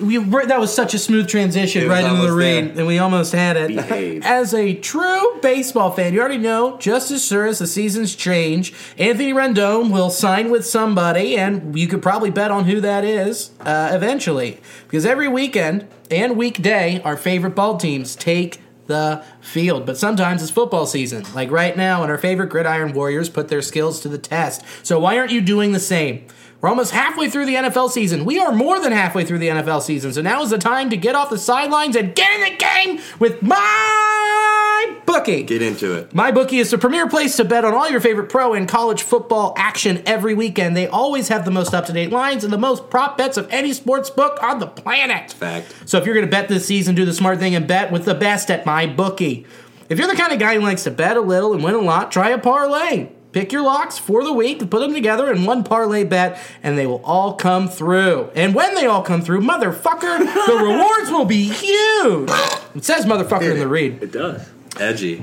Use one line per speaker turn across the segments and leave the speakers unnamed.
we were, that was such a smooth transition
It was
right into the
almost
rain,
there.
and we almost had it.
Behave.
As a true baseball fan, you already know. Just as sure as the seasons change, Anthony Rendon will sign with somebody, and you could probably bet on who that is uh, eventually, because every weekend and weekday, our favorite ball teams take. The field, but sometimes it's football season, like right now, and our favorite gridiron warriors put their skills to the test. So, why aren't you doing the same? We're almost halfway through the NFL season. We are more than halfway through the NFL season. So now is the time to get off the sidelines and get in the game with my bookie.
Get into it.
My bookie is the premier place to bet on all your favorite pro and college football action every weekend. They always have the most up-to-date lines and the most prop bets of any sports book on the planet.
Fact.
So if you're going to bet this season, do the smart thing and bet with the best at my bookie. If you're the kind of guy who likes to bet a little and win a lot, try a parlay. Pick your locks for the week, put them together in one parlay bet, and they will all come through. And when they all come through, motherfucker, the rewards will be huge. It says motherfucker in the read.
It does.
Edgy.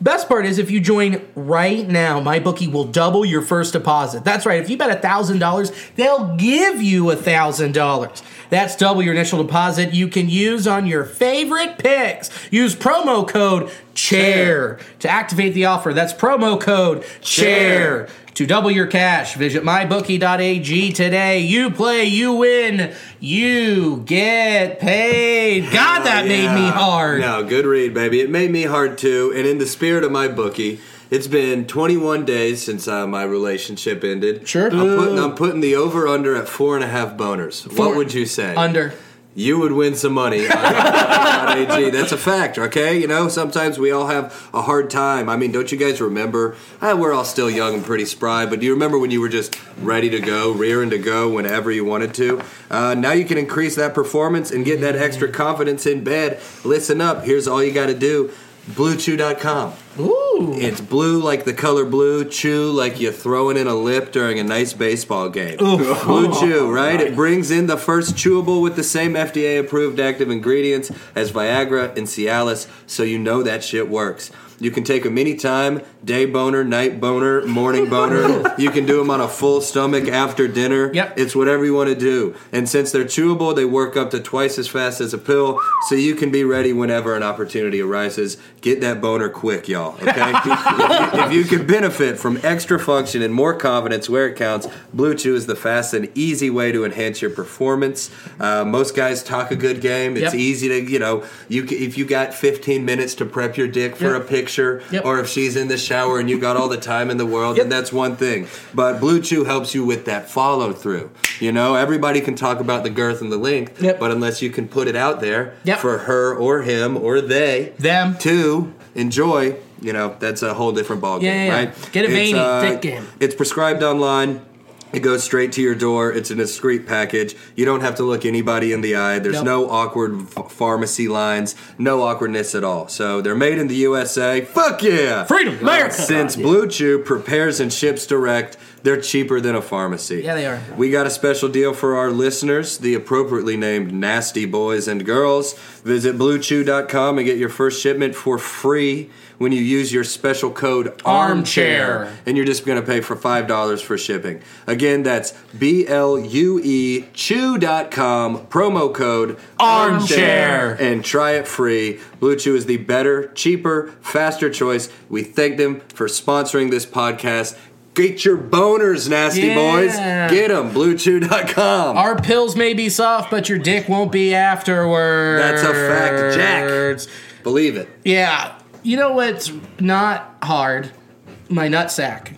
Best part is if you join right now, my bookie will double your first deposit. That's right. If you bet $1,000, they'll give you $1,000. That's double your initial deposit you can use on your favorite picks. Use promo code CHAIR to activate the offer. That's promo code CHAIR. To double your cash, visit mybookie.ag today. You play, you win, you get paid. God, that made me
Oh, Yeah.
hard.
No, good read, baby. It made me hard too. And in the spirit of my bookie, it's been 21 days since uh, my relationship ended.
Sure.
I'm putting, I'm putting the over under at four and a half boners.
Four-
What would you say?
Under.
you would win some money. on AG. That's a fact, okay? You know, sometimes we all have a hard time. I mean, don't you guys remember? Ah, we're all still young and pretty spry, but do you remember when you were just ready to go, rearing to go whenever you wanted to? Uh, now you can increase that performance and get that extra confidence in bed. Listen up. Here's all you got to do. BlueChew.com.
Ooh.
It's blue like the color blue, chew like you're throwing in a lip during a nice baseball game. Blue Chew, right? It brings in the first chewable with the same FDA approved active ingredients as Viagra and Cialis, so you know that shit works. You can take them anytime day boner, night boner, morning boner. you can do them on a full stomach after dinner.
Yep.
It's whatever you want to do. And since they're chewable, they work up to twice as fast as a pill, so you can be ready whenever an opportunity arises. Get that boner quick, y'all. Okay? if you can benefit from extra function and more confidence where it counts, Blue Chew is the fast and easy way to enhance your performance. Uh, most guys talk a good game. It's
Yep.
easy to, you know, you c- if you got 15 minutes to prep your dick for
Yep.
a picture,
Yep.
or if she's in the shower and you got all the time in the world,
Yep.
and that's one thing. But Blue Chew helps you with that follow through. You know, everybody can talk about the girth and the length,
Yep.
but unless you can put it out there
Yep.
for her or him or they
Them.
to enjoy, you know, that's a whole different ballgame,
Yeah, yeah, yeah.
right?
Get it
It's, uh,
veiny,
thick game.
It's prescribed online. It goes straight to your door. It's in a discreet package. You don't have to look anybody in the eye. There's
Nope.
no awkward ph- pharmacy lines, no awkwardness at all. So they're made in the USA. Fuck yeah!
Freedom, America.
Since Blue Chew prepares and ships direct, they're cheaper than a pharmacy.
Yeah, they are.
We got a special deal for our listeners, the appropriately named Nasty Boys and Girls. Visit bluechew.com and get your first shipment for free when you use your special code
Armchair.
ARMCHAIR. And you're just going to pay for $5 for shipping. Again, that's B L U E chew.com, promo code
Armchair.
and try it free. Blue Chew is the better, cheaper, faster choice. We thank them for sponsoring this podcast. Get your boners, nasty
Yeah.
boys. Get them, bluechew.com.
Our pills may be soft, but your dick won't be afterwards.
That's a fact, Jack. Believe it.
Yeah. You know what's not hard? My nut sack.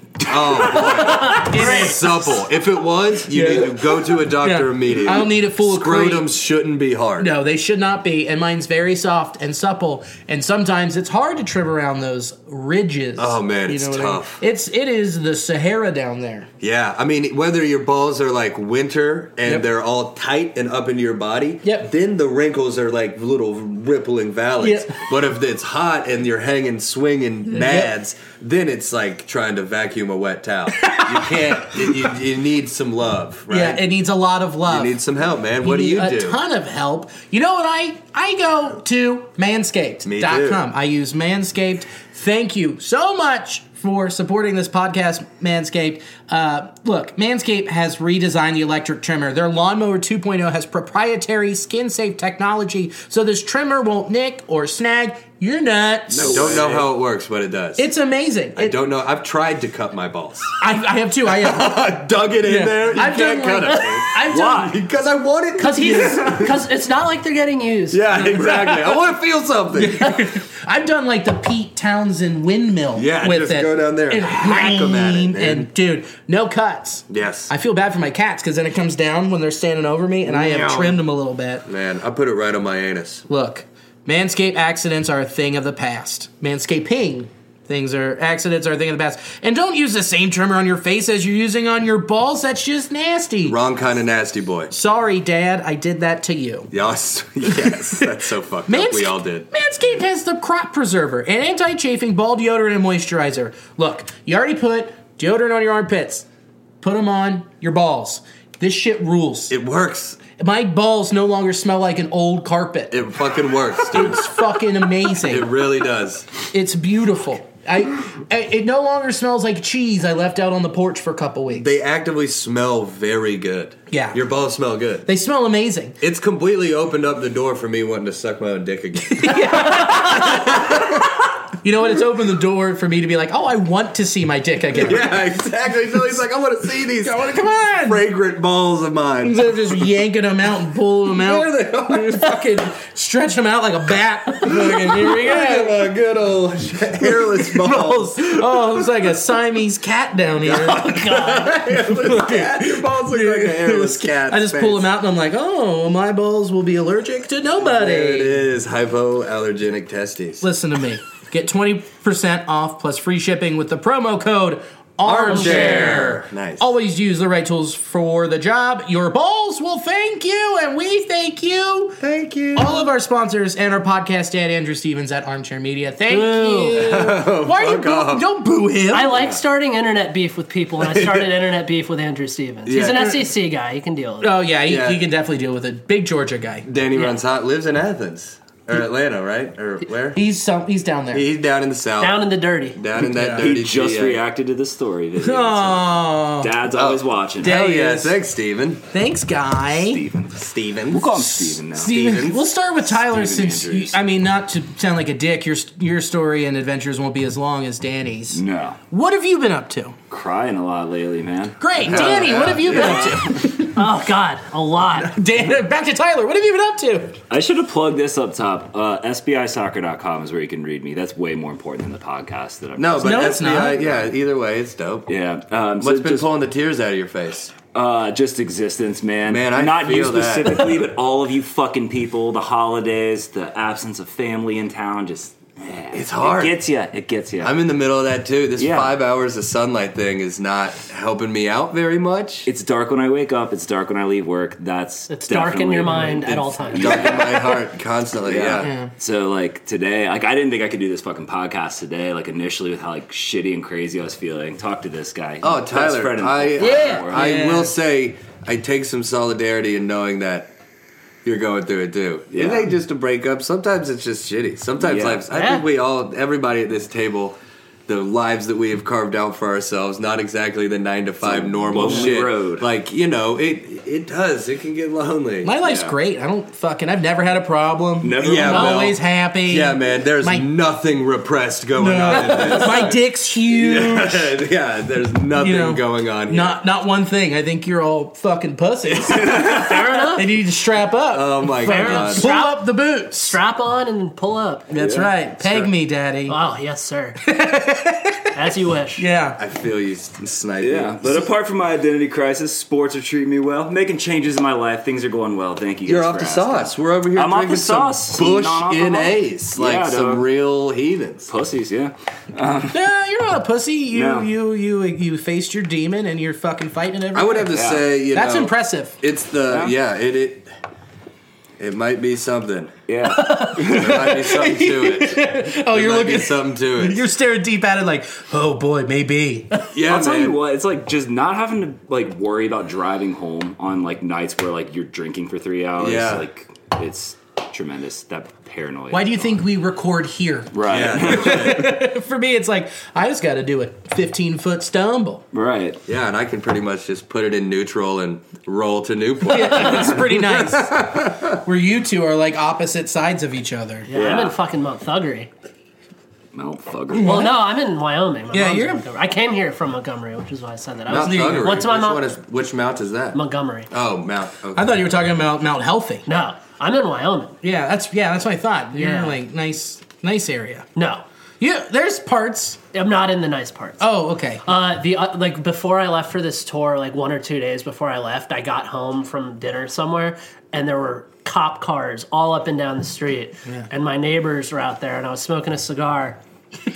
It's supple. If it was, you need to go to a doctor
Yeah.
immediately.
I don't need it full of cream.
Scrotums shouldn't be hard.
No, they should not be. And mine's very soft and supple. And sometimes it's hard to trim around those ridges.
Oh, man, it's
what
tough.
It's it is the Sahara down there.
Yeah, I mean, whether your balls are like winter and
Yep.
they're all tight and up into your body,
Yep.
then the wrinkles are like little rippling valleys.
Yep. Mm-hmm.
But if it's hot and you're hanging swinging nads, then it's like trying to vacuum a wet towel. you can't. It, you, you need some love, right?
Yeah, it needs a lot of
you
love.
need some help, man. what do
need
you
a
do?
ton of help. You know what I I go to
Me
manscaped.com.
too.
I use Manscaped. Thank you so much for supporting this podcast, Manscaped. Uh, look, Manscaped has redesigned the electric trimmer. Their lawnmower 2.0 has proprietary skin safe technology, so this trimmer won't nick or snag your nuts.
I don't know how it works, but it does.
It's amazing.
I
It-
don't know. I've tried to cut my balls.
I, I have two. I have.
I dug it in there. You
I've
can't
done
cut
like-
it. dude.
I've
Why?
done.
Because I want it.
Because he's because it's not like they're getting used.
Yeah, exactly. I want to feel something.
I've done like the Pete Townsend windmill.
Yeah,
with
just
it.
go down there and
And
hack 'em at it,
green,
man.
And dude, no cuts.
Yes.
I feel bad for my cats because then it comes down when they're standing over me, and I have
Meow.
trimmed them a little bit.
Man, I put it right on my anus.
Look, manscape accidents are a thing of the past. Manscaping things are accidents are a thing of the past. And don't use the same trimmer on your face as you're using on your balls. That's just nasty.
Wrong kind of nasty boy.
Sorry, Dad, I did that to you.
Yes, yes, that's so fucked up. We all did.
Manscaped has the crop preserver, an anti chafing ball deodorant and moisturizer. Look, you already put deodorant on your armpits, put them on your balls. This shit rules.
It works.
My balls no longer smell like an old carpet.
It fucking works, dude.
it's fucking
It
amazing.
really does.
It's beautiful. I, I it no longer smells like cheese I left out on the porch for a couple weeks.
They actively smell very good.
Yeah.
Your balls smell good.
they smell amazing.
It's completely opened up the door for me wanting to suck my own dick again.
You know what? It's opened the door for me to be like, oh, I want to see my dick again.
Yeah, exactly. So he's like, I want to see these
I want to come on.
fragrant balls of mine.
Instead of just yanking them out and pulling them out,
There they are.
just fucking stretching them out like a bat. Fucking, here we go.
Yeah, my good old hairless balls.
Oh, it was like a Siamese cat down here.
Hairless cat. Your balls look like a hairless cat.
I just pull them out and I'm like, oh, my balls will be allergic to nobody.
There it is. Hypoallergenic testes.
Listen to me. Get 20% off plus free shipping with the promo code armchair.
Nice.
Always use the right tools for the job. Your balls will thank you, and we thank you.
Thank you.
All of our sponsors and our podcast dad, Andrew Stevens at Armchair Media. Thank
Boo.
you. Why are you
fuck
boo-
off.
don't boo him?
I like starting internet beef with people, and I started internet beef with Andrew Stevens. He's
Yeah.
an SEC guy; he can deal with it.
oh yeah he,
Yeah.
he can definitely deal with it. Big Georgia guy.
Danny runs hot. Lives in Athens or Atlanta, right? Or where?
He's some, he's down there.
He's down in the south.
Down in the dirty.
Down in that dirty
He just
GA.
reacted to the story. Video,
Oh,
so Dad's always watching.
Dad-
Hell Oh, yeah!
Yes.
Thanks, Steven.
thanks, guy.
Steven.
Steven.
We'll call him Steven now.
Steven,
Stevens.
we'll start with Tyler
Steven
since
Andrews.
I mean not to sound like a dick. Your your story and adventures won't be as long as Danny's.
No.
What have you been up to?
Crying a lot lately, man.
Great, Danny.
yeah,
what have you been up
Oh God, a lot.
to? Dan, back to Tyler. What have you been up to?
I should have plugged this up top. Uh, SBIsoccer.com is where you can read me. That's way more important than the podcast that I'm
No, but
No, it's
that's FBI.
not.
Yeah. Either way, it's dope.
Yeah. Um, so
What's been
just,
pulling the tears out of your face?
uh, just existence, man.
Man, I
Not you
feel that.
specifically, but all of you fucking people, the holidays, the absence of family in town, just. eh,
It's hard.
It gets you. It gets you.
I'm in the middle of that too. This
Yeah.
five hours of sunlight thing is not helping me out very much.
it's dark when I wake up. It's dark when I leave work. That's
It's dark in your mind at all times.
Dark in my heart constantly. Yeah.
So like today, like I didn't think I could do this fucking podcast today. Like initially with how like shitty and crazy I was feeling. Talk to this guy.
Oh,
Best
Tyler,
friend in the
I
whole fucking
Yeah.
world.
I
Yeah.
will say I take some solidarity in knowing that you're going through it too.
Yeah.
It ain't just a breakup. Sometimes it's just shitty. Sometimes
Yeah.
life's. I
Yeah.
think we all, everybody at this table. The lives that we have carved out for ourselves, not exactly the nine to five normal
lonely
shit.
road.
Like you know, it it does. It can get lonely.
My life's
Yeah.
great. I don't fucking. I've never had a problem.
Never
Yeah,
I'm
well,
always happy.
yeah, man. There's
My-
nothing repressed going on. in
No, my dick's huge.
this. yeah, there's nothing
You know,
going on. Here.
Not not one thing. I think you're all fucking pussies. Fair enough. And you need to strap up.
oh my
Fair
god.
enough.
Pull up the boots.
Strap on and pull up.
That's
Yeah.
right. Peg
Strap-
me, daddy.
Oh yes, sir. As you wish.
Yeah.
I feel you s- sniping.
Yeah, but apart from my identity crisis, sports are treating me well. Making changes in my life, things are going well. Thank you.
You're
guys
off
for
the
asking.
sauce. We're over here
I'm off the
drinking
sauce.
some Bush
Non-alcoholic.
in Ace, like
Yeah,
some
dog.
real heathens.
Pussies, yeah.
No, you're not a pussy. You
No.
you you you faced your demon and you're fucking fighting everything.
I would have to
Yeah.
say, you
That's
know,
impressive.
It's the yeah.
Yeah.
It it it might be something.
Yeah,
It might be something to it.
Oh,
It
you're
might be
looking.
something to it.
You're staring deep at it like, oh boy, maybe.
Yeah,
I'll tell
man.
you what. It's like just not having to like worry about driving home on like nights where like you're drinking for three hours.
Yeah.
like it's tremendous. That paranoia.
Why do you think we record here?
Right,
Yeah,
For me, it's like I just got to do a 15 foot stumble.
right.
yeah, and I can pretty much just put it in neutral and roll to Newport.
It's pretty nice. Where you two are like opposite sides of each other.
Yeah, I'm
Yeah.
in fucking Mount Thuggery.
Mount Thugger.
Well, no, I'm in Wyoming. My
Yeah,
mom's in
you're-
Montgomery. I came here from Montgomery, which is why I said that. I
Mount
was
Thuggery.
What's my
which,
mount?
one is, which mount is that?
Montgomery.
oh, Mount. Okay.
I thought you were talking about Mount Healthy.
No, I'm in Wyoming.
Yeah, that's yeah, that's what I thought. You're
Yeah.
like nice, nice area.
No,
Yeah, there's parts.
I'm not in the nice parts.
Oh, okay.
Uh, the uh, like before I left for this tour, like one or two days before I left, I got home from dinner somewhere, and there were cop cars all up and down the street, and my neighbors were out there, and I was smoking a cigar,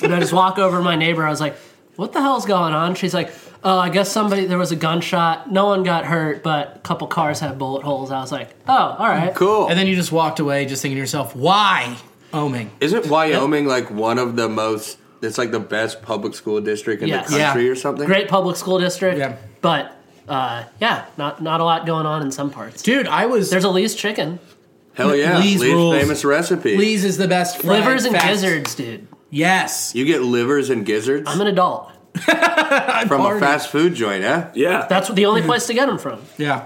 and I just walk over to my neighbor. I was like, "What the hell's going on?" She's like, "Oh, I guess somebody there was a gunshot. No one got hurt, but a couple cars had bullet holes." I was like, "Oh, all
Mm,
right."
cool.
And then you just walked away, just thinking to yourself, why Oh, Oming?
Isn't Wyoming like one of the most? It's like the best public school district in
Yes.
the
Yeah.
country or something.
Great public school district,
Yeah.
but uh, yeah, not not a lot going on in some parts.
Dude, I was.
There's a Lee's chicken,
Hell yeah,
Lee's
Lee's,
rules.
famous recipe.
Lee's is the best. fried
livers and
fast-
gizzards, dude.
Yes.
You get livers and gizzards
I'm an adult.
from
party.
a fast food joint, eh?
Yeah,
That's the only place to get them from.
Yeah.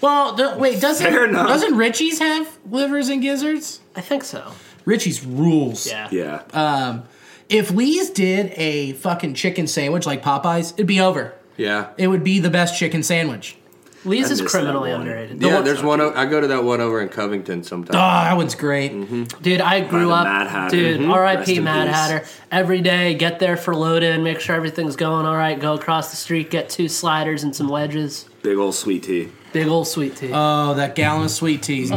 Well, do, wait, doesn't
Fair enough.
doesn't Richie's have livers and gizzards?
I think so.
Richie's rules.
Yeah.
yeah.
Um, If Lee's did a fucking chicken sandwich like Popeyes, it'd be over.
Yeah.
It would be the best chicken sandwich.
Lee's
I
is
missed that
criminally
one.
underrated.
yeah, there's one. o- I go to that one over in Covington
Oh,
sometimes.
that one's great.
Mm-hmm.
Dude, I grew
the
up.
Mad Hatter.
Dude,
Mhm. Rest
R.I.P.
in
Mad
peace.
Hatter. Every day, get there for load in, make sure everything's going all right. Go across the street, get two sliders and some wedges.
Big old sweet tea.
Big old sweet tea.
Oh, that gallon of sweet tea's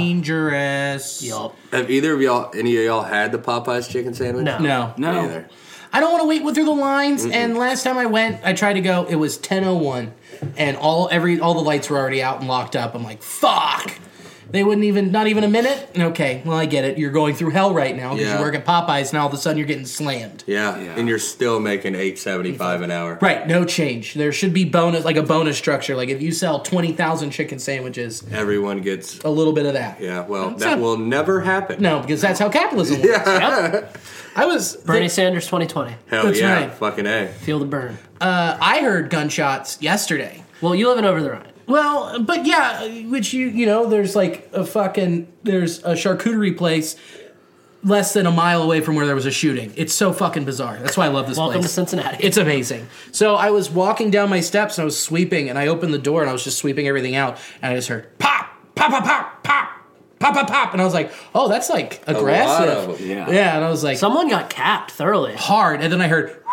dangerous.
Yup.
Have either of y'all, any of y'all, had the Popeyes chicken sandwich?
No.
No.
Me
No.
Either.
I don't want to wait through the lines. And last time I went, I tried to go. It was ten oh one, and all every all the lights were already out and locked up. I'm like, fuck. They wouldn't even not even a minute. Okay, well I get it. You're going through hell right now because
Yeah.
you work at Popeyes, and all of a sudden you're getting slammed.
Yeah.
Yeah.
And you're still making eight seventy five an hour.
Right, no change. There should be bonus like a bonus structure. Like if you sell twenty thousand chicken sandwiches,
Everyone gets.
a little bit of that.
Yeah. Well,
not-
that will never happen.
No, because that's how capitalism works.
Yep.
I was
Bernie Sanders 2020.
Hell
That's
yeah.
right.
Fucking a.
Feel the burn.
I heard gunshots yesterday.
Well, you live in Over the Rhine.
Well, but yeah, which you you know, there's like a fucking there's a charcuterie place less than a mile away from where there was a shooting. It's so fucking bizarre. That's why I love this
Welcome to
place.
Cincinnati.
It's amazing. So I was walking down my steps and I was sweeping and I opened the door and I was just sweeping everything out and I just heard pop, pop, pop, pop, pop, pop, pop, pop, and I was like, oh, that's like aggressive.
of them.
Yeah.
Yeah, and I was like,
Someone got capped thoroughly.
hard, and then I heard,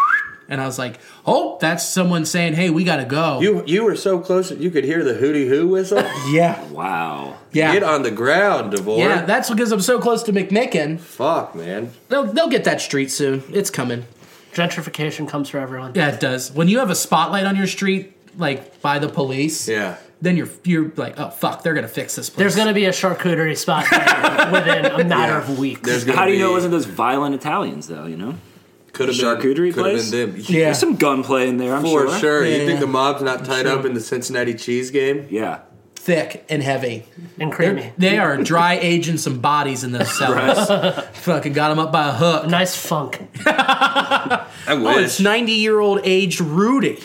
and I was like, oh, that's someone saying, hey, we gotta go.
You you were so close that you could hear the hooty hoo whistle.
yeah,
Wow.
yeah.
Get on the ground, Devore.
Yeah, that's because I'm so close to McNicken.
Fuck, man.
They'll they'll get that street soon. It's coming.
Gentrification comes for everyone.
Yeah, it does. When you have a spotlight on your street, like by the police,
Yeah.
then you're you're like, oh fuck, they're gonna fix this place.
There's going to be a charcuterie spot there within a matter of weeks.
There's gonna
How do you
be-
know it wasn't those violent Italians though? You know,
Could have been
charcuterie
could
place?
have been them.
Yeah.
there's some gunplay in there. I'm
For
sure.
sure.
Yeah.
You think the mob's not tied up in the Cincinnati cheese game?
Yeah.
thick and heavy.
and creamy.
They're, they are dry aging some bodies in those cells. Fucking got them up by a hook.
Nice funk.
I wish.
Oh, it's ninety year old aged Rudy.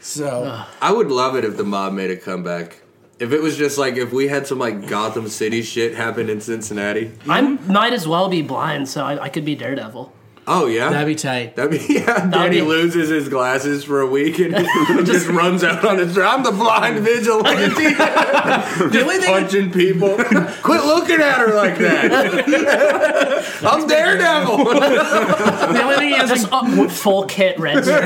so
I would love it if the mob made a comeback. If it was just like if we had some like Gotham City shit happen in Cincinnati.
I might as well be blind, so I, I could be Daredevil.
Oh yeah.
that'd be tight.
That'd be yeah. Danny
be-
loses his glasses for a week and just runs out on his. I'm the blind vigilante,
The only thing-
punching people. Quit looking at her like that. I'm Daredevil.
the only thing he has in
Just uh, full kit red shirt.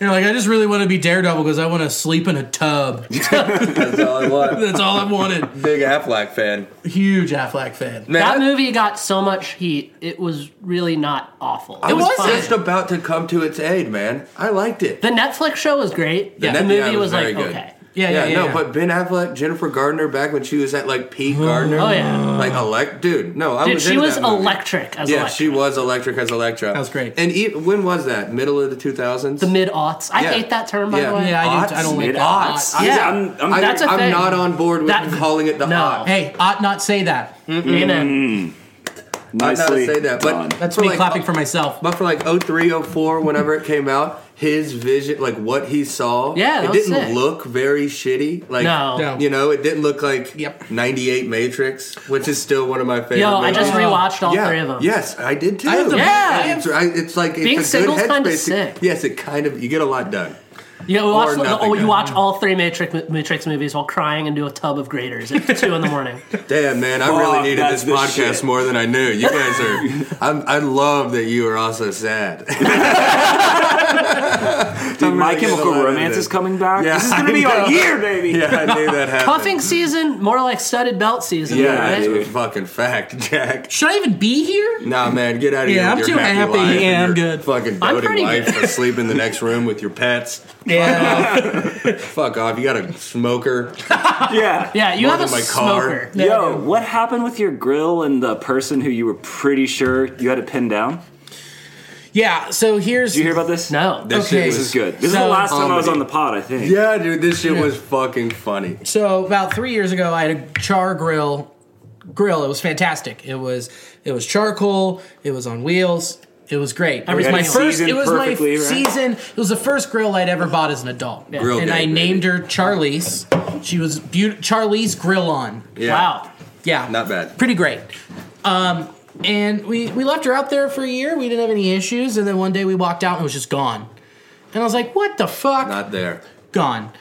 You're like, I just really want to be Daredevil because I want to sleep in a tub.
That's all I want.
That's all I wanted.
Big Affleck fan.
Huge Affleck fan.
Man,
That
I-
movie got so much heat, it was really not awful.
I
it
was
was fine.
just about to come to its aid, man. I liked it.
The Netflix show was great.
Yeah.
the
Net-
movie
yeah, it was
was,
very
like,
good.
okay.
Yeah, yeah, yeah.
no,
yeah.
but Ben Affleck, Jennifer Gardner, back when she was at like Pete Gardner,
Oh, yeah.
like elect, dude. No, I
Dude,
was.
she
into
was
that movie.
electric as
Yeah,
electric.
she was electric as Electra. That
was great.
And e- when was that? Middle of the two thousands.
The mid aughts. I
Yeah.
hate that term, by
Yeah.
the way.
yeah, I, do, I don't like
Mid
that.
odds.
Ought.
Yeah.
I'm, I'm,
I,
That's a
I'm
thing.
not on board with
That-
calling it the
No.
hot.
Hey, ought not say that.
Hmm.
Amen.
I'm not
nicely
to say that, but
done.
That's
for
me
like,
clapping for myself.
But for like 03, 04, whenever it came out, his vision, like what he saw,
Yeah, that
it
was
didn't
sick.
look very shitty. Like,
No.
No.
you know, it didn't look like
Yep.
98 Matrix, which is still one of my favorite.
Yo, I
movies.
just rewatched all
yeah,
three of them.
Yes, I did too.
I have the-
Yeah.
I have- I- it's like
Being
it's a good
single's
headspace.
kinda
to-
sick.
Yes, it kind of you get a lot done.
You, know, watch
Or
the- the-
nothing.
oh, you watch all three Matrix, Matrix movies while crying into a tub of graters at 2 in the morning.
Damn, man, I
Fuck,
really needed this
that's the
podcast
shit.
more than I knew. You guys are. I'm, I love that you are also sad.
Dude, My
really getting
Chemical
a lot out of
Romance
this.
is coming back.
Yeah,
this is gonna
I
be our
know.
year, baby.
yeah, I knew that happened.
Puffing season, more like studded belt season.
Yeah,
right?
that's a
dude.
fucking fact, Jack.
Should I even be here?
Nah, man, get out of
Yeah, I'm
here. with
too
your happy
happy.
Life and
Yeah, I'm
your
good.
Fucking
I'm
doting
pretty
life
good.
for sleep in the next room with your pets.
Yeah.
Fuck off. You got a smoker.
Yeah.
Yeah, you
More
have a
than my car.
smoker.
Yo, what happened with your grill and the person who you were pretty sure you had it pinned down?
yeah. So here's
Did you hear about this?
No.
This
Okay.
shit
This is
was
good. This is
So-
the last time I was
Comedy.
on the pod, I think.
Um, Yeah, dude, this shit was fucking funny.
So about three years ago, I had a char grill. Grill. It was fantastic. It was it was charcoal. It was on wheels. It was great. It was
Yeah,
my
it's
first.
seasoned
It was my
perfectly, right?
season. It was the first grill I'd ever bought as an adult.
Grill
and
day,
I
baby.
named her Charlize. She was beautiful. Charlize Grill on.
Yeah.
Wow.
Yeah.
Not bad.
Pretty great. Um, and we, we left her out there for a year. We didn't have any issues. And then one day we walked out and it was just gone. And I was like, what the fuck?
Not there.
gone.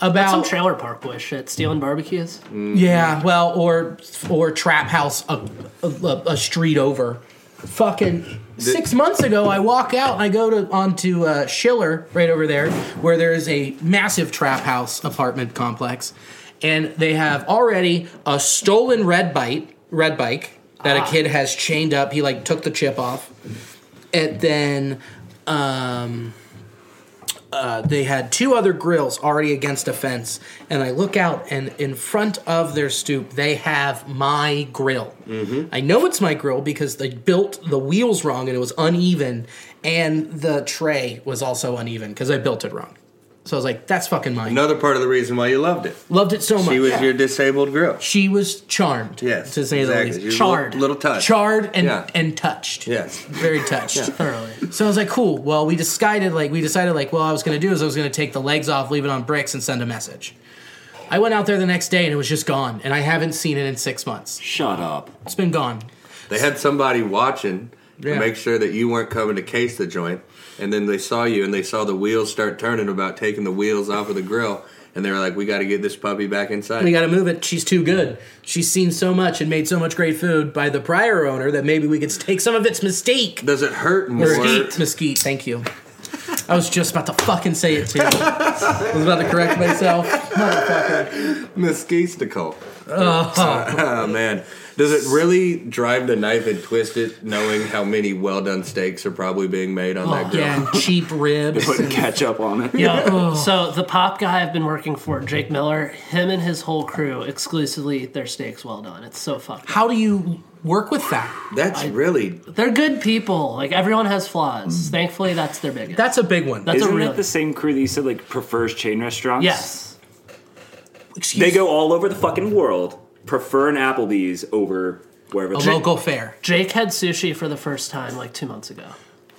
About
Some trailer park boy shit, stealing barbecues.
Yeah, well, or or trap house a, a, a street over. Fucking six months ago, I walk out and I go to onto uh, Schiller right over there, where there is a massive trap house apartment complex, and they have already a stolen red bike, red bike that a kid has chained up. He like took the chip off, and then. Um, uh, they had two other grills already against a fence and i look out and in front of their stoop they have my grill
Mm-hmm.
i know it's my grill because they built the wheels wrong and it was uneven and the tray was also uneven because i built it wrong so i was like that's fucking mine
Another part of the reason why you loved it.
loved it so much
She was your disabled girl.
she was charmed
Yes,
to say
exactly.
the least
Your little-
charred
little touch.
charred and,
Yeah.
and touched
Yes.
very touched
Thoroughly.
so I was like, cool. Well, we decided like we decided like well, I was gonna do is I was gonna take the legs off, leave it on bricks, and send a message. I went out there the next day and it was just gone, and I haven't seen it in six months.
Shut up.
It's been gone.
They had somebody watching
Yeah.
to make sure that you weren't coming to case the joint, and then they saw you and they saw the wheels start turning about taking the wheels off of the grill, and they were like, "We got to get this puppy back inside."
We gotta move it. She's too good. She's seen so much and made so much great food by the prior owner that maybe we could take some of its mystique.
Does it hurt more?
Mesquite. Mesquite. Thank you. I was just about to fucking say it too. I was about to correct myself. Motherfucker.
Mesquitical. Oh man, does it really drive the knife and twist it, knowing how many well done steaks are probably being made on
Oh,
that grill?
Yeah, and cheap ribs.
Putting ketchup on it.
Oh.
Yeah. so the pop guy I've been working for, Jake Miller, him and his whole crew exclusively eat their steaks well done. It's so fucked. up.
How do you work with that?
That's really
They're good people. Like everyone has
Mm.
flaws. Thankfully, that's their biggest.
That's a big one.
That's
Isn't
a real.
that the same crew that you said like prefers chain restaurants?
yes.
Excuse
They go all over the fucking world, prefer an Applebee's over wherever.
a local fair.
Jake had sushi for the first time like two months ago.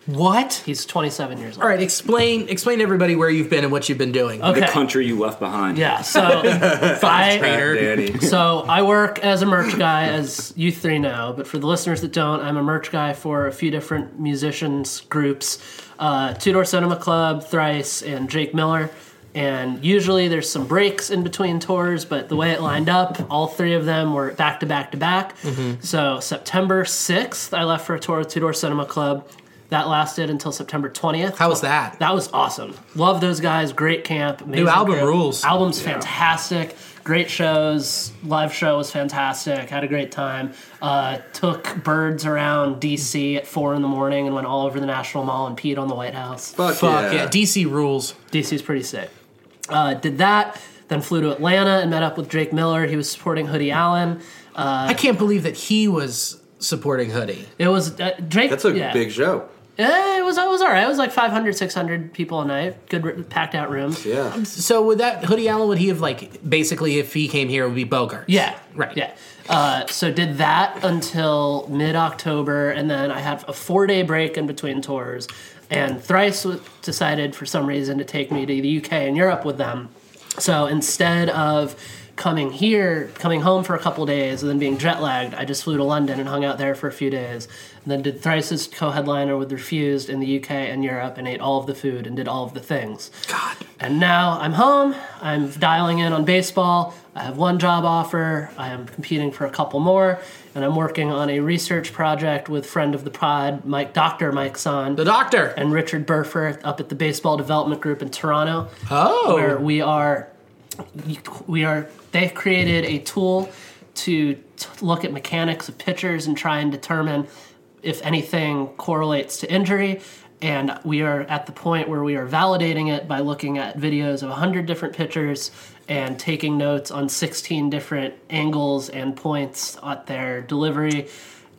What?
He's 27 years old.
All right, explain explain to everybody where you've been and what you've been doing.
Okay.
The country you left behind.
Yeah. So I
Danny.
so I work as a merch guy, as you three know. But for the listeners that don't, I'm a merch guy for a few different musicians groups: uh, Two Door Cinema Club, Thrice, and Jake Miller. And usually there's some breaks in between tours, but the way it lined up, all three of them were back to back to back.
Mm-hmm.
So September 6th, I left for a tour with Two Door Cinema Club. That lasted until September 20th.
How was that?
That was awesome. Love those guys. Great camp. amazing
album
crew.
rules.
Album's fantastic. Great shows. Live show was fantastic. Had a great time. Uh, took birds around DC at four in the morning and went all over the National Mall and peed on the White House.
Fuck,
Fuck yeah.
yeah.
DC rules.
DC's pretty sick. Uh, did that. Then flew to Atlanta and met up with Drake Miller. He was supporting Hoodie Allen. Uh.
I can't believe that he was supporting Hoodie.
It was uh, Drake.
That's a
yeah.
big show.
Eh, it was. It was all right. It was like 500, 600 people a night. Good r- packed out rooms.
Yeah.
So would that Hoodie Allen would he have like basically if he came here it would be Bogart?
Yeah.
Right.
Yeah. Uh, so did that until mid October, and then I had a four day break in between tours. And Thrice w- decided for some reason to take me to the UK and Europe with them. So instead of coming here, coming home for a couple days, and then being jet lagged, I just flew to London and hung out there for a few days. And then did Thrice's co headliner with Refused in the UK and Europe and ate all of the food and did all of the things.
God.
And now I'm home. I'm dialing in on baseball. I have one job offer. I am competing for a couple more. And I'm working on a research project with friend of the pod, Mike Doctor Mike Son,
The doctor.
and Richard Burfer up at the Baseball Development Group in Toronto,
oh.
where we are. We are. They've created a tool to t- look at mechanics of pitchers and try and determine if anything correlates to injury. And we are at the point where we are validating it by looking at videos of 100 different pitchers and taking notes on 16 different angles and points at their delivery,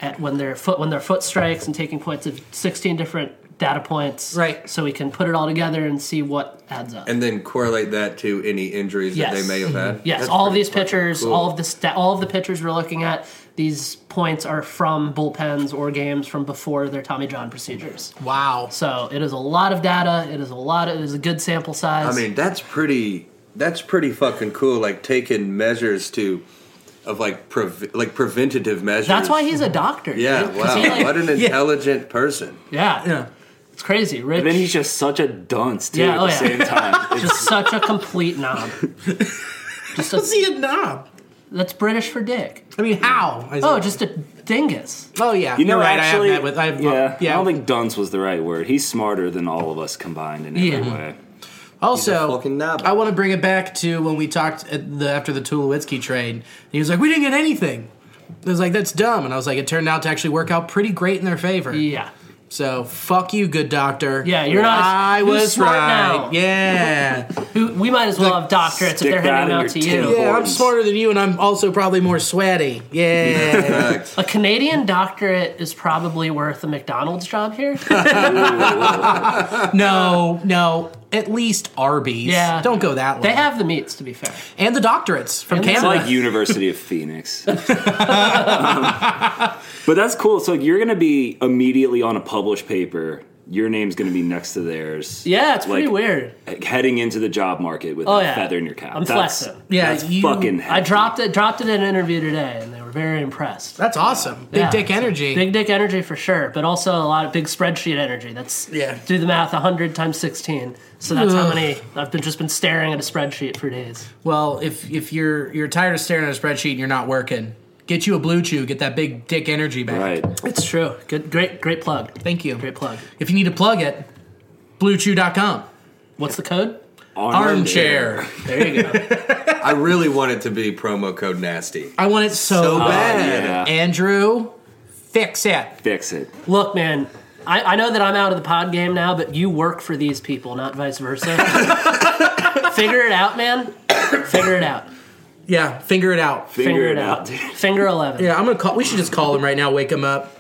at when their foot when their foot strikes, and taking points of 16 different data points.
Right.
So we can put it all together and see what adds up.
And then correlate that to any injuries that
Yes. Mm-hmm.
they may have had.
Yes,
That's
all of
pretty
these
fucking
pitchers,
cool.
all of the sta- all of the pitchers we're looking at, these points are from bullpens or games from before their Tommy John procedures.
wow.
So it is a lot of data. It is a lot. Of, it is a good sample size.
I mean, that's pretty. That's pretty fucking cool. Like taking measures to of like prev- like preventative measures.
That's why he's a doctor.
Yeah,
dude, 'cause
wow.
he, like-
what an intelligent person.
yeah.
Yeah.
It's crazy.
And then
Rich
he's just such a dunce too
Yeah,
at
oh
the
yeah.
same time. It's-
just such a complete knob. Just
What's
a,
he a knob?
that's British for dick.
I mean, how? I
Oh,
said-
just a dingus.
oh yeah.
you know,
You're right.
actually,
I have met with. I have,
yeah,
yeah.
I don't think dunce was the right word. He's smarter than all of us combined in every
Yeah.
way.
also,
fucking knob.
I want to bring it back to when we talked at the, after the Tulowitzki trade. He was like, "We didn't get anything." I was like, "That's dumb," and I was like, "It turned out to actually work out pretty great in their favor."
Yeah.
So fuck you, good doctor.
Yeah, you're not-
I
who's
was
smart
right.
now?
Yeah.
Who we might as well have doctorates if
stick
they're
that
handing
in
out to
your tail.
you.
yeah, I'm
Boys.
smarter than you, and I'm also probably more sweaty. Yeah.
Fact.
A Canadian doctorate is probably worth a McDonald's job here.
no, no. At least Arby's.
Yeah.
Don't go that way.
they have the meats, to be fair.
and the doctorates from
And the-
It's
Canada.
like University of Phoenix. Um, but that's cool. So like, you're going to be immediately on a published paper. Your name's going to be next to theirs.
Yeah, it's pretty
Like,
weird.
Heading into the job market with
Oh,
a
yeah.
feather in your cap.
I'm
That's-
flexing.
yeah,
That's
you-
fucking.
I
Heavy.
dropped it dropped it in an interview today and they were very impressed.
That's awesome. Big
Yeah,
dick
so
energy.
Big dick energy for sure, but also a lot of big spreadsheet energy. That's
Yeah.
Do the math, hundred times sixteen. So that's how
Ugh.
many I've been just been staring at a spreadsheet for days.
well, if if you're you're tired of staring at a spreadsheet and you're not working, get you a blue chew. Get that big dick energy back.
Right.
It's true. Good, great, great plug.
Thank you.
Great plug.
If you need to plug it, bluechew.com.
What's the code?
Armchair.
There you go.
I really want it to be promo code nasty.
I want it so,
So
bad.
bad.
Yeah.
Andrew, fix it.
Fix it.
Look, man. I, I know that I'm out of the pod game now, but you work for these people, not vice versa. Figure it out, man. Figure it out.
Yeah, figure it out.
Figure,
Figure
it out. dude.
Finger eleven.
Yeah, I'm gonna call. We should just call him right now. Wake him up.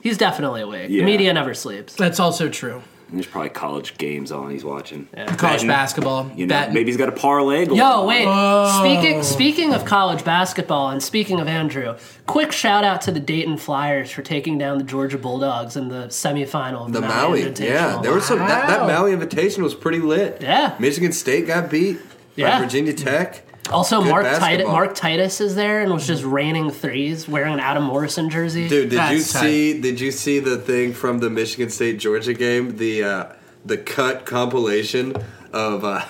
He's definitely awake.
Yeah.
The media never sleeps.
That's also true.
There's probably college games on. He's watching.
College
Batting.
basketball.
You know,
Batting.
maybe he's got a parlay. going
Yo,
on.
wait.
Whoa.
Speaking speaking of college basketball and speaking of Andrew, quick shout out to the Dayton Flyers for taking down the Georgia Bulldogs in the semifinal of
The Maui, yeah,
Invitational.
there was some that, that
Wow.
Maui invitation was pretty lit.
Yeah.
Michigan State got beat
Yeah.
by Virginia Tech.
Also,
Good
Mark Titus,
basketball.
Mark Titus is there and was just raining threes, wearing an Adam Morrison jersey.
Dude, did you
That's tight.
see? Did you see the thing from the Michigan State Georgia game? The uh, the cut compilation of uh,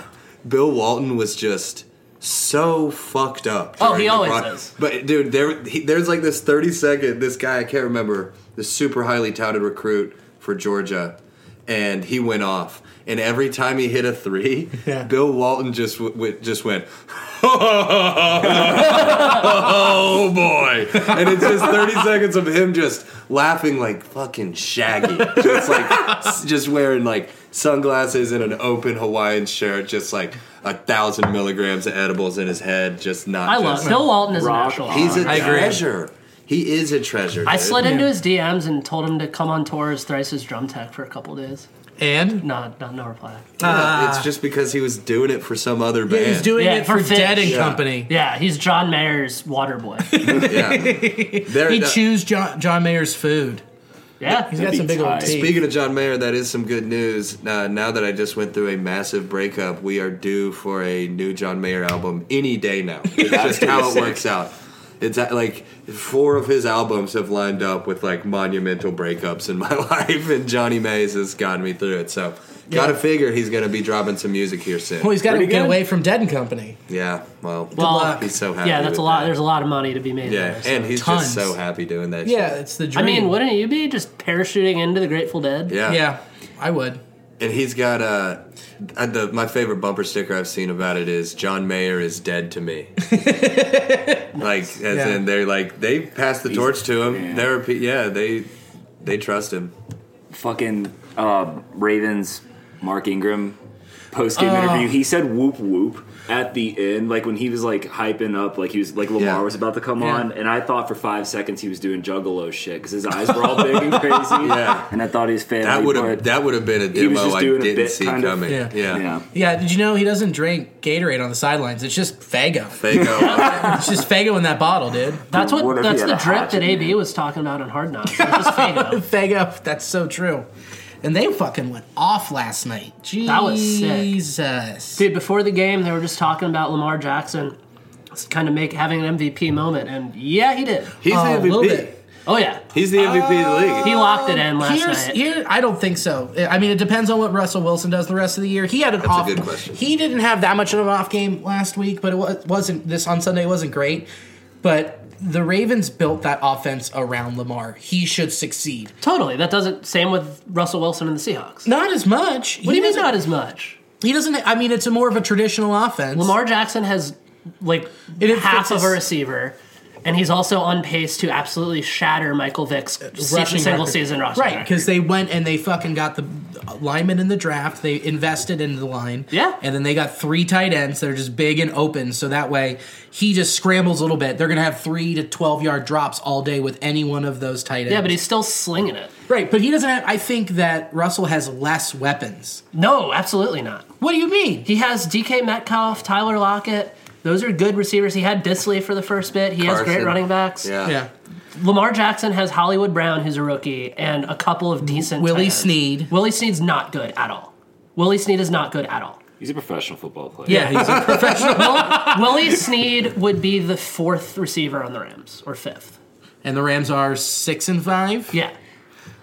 Bill Walton was just so fucked up.
Oh, he
during the
always
broad-
is.
But dude, there he, there's like this 30 second. This guy I can't remember. This super highly touted recruit for Georgia, and he went off. And every time he hit a three,
Yeah.
Bill Walton just w- w- just went. oh boy and it's just 30 seconds of him just laughing like fucking shaggy just like s- just wearing like sunglasses and an open hawaiian shirt just like a thousand milligrams of edibles in his head just not
I love
just-
Bill Walton is a
Rock
national.
he's a
honor.
I agree.
treasure he is a treasure
I
dude.
slid into his DMs and told him to come on tour as Thrice's drum tech for a couple days.
and
No, no, no reply.
Yeah, it's just because he was doing it for some other band
he's doing
Yeah,
it
for
for,
Finch.
Dead and
Yeah.
Company.
Yeah, he's John Mayer's water boy.
yeah. There-
He
uh,
chews John, John Mayer's food.
Yeah,
He's got
be
some big old
tight.
teeth.
Speaking of John Mayer, that is some good news. Uh, now that I just went through a massive breakup, we are due for a new John Mayer album any day now. It's just how it works out. It's uh, like four of his albums have lined up with like monumental breakups in my life, and Johnny Mays has gotten me through it. So, gotta figure he's gonna be dropping some music here soon.
well, he's got to
Pretty
get
good.
away from Dead and Company.
yeah, well,
Well,
he's so happy.
yeah, that's
with
a lot.
that.
There's a lot of money to be made.
yeah,
there, so.
and he's
Tons.
just so happy doing that.
Yeah, it's the dream.
I mean, wouldn't you be just parachuting into the Grateful Dead?
shit. yeah,
Yeah, I would.
And he's got uh, uh, the, my favorite bumper sticker I've seen about it is John Mayer is dead to me. like, as
Yeah.
in they're like they passed the torch to him.
yeah.
They're pe- yeah, they they trust him.
fucking uh, Ravens Mark Ingram post game
Uh.
interview. He said whoop whoop at the end, like when he was like hyping up, like he was like Lamar
Yeah.
was about to come on, and I thought for five seconds he was doing Juggalo shit because his eyes were all big and crazy.
Yeah.
and I thought his family.
That would have
part-
that would have been a
He was
demo
just
I
doing a
didn't
bit,
see
kind of.
coming.
Yeah.
Yeah.
yeah.
Yeah, did you know he doesn't drink Gatorade on the sidelines? It's just Fago.
They go.
It's just Fago in that bottle, dude.
That's what.
What if
that's
he
the
had a
drip that
hatchet,
AB
man?
was talking about on Hard Knocks. It was Faygo.
Fago, that's so true. And they fucking went off last night. Jesus.
That was sick.
Jesus.
Dude, before the game, they were just talking about Lamar Jackson It's kind of make having an MVP moment, and yeah, he did.
He's
Oh,
the
little
MVP.
bit.
Oh yeah,
He's the MVP of the league.
he locked it in last
Here's,
night.
here, I don't think so. I mean, it depends on what Russell Wilson does the rest of the year. He had an off.
good question.
He didn't have that much of an off game last week, but it wa- wasn't this on Sunday wasn't great. But the Ravens built that offense around Lamar. He should succeed.
Totally. That doesn't. Same with Russell Wilson and the Seahawks.
Not as much.
what do you mean not as much?
He doesn't. I mean, it's a more of a traditional offense.
Lamar Jackson has like
It is- it's
half of a
his-
receiver, and he's also on pace to absolutely shatter Michael Vick's se-
Uh, rushing
single
record.
season roster.
Right, because they went and they fucking got the lineman in the draft. They invested in the line.
Yeah.
And then they got three tight ends that are just big and open. So that way he just scrambles a little bit. They're going to have three to 12 yard drops all day with any one of those tight ends.
yeah, but he's still slinging it.
Right, but he doesn't have. I think that Russell has less weapons.
No, absolutely not.
What do you mean?
He has DK Metcalf, Tyler Lockett. Those are good receivers. He had Disley for the first bit. He has great
Carson.
running backs.
Yeah.
Yeah.
Lamar Jackson has Hollywood Brown, who's a rookie, and a couple of decent.
Willie
tight ends.
Snead.
Willie Snead's not good at all. Willie Snead is not good at all.
He's a professional football player.
Yeah, he's a professional.
Willie Snead would be the fourth receiver on the Rams, or fifth.
and the Rams are six and five.
Yeah.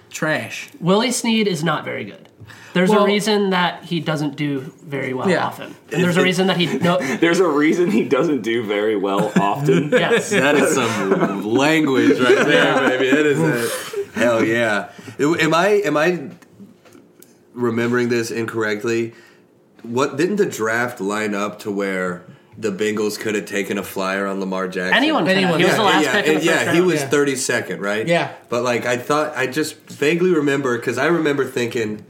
Trash.
Willie Snead is not very good. There's
Well-
a reason that he doesn't do very well
Yeah.
often. And there's a reason that he no
There's a reason he doesn't do very well often.
yes.
That is some language right there, baby. That is it. Hell yeah. Am I am I remembering this incorrectly? What didn't the draft line up to where the Bengals could have taken a flyer on Lamar Jackson?
Anyone could have.
Anyone.
He was the last
yeah,
pick in the
and yeah,
first round.
he was
Yeah.
thirty second, right?
Yeah.
But like, I thought I just vaguely remember because I remember thinking,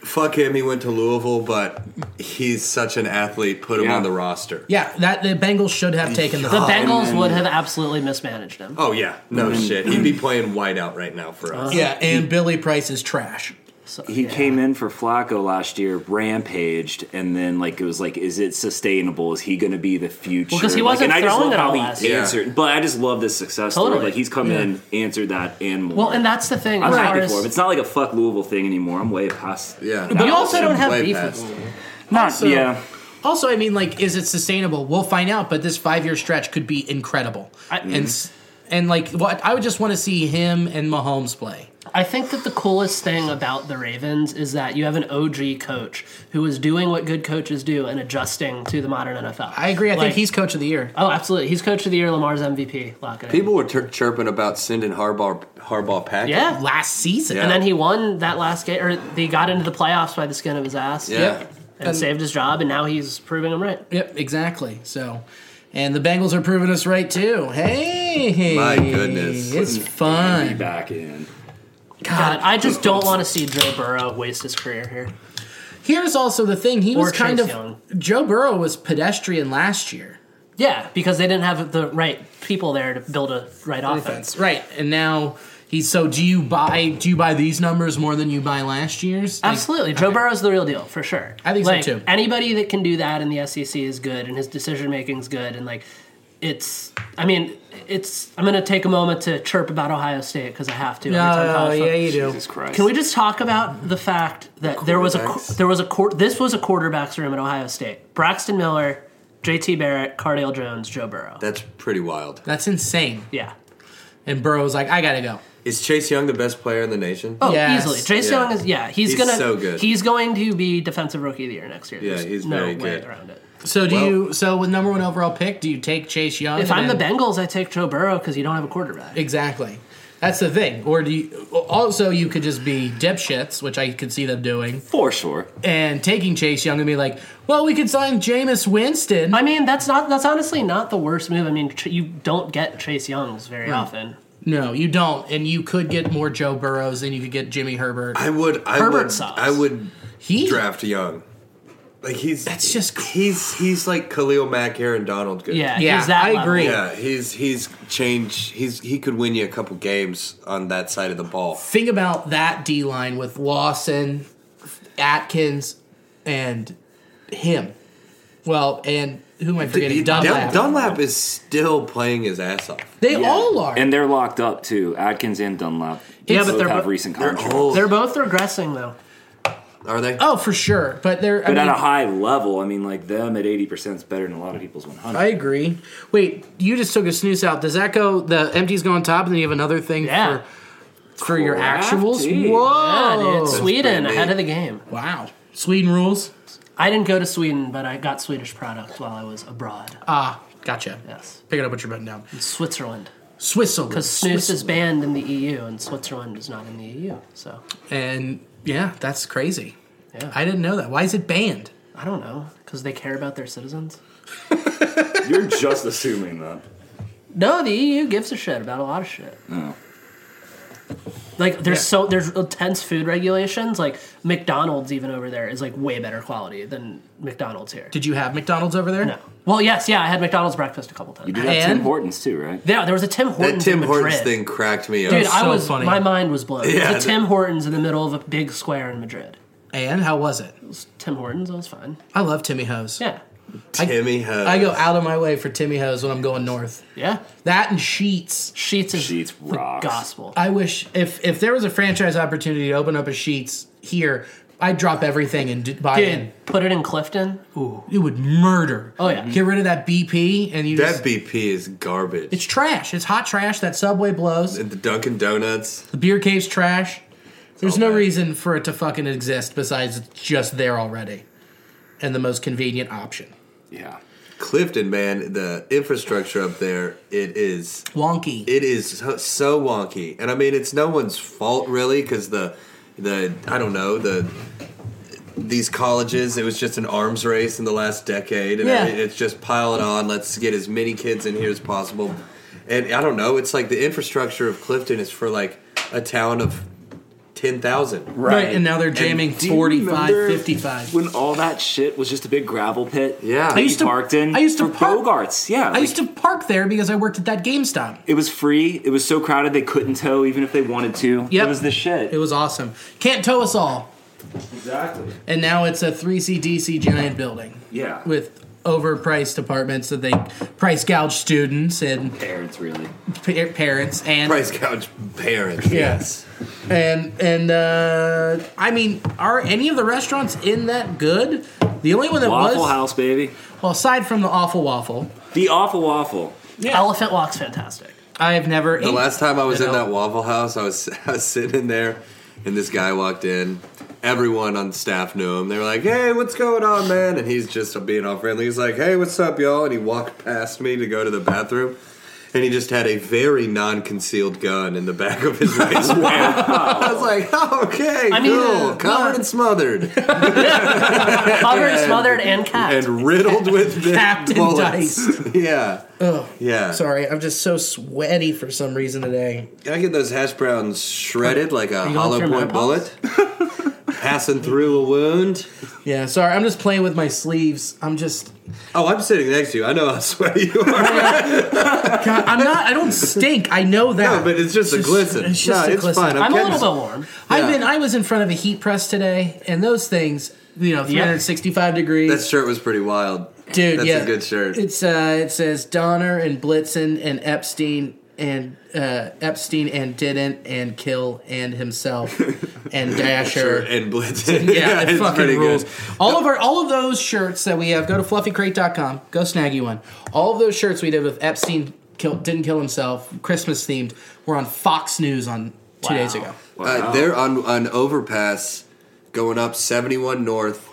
"Fuck him, he went to Louisville, but he's such an athlete. Put him
Yeah.
on the roster."
Yeah, that the Bengals should have taken the.
the Bengals
and-
would have absolutely mismanaged him.
Oh yeah, no shit. He'd be playing whiteout right now for us.
yeah, and Billy Price is trash.
So,
He
yeah.
came in for Flacco last year, rampaged, and then like it was like, is it sustainable? Is he going to be the future?
'cause he
Like,
wasn't
and I just
throwing
love
it
how
all
he
last year.
answered. But I just love this success story.
Totally.
Like he's come in, answered that, and more.
Well, and that's the thing.
I'm
as
happy
far as-
for him. It's not like a fuck Louisville thing anymore. I'm way past.
Yeah.
that.
you also don't have
Way
beef
past.
with Louisville.
Not
Also-
yeah.
Also, I mean, like, is it sustainable? We'll find out. But this five-year stretch could be incredible.
I-
and s and like, what I would just want to see him and Mahomes play.
I think that the coolest thing about the Ravens is that you have an OG coach who is doing what good coaches do and adjusting to the modern NFL.
I agree. I
Like-
think he's coach of the year.
Oh, absolutely. He's coach of the year. Lamar's MVP. Lock it in.
People were tur chirping about sending Harbaugh Harbaugh packing.
Yeah.
Last season,
Yeah.
And then he won that last game, or he got into the playoffs by the skin of his ass.
Yeah.
Yep.
And,
And-
saved his job, and now he's proving him right.
Yep, exactly. So, and the Bengals are proving us right too. Hey,
My goodness.
it's
Be
fun.
back in.
God, I just don't want to see Joe Burrow waste his career here.
Here's also the thing. He
Or
was kind
Chase
of
Young.
Joe Burrow was pedestrian last year.
Yeah, because they didn't have the right people there to build a right offense.
offense. Right. And now he's so do you buy do you buy these numbers more than you buy last year's? Like,
Absolutely. Joe Burrow's the real deal, for sure.
I think so,
Like,
too.
Anybody that can do that in the SEC is good, and his decision making's good, and like, it's. I mean, it's. I'm gonna take a moment to chirp about Ohio State because I have to. every time
No,
college football-
yeah, you do.
Jesus Christ.
Can we just talk about the fact that there was a
Quarterbacks.
there was a quar- this was a quarterbacks room at Ohio State. Braxton Miller, J.T. Barrett, Cardale Jones, Joe Burrow.
That's pretty wild.
That's insane.
yeah.
And Burrow's like, I gotta go.
Is Chase Young the best player in the nation?
Oh,
Yes.
easily. Chase
Yeah.
Young is yeah. He's,
He's
gonna
so good.
he's going to be defensive rookie of the year next year.
Yeah,
There's
he's
no
very
way
good.
around it.
So do
Well-
you so with number one overall pick, do you take Chase Young?
If I'm the
and-
Bengals, I take Joe Burrow because you don't have a quarterback.
Exactly. That's the thing. Or do you also you could just be dipshits, which I could see them doing,
For sure.
and taking Chase Young and be like, Well, we could sign Jameis Winston.
I mean, that's not that's honestly not the worst move. I mean, tr- you don't get Chase Youngs very often.
No, you don't. And you could get more Joe Burrows than you could get Jimmy Herbert.
I would. I
Herbert
would.
sucks.
I would
He
draft Young. Like he's.
That's just
He's he's like Khalil Mack, Aaron Donald. Good.
Yeah,
Yeah,
he's that
I
level.
agree.
Yeah. He's he's changed. He's he could win you a couple games on that side of the ball.
think about that D line with Lawson, Atkins, and him. Well, and who am I forgetting? Dunlap.
Dun- Dunlap is still playing his ass off.
they
Yeah.
all are.
And they're locked up too. Atkins and Dunlap.
Yeah,
both
but they're
have
bo-
recent
They're
contracts.
old.
They're both regressing though.
Are they?
Oh, for sure. But they're. I,
But
mean,
at a high level, I mean, like them at eighty percent is better than a lot of people's one
I
hundred.
agree. Wait, you just took a snooze out. Does that go? The empties go on top, and then you have another thing
Yeah.
for for your
Crafty.
actuals.
Yeah,
Yeah, dude.
Whoa!
Sweden
pretty
ahead
neat.
of the game.
wow. Sweden rules.
I didn't go to Sweden, but I got Swedish product while I was abroad.
Ah, gotcha.
yes,
Picking up what you're putting down.
Switzerland.
Switzerland.
Because snus is
Switzerland.
banned in the EU, and Switzerland is not in the EU. So
And yeah, that's crazy.
Yeah.
I didn't know that. Why is it banned?
I don't know, because they care about their citizens.
You're just assuming that.
No, the EU gives a shit about a lot of shit.
No.
Like there's
Yeah.
so there's intense food regulations. Like McDonald's even over there is like way better quality than McDonald's here.
Did you have McDonald's over there?
no. Well, yes, yeah, I had McDonald's breakfast a couple times.
You did have
And-
Tim Hortons too, right?
Yeah, there was a Tim
that
Hortons.
Tim
in
Hortons
Madrid.
thing cracked me up.
Dude, I
so
was
funny.
my mind was blown.
Yeah,
Yeah,
that-
a Tim Hortons in the middle of a big square in Madrid.
And how was it?
Tim Hortons, that was fun.
I love Timmy Hoes.
Yeah,
Timmy Ho.
I go out of my way for Timmy Hoes when I'm going north.
yeah.
That and Sheets.
Sheets is
Sheets rocks.
gospel.
I wish if if there was a franchise opportunity to open up a Sheets here, I'd drop everything and do, buy
Dude, put it in Clifton. Ooh,
in. It would murder.
Oh, yeah.
Get rid of that BP and you
that
just
BP is garbage.
it's trash. It's hot trash. That subway blows.
and the Dunkin' Donuts.
The beer cave's trash. There's no
bad.
reason for it to fucking exist besides it's just there already. And the most convenient option.
Yeah.
Clifton, man, the infrastructure up there, it is
Wonky.
it is so, so wonky. And I mean, it's no one's fault really cuz the the I don't know, the these colleges, it was just an arms race in the last decade and
Yeah.
it- it's just piling on. Let's get as many kids in here as possible. And I don't know, it's like the infrastructure of Clifton is for like a town of 10,000.
right. And now they're
do
jamming
you
45,
remember
55.
When all that shit was just a big gravel pit.
Yeah.
that
I
you
used to-
parked in.
I used to
for
park-
Bogarts. Yeah,
I used to park there because I worked at that GameStop.
It was free. It was so crowded they couldn't tow even if they wanted to.
Yep.
It was the shit.
It was awesome. Can't tow us all.
exactly.
And now it's a 3CDC giant building
Yeah.
with overpriced apartments that they price gouge students and
parents really.
pa- parents and
Price gouge parents.
Yes. And and uh, I mean, are any of the restaurants in that good? The only one that
Waffle
was
House, baby.
well, aside from the awful waffle,
The awful waffle.
Elephant Walk's fantastic.
I've never.
The
ate-
last time I was
You
in
know?
that Waffle House, I was, I was sitting in there, and this guy walked in. Everyone on staff knew him. They were like, "Hey, what's going on, man?" And he's just being all friendly. He's like, "Hey, what's up, y'all?" And he walked past me to go to the bathroom, and he just had a very non-concealed gun in the back of his waist. I was like, oh, "Okay,
I mean,
cool,
uh,
covered and smothered,
Covered, smothered, and capped.
and riddled with big
Captain
bullets." yeah,
Ugh.
yeah.
Sorry, I'm just so sweaty for some reason today.
Can I get those hash browns shredded like a
you going
hollow
through
point bullet?
menopause?
Passing through a wound.
Yeah, sorry. I'm just playing with my sleeves. I'm just.
Oh, I'm sitting next to you. I know how sweaty you are.
God, I'm not. I don't stink. I know that.
no, but it's just a glisten.
it's just
no,
a
it's
glisten.
fine. I'm,
I'm a
kidding.
little bit warm.
I've
yeah.
been. I was in front of a heat press today, and those things, you know, 365 degrees.
That shirt was pretty wild.
Dude,
That's
yeah,
a good shirt.
It's uh, it says Donner and Blitzen and Epstein and uh, Epstein and didn't and kill and himself and Dasher.
and Blitzen.
Yeah, it
it's pretty
fucking rules.
good.
All of our all of those shirts that we have, go to fluffycrate.com, go snag you one. All of those shirts we did with Epstein kill, didn't kill himself, Christmas themed, were on Fox News on two days ago.
Uh, they're on an overpass going up 71 North.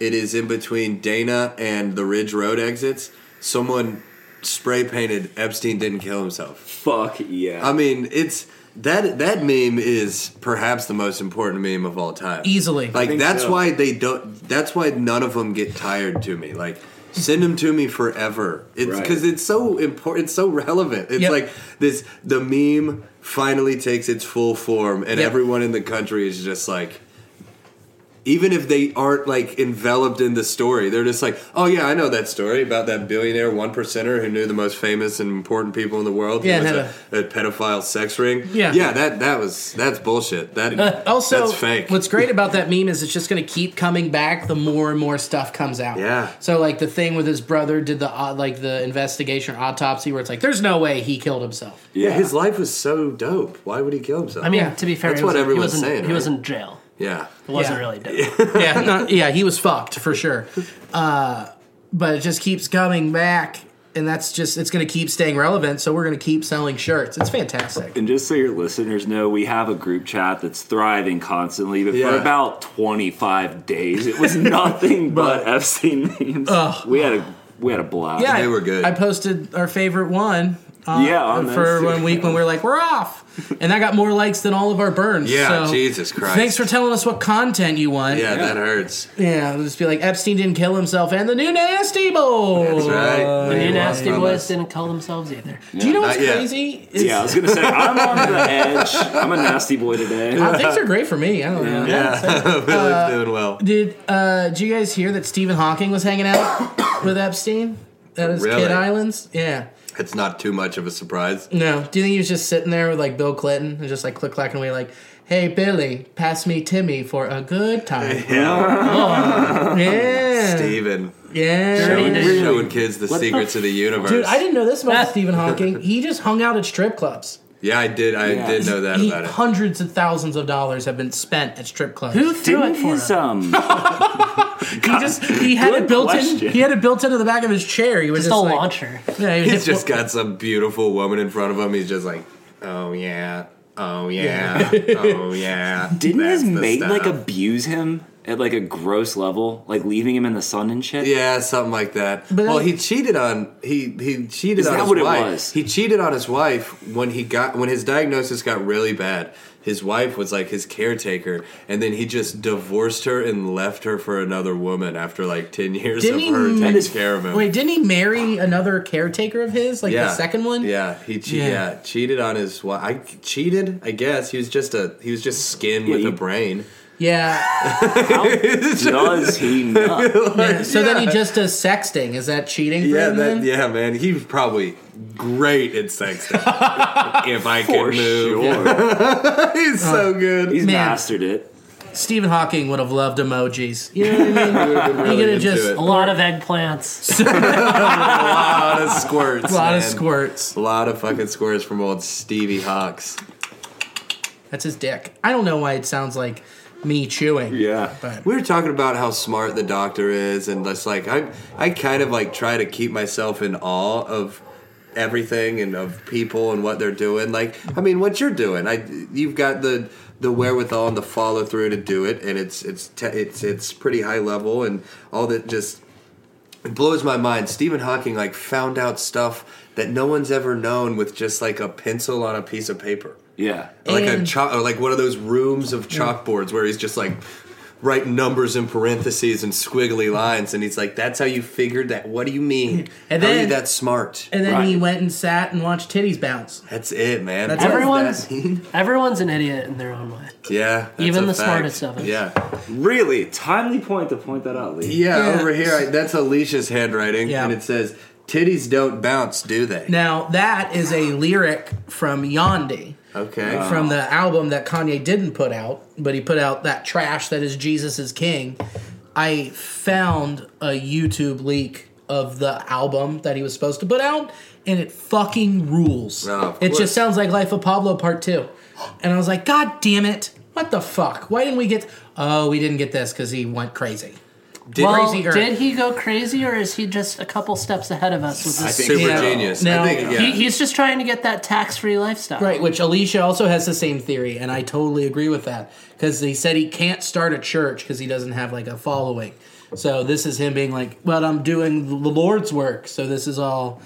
It is in between Dana and the Ridge Road exits. Someone spray painted Epstein didn't kill himself.
Fuck yeah.
Um,
I mean, it's that that meme is perhaps the most important meme of all time.
Easily.
like
think
that's
so.
why they don't. That's why none of them get tired to me. Like send them to me forever. It's
Right.
because it's so important. It's so relevant. It's
Yep.
like this. The meme finally takes its full form, and
Yep.
everyone in the country is just like. Even if they aren't like enveloped in the story, they're just like, "Oh yeah, I know that story about that billionaire one percenter who knew the most famous and important people in the world." who
Yeah, and
was
had
a-
a-
a pedophile sex ring.
Yeah. Uh,
yeah, that that was that's bullshit. That
Also,
that's fake.
what's great about that meme is it's just going to keep coming back the more and more stuff comes out.
Yeah.
So like the thing with his brother did the au- like the investigation or autopsy where it's like there's no way he killed himself.
yeah. his life was so dope. Why would he kill himself?
I mean,
Yeah.
to be fair,
That's
he
what
was, he
everyone's
was in,
saying,
He was
right?
in jail.
Yeah.
It wasn't
Yeah.
really dope.
yeah, no, yeah, he was fucked for sure. Uh, but it just keeps coming back, and that's just it's going to keep staying relevant. So we're going to keep selling shirts. It's fantastic.
And just so your listeners know, we have a group chat that's thriving constantly, but for
Yeah.
about 25 days, it was nothing but FC memes. We had a we had a blast.
Yeah,
They were good.
I posted our favorite one. Uh,
Yeah, on
for
Instagram.
one week when we were like, we're off, and that got more likes than all of our burns.
Yeah,
so
Jesus Christ.
Thanks for telling us what content you want.
Yeah, that hurts.
yeah. We'll just be like Epstein didn't kill himself, and the new nasty boys.
That's right.
The
Yeah.
new nasty
Promise.
boys didn't kill themselves either.
Do you know what's
Not yet.
crazy? Is-
Yeah, I was gonna say I'm on the edge. I'm a nasty boy today.
Uh, things are great for me. I don't know.
Yeah, Willie's doing well.
Did uh, did you guys hear that Stephen Hawking was hanging out with Epstein at his
Really?
Kid Islands? Yeah.
It's not too much of a surprise.
No. Do you think he was just sitting there with like Bill Clinton and just like click clacking away like, "Hey Billy, pass me Timmy for a good time." Yeah.
Steven.
Yeah.
Showing,
Dirty.
showing kids the secrets of the universe.
Dude, I didn't know this about Stephen Hawking. He just hung out at strip clubs.
yeah, I did. I
Yeah.
did know that
He,
about it.
hundreds of thousands of dollars have been spent at strip clubs.
Who threw
Didn't
it for
his
him?
um
He just he had
Good
it built
question.
in. He had it built into the back of his chair. He was
Just
just,
a
like,
launcher.
Yeah, he was
He's
hit-
just got some beautiful woman in front of him. He's just like, oh yeah, oh yeah, oh yeah.
didn't
That's
his
the
mate like
stuff.
abuse him at like a gross level, like leaving him in the sun and shit?
Yeah, something like that.
But
well,
I-
he cheated on he he cheated
Is
on
that
his
what it
wife.
was?
He cheated on his wife when he got when his diagnosis got really bad. His wife was like his caretaker, and then he just divorced her and left her for another woman after like ten years
Didn't he-
of her
That
taking
is-
care of him.
Wait, didn't he marry another caretaker of his, like the second one?
Yeah, he che-
Yeah.
yeah. cheated on his wife. I cheated, I guess. He was just a he was just skin with
you-
a brain.
yeah.
How does he know?
Yeah. So then he just does sexting. Is that cheating? For
Yeah,
him
that,
then?
yeah, man. He was probably great at sexting. if I
For
could move,
sure.
he's so good.
He's
Man.
mastered it.
Stephen Hawking would have loved emojis. You know what I mean?
really
coulda
into
just
it.
A lot of eggplants.
a lot of squirts,
A lot of
man.
squirts.
a lot of fucking squirts from old Stevie Hawks.
That's his dick. I don't know why it sounds like me chewing.
Yeah.
But
We were talking about how smart the doctor is, and just like I, I kind of like try to keep myself in awe of everything and of people and what they're doing. Like, I mean, what you're doing, I you've got the the wherewithal and the follow through to do it, and it's it's te- it's it's pretty high level, and all that just it blows my mind. Stephen Hawking like found out stuff that no one's ever known with just like a pencil on a piece of paper
Yeah.
like a
And-
chalk, or like one of those rooms of chalkboards where he's just like writing numbers in parentheses and squiggly lines, and he's like, "That's how you figured that. What do you mean?
And
how are
then-
you that smart?
and then he
Right.
went and sat and watched titties bounce.
That's it, man.
That's
What does
everyone's-
that mean?
Everyone's an idiot in their own way.
yeah, that's
Even
a
the
fact.
smartest of us.
Yeah,
Really timely point to point that out, Lee.
yeah.
Yeah.
Over here, I, that's Alicia's handwriting,
Yeah.
and it says, "Titties don't bounce, do they?"
Now that is a lyric from Yandi.
Okay.
from the album that Kanye didn't put out, but he put out that trash that is Jesus is King. I found a YouTube leak of the album that he was supposed to put out, and it fucking rules.
Oh, of
it
course.
just sounds like Life of Pablo Part Two, and I was like, God damn it! What the fuck? Why didn't we get? Oh, we didn't get this because he went crazy.
Did-
Well,
Crazy Earth.
did he go crazy, or is he just a couple steps ahead of us with
I
this?
think super
Yeah.
genius.
Now-
I think, yeah.
He, he's just trying to get that tax-free lifestyle.
Right, which Alicia also has the same theory, and I totally agree with that because he said he can't start a church because he doesn't have like a following. So this is him being like, "But I'm doing the Lord's work, so this is all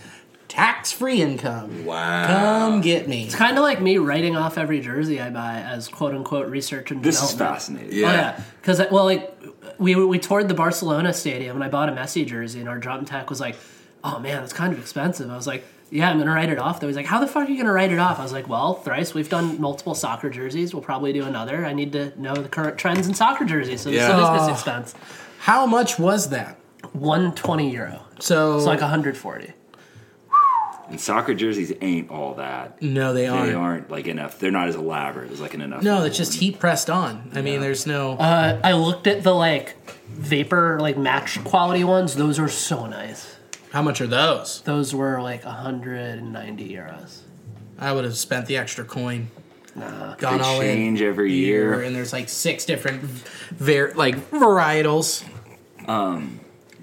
tax-free income.
wow.
Come get me."
Kind of like me writing off every jersey I buy as "quote unquote" research and
This is
development.
fascinating.
Oh,
Yeah.
yeah, because well, like we we toured the Barcelona stadium, and I bought a Messi jersey, and our drum tech was like, "Oh man, that's kind of expensive." I was like, "Yeah, I'm gonna write it off." Though he's like, "How the fuck are you gonna write it off?" I was like, "Well, thrice we've done multiple soccer jerseys. We'll probably do another. I need to know the current trends in soccer jerseys, so this is
Yeah.
a business
Oh.
expense.
How much was that?
One twenty euro.
So
It's like 140.
And soccer jerseys ain't all that.
no, they
They
aren't.
aren't like enough. They're not as elaborate as like an enough.
No, it's just heat pressed on. I mean, there's no.
Uh, I looked at the like vapor like match quality ones. Those are so nice.
how much are those?
Those were like 190 euros.
I would have spent the extra coin. gone all in
change every year.
and there's like six different var- like varietals.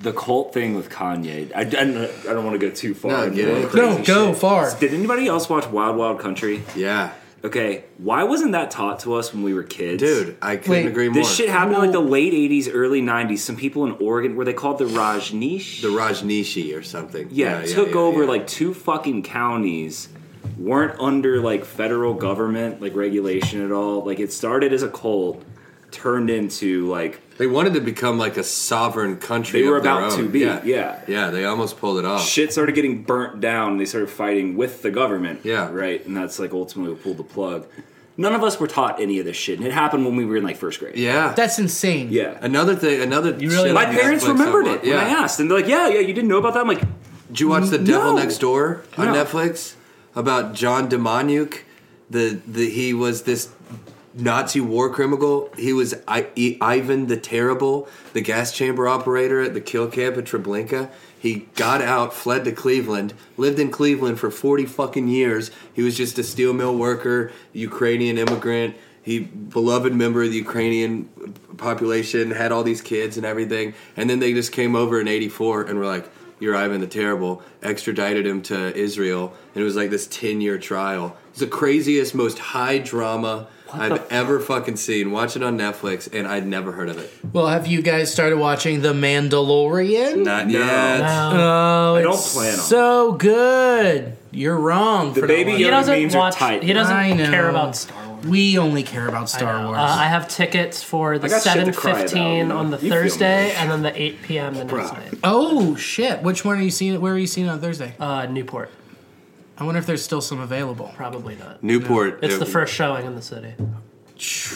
The cult thing with Kanye. I, I don't- I don't want to go too far.
No,
into
get
the
it.
crazy
No, go
shit.
far.
Did anybody else watch Wild Wild Country?
Yeah,
Okay, why wasn't that taught to us when we were kids?
dude, I couldn't
Wait,
agree more.
This shit happened in like the late 80s, early 90s. Some people in Oregon, were they called the Rajneesh?
the Rajnishi or something.
yeah, took
yeah,
over
yeah.
like two fucking counties, weren't under like federal government like regulation at all. Like it started as a cult, turned into like
they wanted to become like a sovereign country.
They were
of their
about
own.
to be,
Yeah.
yeah.
Yeah, They almost pulled it off.
shit started getting burnt down. They started fighting with the government.
Yeah.
right, and that's like ultimately what pulled the plug. None of us were taught any of this shit, and it happened when we were in like first grade.
Yeah.
That's insane.
yeah.
another thing. Another.
You really
shit
My
on
parents
Netflix I
remembered
wa-
it
Yeah.
when I asked, and they're like, "Yeah, yeah, you didn't know about that." I'm like,
Did you watch The Devil
No.
Next Door on
No.
Netflix about John Demjanjuk? The, the he was this Nazi war criminal. He was I, I, Ivan the Terrible, the gas chamber operator at the kill camp at Treblinka. He got out, fled to Cleveland, lived in Cleveland for forty fucking years. He was just a steel mill worker, Ukrainian immigrant. He beloved member of the Ukrainian population, had all these kids and everything. And then they just came over in '84 and were like, your Ivan the Terrible, extradited him to Israel, and it was like this 10 year trial. It's the craziest, most high drama I've ever fucking seen. Watch it on Netflix, and I'd never heard of it.
Well, have you guys started watching The Mandalorian?
Not yet.
Oh,
I don't
it's
plan on it.
So good. You're wrong. The
baby
He
Yeah,
doesn't
memes are
watch.
tight.
He
I
doesn't
know.
care about Star Wars.
We only care about Star Wars.
Uh, I have tickets for the
I got shit to
seven
cry about, you
fifteen
know.
on the
You feel
Thursday
me.
and then the eight p.m. the next
Bruh.
night.
oh shit! Which one are you seeing? Where are you seeing it on Thursday?
Uh, Newport,
I wonder if there's still some available.
probably not.
Newport.
It's the
uh,
first showing in the city.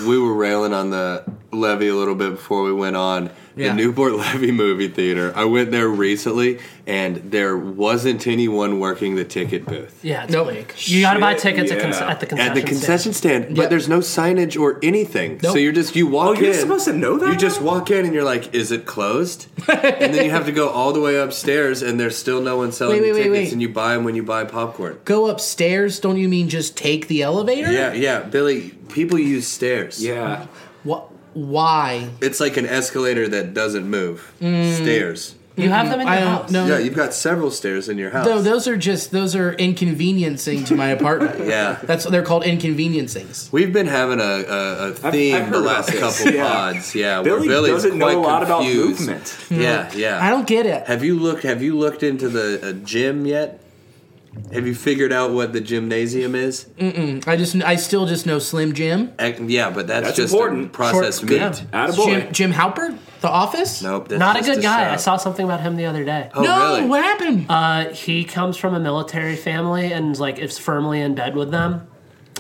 We were railing on the levy a little bit before we went on.
Yeah.
The Newport Levy Movie Theater. I went there recently, and there wasn't anyone working the ticket booth.
Yeah, it's
Nope.
weak. You gotta buy
Shit,
tickets at, cons-
yeah.
at the concession.
At the concession stand, but
Yep.
there's no signage or anything.
Nope.
So you're just you walk
"Oh, you're
in.
supposed to know that."
You just
now?
walk in and you're like, "Is it closed?" and then you have to go all the way upstairs, and there's still no one selling
Wait,
the
wait, wait,
tickets,
wait.
and you buy them when you buy popcorn.
Go upstairs. Don't you mean just take the elevator?
Yeah, yeah, Billy. People use stairs.
yeah.
What? Why?
it's like an escalator that doesn't move.
Mm.
Stairs.
You have them in your
I
house.
don't know.
Yeah, you've got several stairs in your house.
Mm. Though those are just those are inconveniencing to my apartment.
Yeah.
that's they're called inconveniencing.
We've been having a, a, a theme
I've
the
heard
last
about this.
couple
Yeah.
pods. Yeah,
Billy
where Billy's
doesn't know
quite
a lot about
confused.
movement.
Yeah, yeah.
Mm. I don't get it.
Have you looked? Have you looked into the uh, gym yet? Have you figured out what the gymnasium is?
I just I still just know Slim Jim,
Ac- Yeah, but that's,
That's
just
important.
important. processed
Short-
meat.
yeah.
Attaboy.
Jim, Jim Halpert, The Office.
Nope, that's
Not a
just
good guy. I
shout.
saw something about him the other day.
Oh,
no,
really?
what happened?
Uh, he comes from a military family and like is firmly in bed with them,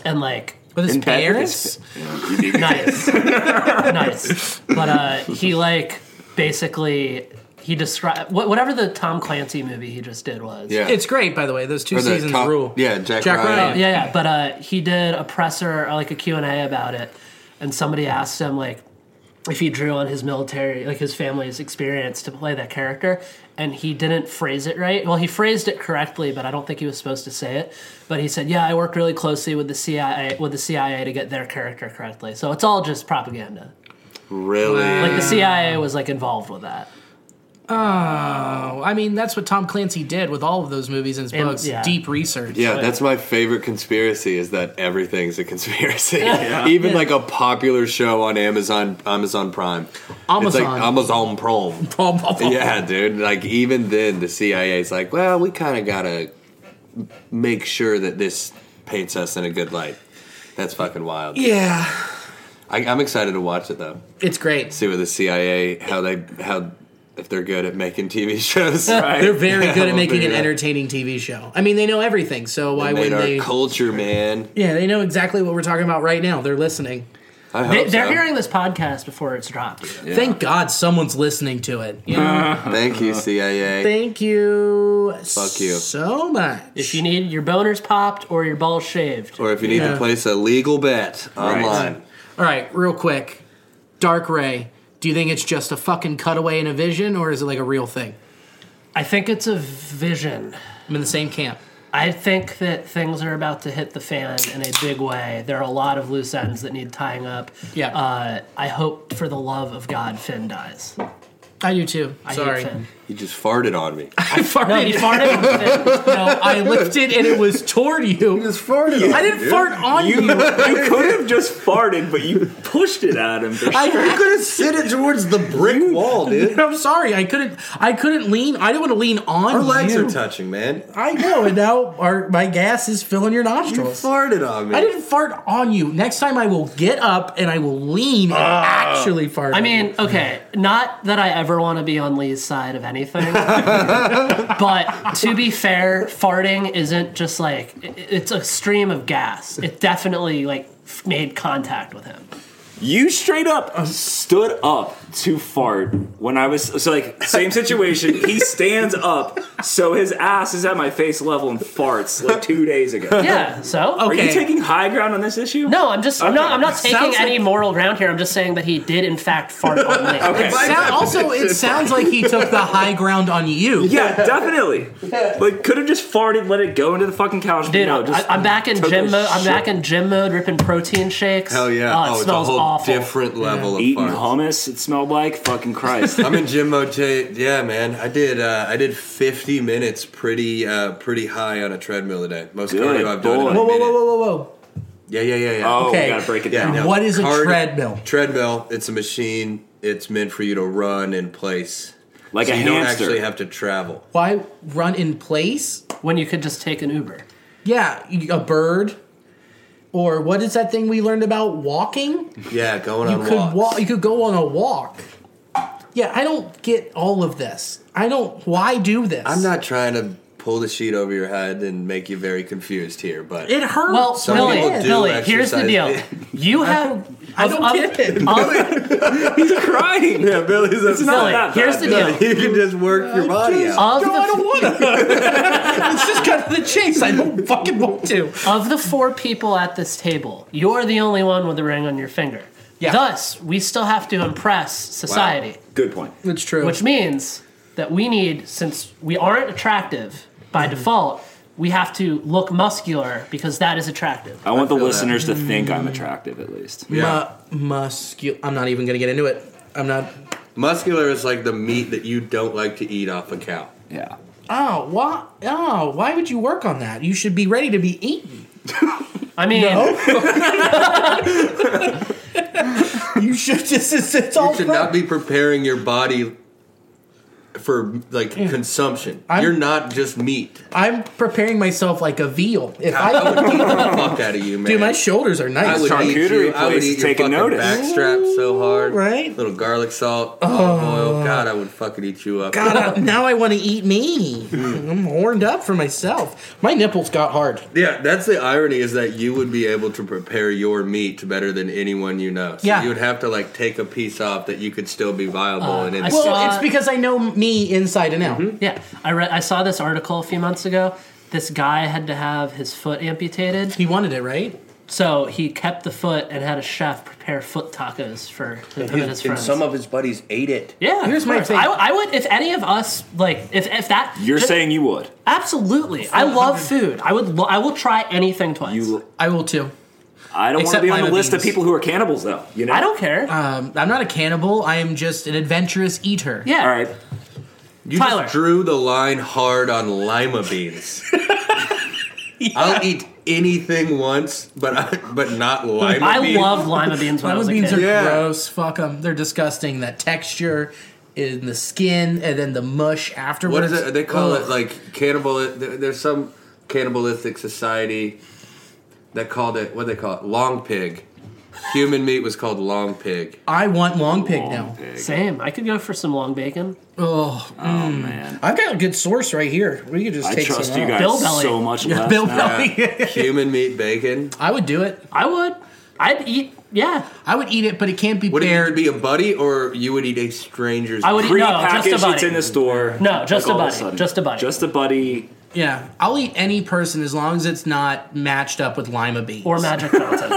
and like
with his
In bed with
parents.
his fa- You dig it?
nice, nice. But uh, he like basically he described wh- whatever the Tom Clancy movie he just did was.
Yeah,
It's great, by the way. Those two
Or the
seasons
top-
rule.
yeah, Jack Ryan.
Oh, yeah, yeah. But uh, he did a presser, or like a Q and A about it, and somebody asked him like if he drew on his military, like his family's experience to play that character, and he didn't phrase it right. Well, he phrased it correctly, but I don't think he was supposed to say it. But he said, "Yeah, I worked really closely with the CIA, with the CIA to get their character correctly." So it's all just propaganda.
really.
Like the CIA was like involved with that.
Oh, I mean, that's what Tom Clancy did with all of those movies and his
And-
books.
yeah.
Deep research.
Yeah, that's my favorite conspiracy is that everything's a conspiracy. Even like a popular show on Amazon Amazon Prime. It's like Amazon Prime. yeah, dude. Like even then, the CIA's like, well, we kind of gotta make sure that this paints us in a good light. That's fucking wild.
Yeah.
I, I'm excited to watch it though.
It's great.
See what the CIA how they how if they're good at making TV shows. right.
They're very good at
we'll
making
figure
an
it out.
entertaining TV show. I mean, they know everything, so why
Made
wouldn't
our
they?
culture, man.
yeah, they know exactly what we're talking about right now. They're listening.
I hope
They, they're
so.
hearing this podcast before it's dropped.
Thank God someone's listening to it. You
Uh,
know?
Thank you, CIA.
Thank you
Fuck you.
so much.
If you need your boners popped or your balls shaved,
Or if you need
Yeah.
to place a legal bet
Right.
online.
All right, real quick. Dark Ray, do you think it's just a fucking cutaway in a vision, or is it like a real thing?
I think it's a vision.
I'm in the same camp.
I think that things are about to hit the fan in a big way. There are a lot of loose ends that need tying up.
Yeah.
Uh, I hope, for the love of God, Finn dies.
I do too.
I
Sorry.
hate Finn.
You just farted on me.
I farted.
No, you farted on Finn.
No, I lifted and it was toward you.
just farted on
I didn't fart on you.
You, you could have just farted, but you pushed it at him. For
I-
sure.
You could have sent it towards the brick wall, dude.
I'm sorry. I couldn't. I couldn't lean. I didn't want to lean on
Our legs
you.
are touching, man.
Oh, I know, and now our, my gas is filling your
You
nostrils.
farted on me.
I didn't fart on you. Next time, I will get up and I will lean and actually fart.
I
on you.
mean, okay, not that I ever want to be on Lee's side of anything, but to be fair, farting isn't just like i- it's a stream of gas. It definitely like f- made contact with him.
You straight up stood up to fart when I was so like same situation. he stands up, so his ass is at my face level and farts like two days ago.
Yeah. So
Are
Okay.
you taking high ground on this issue?
No, I'm just I'm not I'm not
Okay.
taking
Sounds
any
like-
moral ground here. I'm just saying that he did in fact fart on Lee.
Okay.
Sound- also, it sounds like he took the high ground on you.
Yeah, definitely. Like, could have just farted, let it go into the fucking couch. but
Dude,
no, just
I, I'm back in
took
gym
a
mode. I'm
shit.
back in gym mode, ripping protein shakes.
Hell yeah.
Oh, it
oh, it's a
smells
whole
awful.
different level
Eating
of farts.
hummus, it smelled like fucking Christ.
I'm in Jim Mote. Yeah, man. I did. Uh, I did 50 minutes, pretty, uh, pretty high on a treadmill today. Most
Good
cardio I've done.
boy.
in a
Whoa, whoa,
minute.
whoa, whoa, whoa, whoa!
Yeah, yeah, yeah, yeah.
Oh,
Okay.
we gotta break it
Yeah,
down.
no.
What is a
Cardio-
treadmill?
Treadmill. It's a machine. It's meant for you to run in place.
Like
so
a
you don't
hamster.
actually have to travel.
Why run in place?
When you could just take an Uber.
Yeah, you- a bird, or what is that thing we learned about walking?
Yeah, going
You
on
could
walks.
walk. You could go on a walk. Yeah, I don't get all of this. I don't. Why do this?
I'm not trying to pull the sheet over your head and make you very confused here, but
It hurts.
Well,
Some
Billy,
people do
Billy, here's the
exercise.
deal. You have.
I don't get it.
Of,
He's crying.
yeah, Billy's it's
Billy, here's the deal.
You can just work your body out.
Of
no, I
the,
don't want to. Let's just cut to the chase. I don't fucking want to.
of the four people at this table, you're the only one with a ring on your finger.
Yeah.
Thus, we still have to impress society.
Good point.
It's true.
Which means that we need, since we aren't attractive by default, we have to look muscular because that is attractive.
I want the
feel that.
listeners to think I'm attractive at least.
Yeah.
Mu- muscu- I'm not even gonna get into it. I'm not.
Muscular is like the meat that you don't like to eat off a cow.
Yeah.
Oh, why? Oh, why would you work on that? You should be ready to be eaten.
I mean,
You should just. It's, it's all.
You should
prep.
not be preparing your body for like consumption.
I'm-
You're not just meat.
I'm preparing myself like a veal. If I
I would eat the fuck out of you, man.
dude, my shoulders are nice.
I would eat
Charcuterie
you. I would
place
eat
is
your
taking
fucking
notice.
backstrap so hard.
Right? Oh.
Little garlic salt, olive oil. God, I would fucking eat you up.
God, I- now I want to eat me. I'm horned up for myself. My nipples got hard.
Yeah, that's the irony is that you would be able to prepare your meat better than anyone you know. So
Yeah.
you would have to like take a piece off that you could still be viable and
I
in
saw-
Well,
Uh,
it's because I know me inside and out.
Mm-hmm.
yeah, I read, I saw this article a few months ago. This guy had to have his foot amputated,
He wanted it, right?
so he kept the foot and had a chef prepare foot tacos for him and his friends.
of his buddies ate it.
yeah, of
Here's my
course.
thing.
I, I would, if any of us, like, if, if that.
You're
th-
saying you would.
Absolutely. I love food. I would, lo- I will try anything twice.
You.
I will too.
I don't want
Except
to be on the
lima
list of
beans.
people who are cannibals, though. You know.
I don't care.
Um, I'm not a cannibal. I am just an adventurous eater.
yeah.
All right.
You
Tyler.
just drew the line hard on lima beans. I'll eat anything once, but I, but not lima
I
beans.
loved lima beans when I
Lima
was a
beans
kid.
are
Yeah.
gross. Fuck them. They're disgusting. That texture in the skin and then the mush
what
afterwards.
is it? They call
Ugh.
it like cannibal. there- There's some cannibalistic society that called it what do they call it long pig. Human meat was called long pig.
I want long pig now.
Same. I could go for some long bacon.
Oh,
Oh
hmm.
man.
I've got a good source right here. We could just
I
take
trust
some
you
off.
guys
Bill Belly.
so much less.
Bill
now.
Belly.
Human meat bacon.
I would do it.
I would. I'd eat. Yeah.
I would eat it, but it can't be
Would it need to
paired.
be a buddy, or you would eat a stranger's?
I would eat- No, just a
Pre-packaged, it's
buddy.
in the store.
No, just
all
a
of
buddy.
sudden.
Just a buddy.
Just a buddy.
yeah, I'll eat any person as long as it's not matched up with lima beans
Or magic Johnson.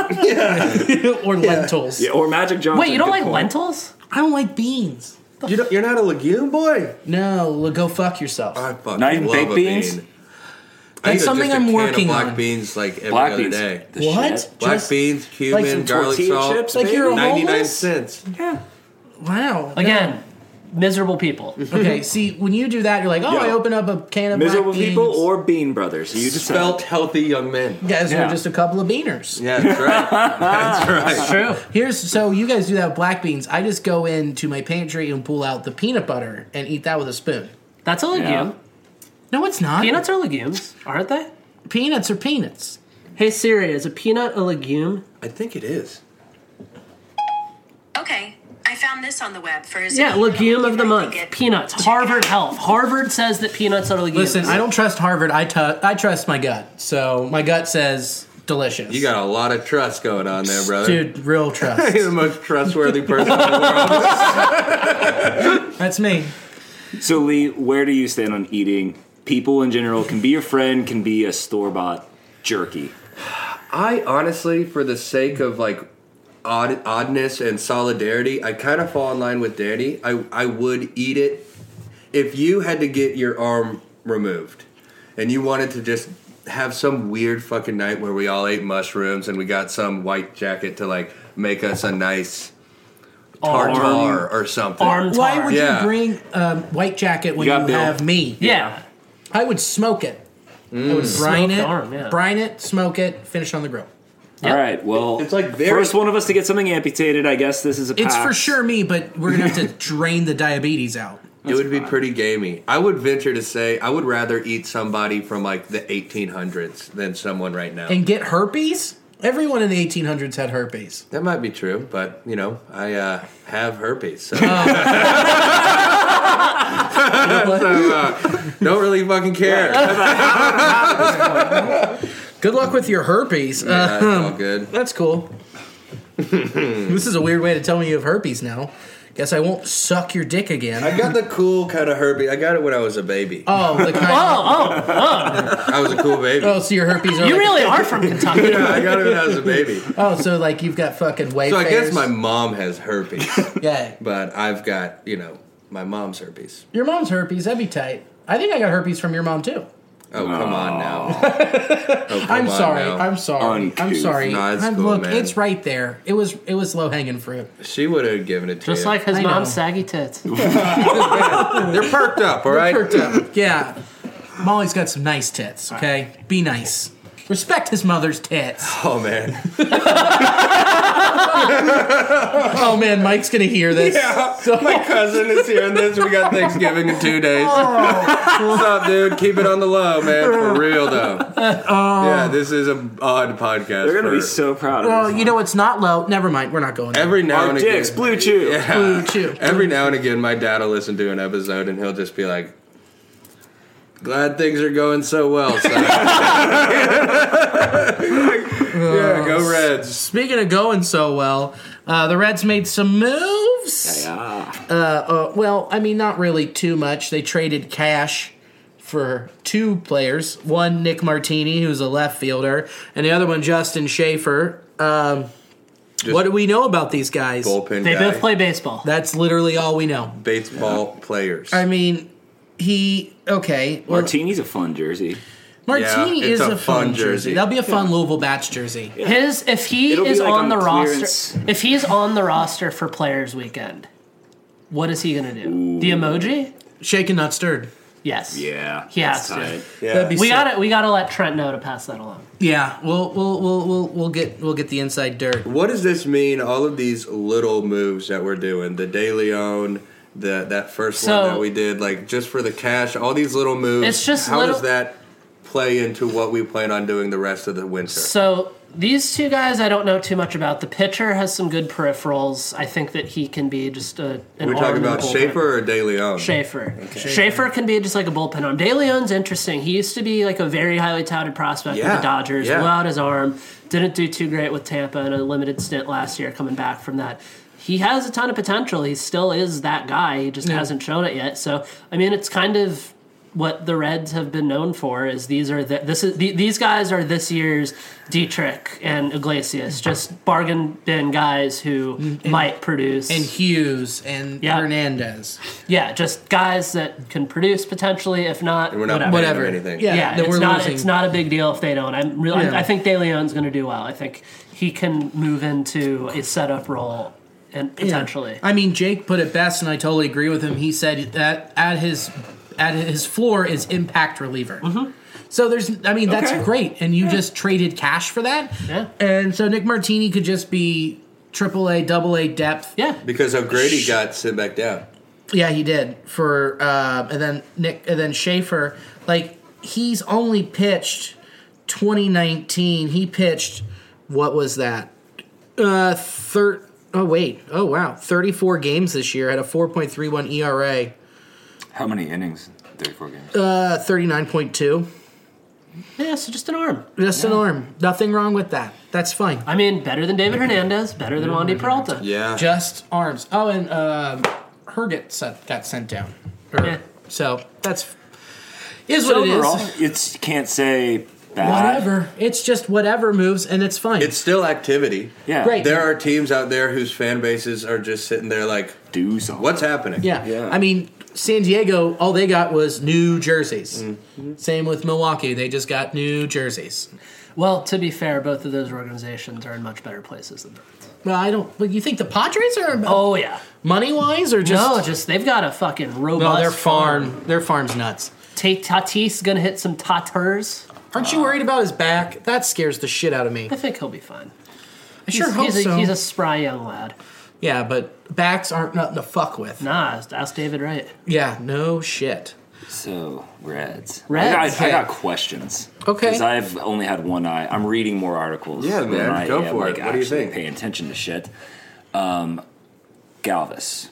or lentils.
Yeah, or Magic Johnson.
Wait, you don't
good
like
point.
lentils?
I don't like beans.
You don't, you're not a legume boy.
No, well, go fuck yourself.
I fucking
Not even
love
baked
a
beans?
bean. I
That's
eat a-
something
just a
I'm
can
working
of black
on.
beans like every
Black
other
beans.
day.
The
What?
shit.
Just-
Black beans, cumin,
some
garlic
tortilla
salt,
chips,
Like
baby.
you're a
ninety nine
homeless?
cents.
Yeah.
Wow.
Again, miserable people.
Okay. See, when you do that, you're like, oh,
Yeah.
I open up a can of
Mm-hmm. Miserable
black beans.
people or Bean Brothers? You just
Spelt healthy young men.
guys
Yeah.
are just a couple of beaners.
Yeah, that's right. that's right.
True.
Here's so you guys do that with black beans. I just go into my pantry and pull out the peanut butter and eat that with a spoon.
That's a legume.
Yeah.
No, it's not.
Peanuts are legumes, aren't they?
peanuts are peanuts.
Hey Siri, is a peanut a legume?
I think it is.
Okay, I found this on the web for his
Yeah, legume of the month.
Get-
Peanuts. Harvard Health. Harvard says that peanuts are legumes.
Listen, I don't trust Harvard. I tu- I trust my gut. So my gut says delicious.
You got a lot of trust going on there, brother.
dude, real
You're
trust.
the most trustworthy person in the world.
That's me.
So Lee, where do you stand on eating? People in general can be your friend, can be a store bought jerky.
I honestly, for the sake of like odd, oddness and solidarity, I kind of fall in line with Danny. I, I would eat it if you had to get your arm removed and you wanted to just have some weird fucking night where we all ate mushrooms and we got some white jacket to like make us a nice tartar or something.
Arm tar.
Why would
Yeah.
you bring um, white jacket when
You
you,
got Bill.
have me?
yeah.
I would smoke it. I would brine
Mm. Smoked
it,
arm, yeah.
brine it, smoke it, finish on the grill.
All right. Well,
It's like very-
first one of us to get something amputated. I guess this is a.
It's
pact.
for sure me, but we're gonna have to drain the diabetes out.
It would be pretty gamey. I would venture to say I would rather eat somebody from like the 1800s than someone right now.
and get herpes? Everyone in the 1800s had herpes.
That might be true, but you know, I uh, have herpes, so,
Oh.
So, uh, don't really fucking care. Yeah,
Good luck with your herpes.
it's
Uh,
all good.
that's cool. this is a weird way to tell me you have herpes now. Guess I won't suck your dick again.
I got the cool kind of herpes. I got it when I was a baby.
Oh, the kind of,
Oh, oh,
I was a cool baby.
oh, so your herpes are
you
like-
really are from Kentucky.
Yeah, I got it when I was a baby.
Oh, so like you've got fucking wayfarers.
So I guess my mom has herpes,
yeah.
but I've got you know my mom's herpes.
Your mom's herpes, that'd be tight. I think I got herpes from your mom too.
Oh come on now. Oh, come
I'm
on
sorry.
now.
I'm sorry. I'm
Uncouth.
sorry.
No, it's
I'm-
cool,
look,
man.
it's right there. It was it was low hanging fruit.
She would have given it to
Just
you.
like his
I know.
mom's saggy tits.
they're perked up, all right.
Perked up. Yeah. Molly's got some nice tits, okay? Be nice. Respect his mother's tits.
Oh man.
Oh man, Mike's gonna hear this.
So my cousin is hearing this. We got Thanksgiving in two days. What's up, dude? Keep it on the low, man. For real, though. Yeah, this is an odd podcast.
They're gonna be
for-
so proud of
Well,
us.
Oh, you know it's not low. Never mind, we're not going there.
every now
Our
and
dicks,
again.
blue chew.
Yeah.
Blue chew.
Every now and again, my dad will listen to an episode and he'll just be like, "Glad things are going so well." Son. yeah, go Reds.
Speaking of going so well, uh, the Reds made some moves.
Ah,
Uh, well, I mean, not really too much. They traded cash for two players one, Nick Martini, who's a left fielder, and the other one, Justin Schaefer. Um, what do we know about these guys?
Bullpen
They
guy.
both play baseball.
That's literally all we know.
baseball players.
I mean, he okay. Well,
Martini's a fun jersey.
Martini
Yeah,
is
it's a
a, fun
fun
jersey.
jersey.
That'll be a fun Louisville Bats jersey.
His if he
It'll be
is
like
on
on
the
clearance.
roster, if he's on the roster for Players Weekend, what is he gonna do? The emoji?
Shaken, not stirred.
Yes.
Yeah.
He has
that's
to.
tight.
yeah.
That'd be
We
sick.
got to We got to let Trent know to pass that along.
Yeah, we'll we'll we'll we'll we'll get we'll get the inside dirt.
What does this mean? All of these little moves that we're doing, the De Leon, the that first
So-
one that we did, like just for the cash, all these little moves.
It's just
how
little-
does that play into what we plan on doing the rest of the winter?
So these two guys, I don't know too much about. The pitcher has some good peripherals. I think that he can be just a. An
we're
arm
talking
in the
about
bullpen.
Schaefer or De Leon.
Schaefer. Schaefer can be just like a bullpen arm. De Leon's interesting. He used to be like a very highly touted prospect with
Yeah,
the Dodgers.
yeah.
Blew out his arm. Didn't do too great with Tampa in a limited stint last year coming back from that. He has a ton of potential. He still is that guy. He just hasn't shown it yet. So, I mean, it's kind of what the Reds have been known for is these are the, this is the, these guys are this year's Dietrich and Iglesias, just bargain bin guys who
Mm,
might produce
and Hughes and
Yeah.
Hernandez.
yeah, just guys that can produce potentially. If not,
We're not
whatever.
paying
Whatever.
them anything.
Yeah.
yeah,
that
it's
we're
not
losing.
it's not a big deal if they don't. I'm really
Yeah.
I think De Leon's going to do well. I think he can move into a setup role and potentially.
I mean, Jake put it best, and I totally agree with him. He said that at his at his floor is impact reliever.
Mm-hmm.
So there's, I mean, that's
Okay.
great, and you just traded cash for that.
Yeah.
And so Nick Martini could just be triple A, double A depth.
Yeah.
Because O'Grady got sent back down.
Yeah, he did for, uh, and then Nick, and then Schaefer. Like he's only pitched 2019. He pitched what was that? Uh, thir- Oh wait. Oh wow. 34 games this year at a 4.31 ERA.
How many innings? 34 games.
Uh, 39.2.
Yeah, so just an arm.
Just an arm. Nothing wrong with that. That's fine.
I mean, better than David Hernandez, better than Wandy Peralta.
Yeah.
Just arms. Oh, and uh, Herget sent, got sent down. Or-
Yeah.
So that's is
So
what it is.
overall, it's can't say bad.
Whatever. It's just whatever moves, and it's fine.
It's still activity.
Yeah.
Great.
There are teams out there whose fan bases are just sitting there like,
Do something.
what's happening?
yeah.
Yeah.
I mean, San Diego, all they got was new jerseys. Same with Milwaukee. They just got new jerseys.
Well, to be fair, both of those organizations are in much better places than the Reds.
Well, I don't. But you think the Padres are
Oh yeah.
money wise or just?
no, just they've got a fucking robust.
no, their farm. Their farm's nuts.
Ta- Tatis gonna hit some taters.
Aren't you worried about his back? That scares the shit out of me.
I think he'll be fine.
I sure
he's,
hope
he's a,
so.
He's a spry young lad.
yeah, but backs aren't nothing to fuck with.
Nah, ask David Wright.
Yeah, no shit.
So Reds.
Reds,
I got, I
yeah.
got questions.
Okay.
Because I've only had one eye. I'm reading more articles.
Yeah,
than
man,
I
go
am,
for
like,
it. What do you
actually
think?
Paying attention to shit. Um, Galvis.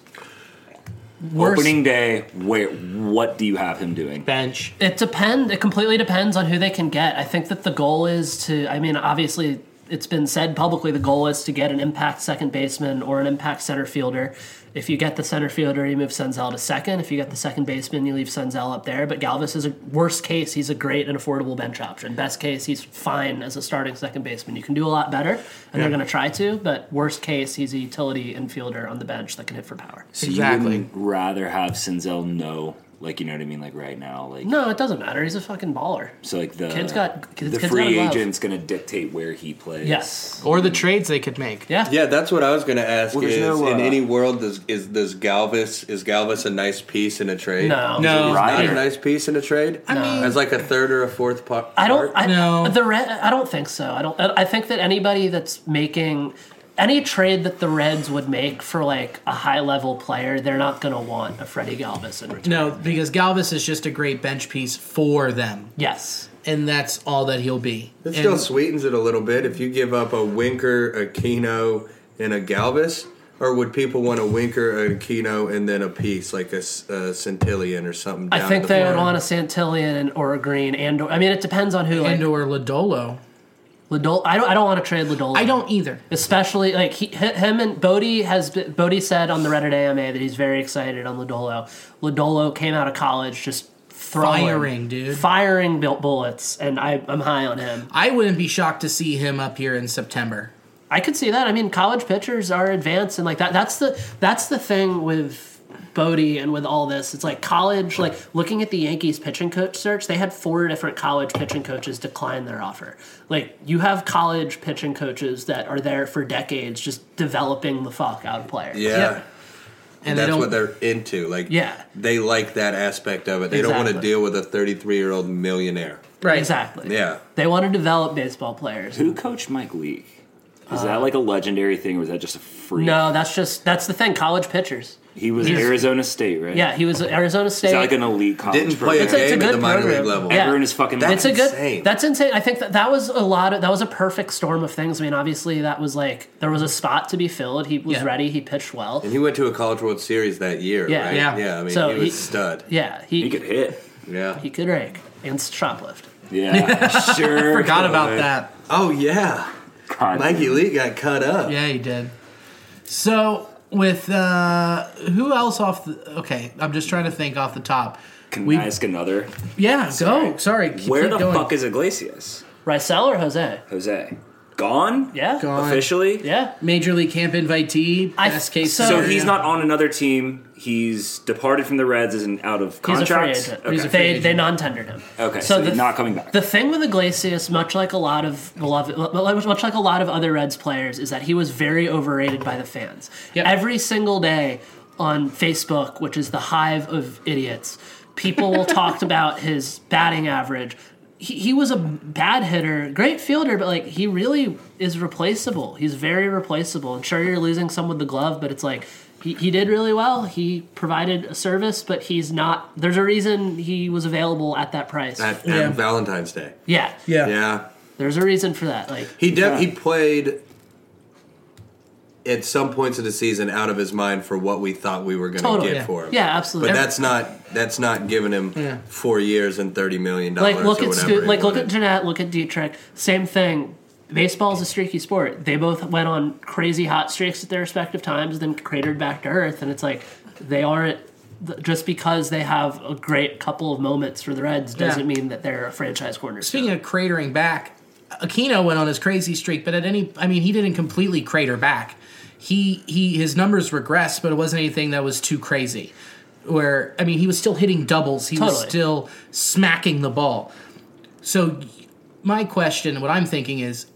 Worse.
Opening day. Where? What do you have him doing?
Bench.
It depends. It completely depends on who they can get. I think that the goal is to. I mean, obviously, it's been said publicly. The goal is to get an impact second baseman or an impact center fielder. If you get the center fielder, you move Senzel to second. If you get the second baseman, you leave Senzel up there. But Galvis is a worst case. He's a great and affordable bench option. Best case, he's fine as a starting second baseman. You can do a lot better, and they're going to try to. But worst case, he's a utility infielder on the bench that can hit for power.
So
Exactly.
You wouldn't rather have Sinzel know, like you know what I mean, like right now, like
No, it doesn't matter. He's a fucking baller.
so like the
Kid's got- kid's-
the
kid's
free
got a glove.
agent's going to dictate where he plays.
Yes.
Or the trades they could make.
Yeah.
Yeah, that's what I was going to ask.
Well, there's
is
no,
in
uh,
any world does is does Galvis is Galvis a nice piece in a trade?
No.
No.
not
Right.
a nice piece in a trade. I
mean-
as like a third or a fourth part.
I don't. I,
No.
The red. I don't think so. I don't. I think that anybody that's making any trade that the Reds would make for like a high level player, they're not going to want a Freddie Galvis in return.
No, because Galvis is just a great bench piece for them,
Yes.
and that's all that he'll be.
It
And-
still sweetens it a little bit if you give up a Winker, a Kino, and a Galvis. Or would people want a Winker, a Kino, and then a piece like a, s- a Centillion or something?
I
down
think
the
they would
line?
want a Santillian or a Green and or I mean it depends on who. Like,
and or Lodolo.
Lodol- I don't. I don't want to trade Lidola.
I don't either.
Especially like he, hi- him and Bodie has been- Bodie said on the Reddit AMA that he's very excited on Lodolo. Lodolo came out of college just throwing,
Firing, dude.
firing built bullets, and I, I'm high on him.
I wouldn't be shocked to see him up here in September.
I could see that. I mean, college pitchers are advanced, and like that. That's the that's the thing with Bodie and with all this. It's like college. Like looking at the Yankees pitching coach search, they had four different college pitching coaches decline their offer. Like you have college pitching coaches that are there for decades, just developing the fuck out of players.
Yeah.
Yep. And
that's
they don't.
what they're into. Like,
Yeah.
they like that aspect of it. They don't want to
Exactly.
deal with a 33 year old millionaire.
right.
exactly.
Yeah.
they want to develop baseball players.
Who coached Mike Leake? Is that like a legendary thing, or is that just a free?
Uh, No, that's just that's the thing. College pitchers.
he was
He's-
Arizona State, right?
Yeah, he was at Arizona State.
Is that like an elite college?
Didn't play a
It's a- it's a
game at
good
the minor
program.
league level.
Yeah.
Everyone is fucking.
That's
it's a good
insane.
that's insane i think that that was a lot of that was a perfect storm of things i mean obviously that was like there was a spot to be filled he was
Yeah.
ready he pitched well
And he went to a College World Series that year,
Yeah.
right?
Yeah.
I mean,
So
he was
he-
stud.
yeah he,
He could hit.
Yeah.
he could rake and shoplift
Yeah, sure.
Forgot about
could.
that.
Oh, yeah.
God,
Mikey Lee got cut up.
Yeah, he did. So with uh who else off? The, okay, I'm just trying to think off the top.
Can
We-
I ask another?
Yeah, go. Sorry. Keep,
Where
keep
the
going.
fuck is Iglesias?
Rysel or Jose?
Jose. Gone?
Yeah.
Gone.
Officially?
Yeah.
Major League Camp invitee?
I-
Best case
so-
So
scenario.
he's not on another team. He's departed from the Reds as an out of
He's a free
contract.
agent.
Okay.
He's a free
They,
agent.
they non-tendered him.
Okay, so he's not coming back.
The thing with Iglesias, much like a lot of beloved, much like a lot of other Reds players, is that he was very overrated by the fans.
Yep.
Every single day on Facebook, which is the hive of idiots, people will talk about his batting average. He, he was a bad hitter, great fielder, but like he really is replaceable. He's very replaceable. And sure, you're losing some with the glove, but it's like. He, he did really well. He provided a service, but he's not. There's a reason he was available at that price.
at, at
Yeah.
Valentine's Day.
yeah.
Yeah.
Yeah,
There's a reason for that. Like
he de- he played at some points of the season out of his mind for what we thought we were going to
totally.
get
Yeah.
for him.
Yeah, absolutely.
But that's not that's not giving him
Yeah.
four years and thirty million dollars.
like look
or
at
whatever
Scoot,
he
like look
wanted.
at Jeanette, look at Dietrich. Same thing. Baseball's a streaky sport. They both went on crazy hot streaks at their respective times, then cratered back to earth. And it's like they aren't th- just because they have a great couple of moments for the Reds doesn't
Yeah.
mean that they're a franchise cornerstone.
Speaking of cratering back, Aquino went on his crazy streak, but at any, I mean, he didn't completely crater back. He he, his numbers regressed, but it wasn't anything that was too crazy. Where I mean, he was still hitting doubles. He was
Totally.
still smacking the ball. So, my question, what I'm thinking is,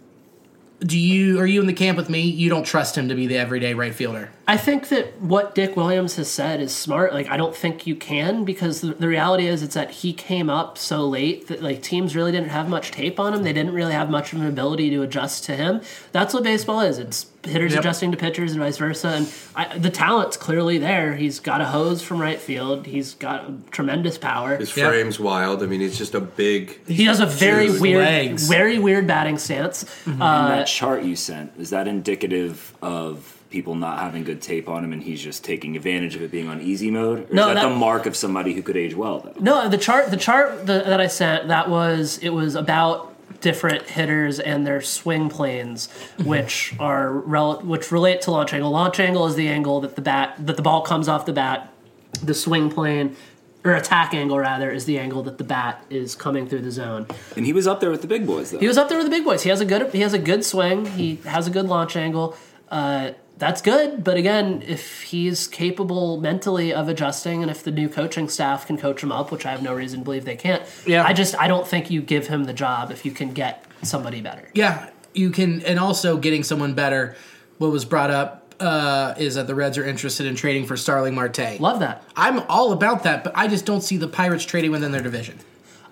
do you are you in the camp with me? You don't trust him to be the everyday right fielder.
I think that what Dick Williams has said is smart. Like, I don't think you can because the, the reality is it's that he came up so late that like teams really didn't have much tape on him. They didn't really have much of an ability to adjust to him. That's what baseball is. It's hitters
Yep.
adjusting to pitchers and vice versa. And I, the talent's clearly there. He's got a hose from right field. He's got tremendous power.
his
Yeah.
frame's wild. I mean, it's just a big.
He has a very
Dude,
weird,
legs.
very weird batting stance. Uh,
that chart you sent, is that indicative of people not having good tape on him and he's just taking advantage of it being on easy mode? Or
No,
is that, the
that-
mark of somebody who could age well, though?
No, the chart the chart the, that I sent that was it was about different hitters and their swing planes, which are rel- which relate to launch angle. Launch angle is the angle that the bat that the ball comes off the bat. The swing plane or attack angle rather is the angle that the bat is coming through the zone.
And he was up there with the big boys, though.
He was up there with the big boys. He has a good he has a good swing. He has a good launch angle. Uh, that's good, but again, if he's capable mentally of adjusting, and if the new coaching staff can coach him up, which I have no reason to believe they can't,
Yeah.
I just I don't think you give him the job if you can get somebody better.
Yeah, you can, and also getting someone better. What was brought up uh, is that the Reds are interested in trading for Starling Marte.
Love that.
I'm all about that, but I just don't see the Pirates trading within their division.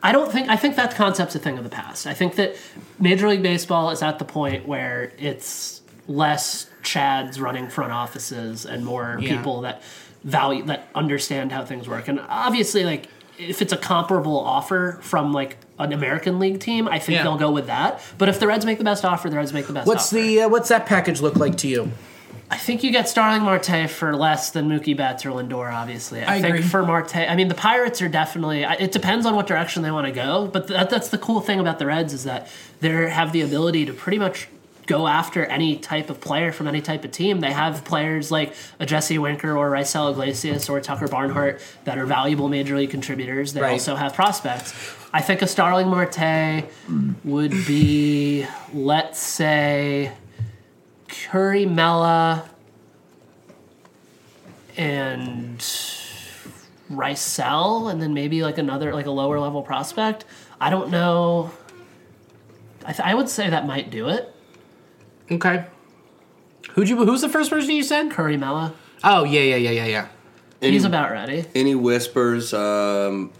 I don't think I think that concept's a thing of the past. I think that Major League Baseball is at the point where it's less Chads running front offices and more
Yeah.
people that value that understand how things work. And obviously, like if it's a comparable offer from like an American League team, I think
Yeah.
they'll go with that. But if the Reds make the best offer, the Reds make the best.
What's
offer.
the uh, what's that package look like to you?
I think you get Starling Marte for less than Mookie Betts or Lindor. Obviously, I,
I
think
agree.
for Marte, I mean the Pirates are definitely. I- It depends on what direction they want to go, but that, that's the cool thing about the Reds is that they have the ability to pretty much go after any type of player from any type of team. They have players like a Jesse Winker or Rysel Iglesias or Tucker Barnhart that are valuable major league contributors. They
Right.
also have prospects. I think a Starling Marte would be, let's say. Curry Mella and Rysel, and then maybe like another like a lower level prospect. I don't know. I, th- I would say that might do it.
Okay. Who'd you? Who's the first person you said?
Curry Mella,
Oh yeah yeah yeah yeah yeah.
he's about ready.
Any whispers um,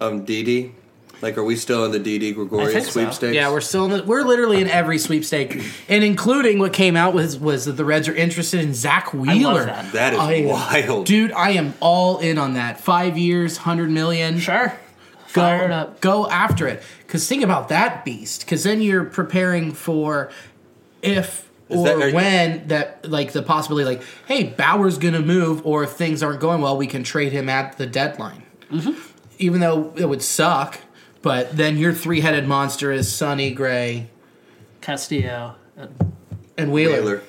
of Didi? Like, are we still in the Didi Gregorius
I think so.
sweepstakes?
Yeah, we're still in the, we're literally in every sweepstake, and including what came out was was that the Reds are interested in Zach Wheeler.
that.
That is
I am-
wild.
dude. I am all in on that. Five years, hundred million.
Sure,
go,
fire it up.
Go after it. Because think about that beast. Because then you're preparing for if
Is
or
that- are you-
when that like the possibility like hey Bauer's gonna move or if things aren't going well we can trade him at the deadline. Even though it would suck, but then your three headed monster is Sonny Gray
Castillo.
and Wheeler.
Taylor.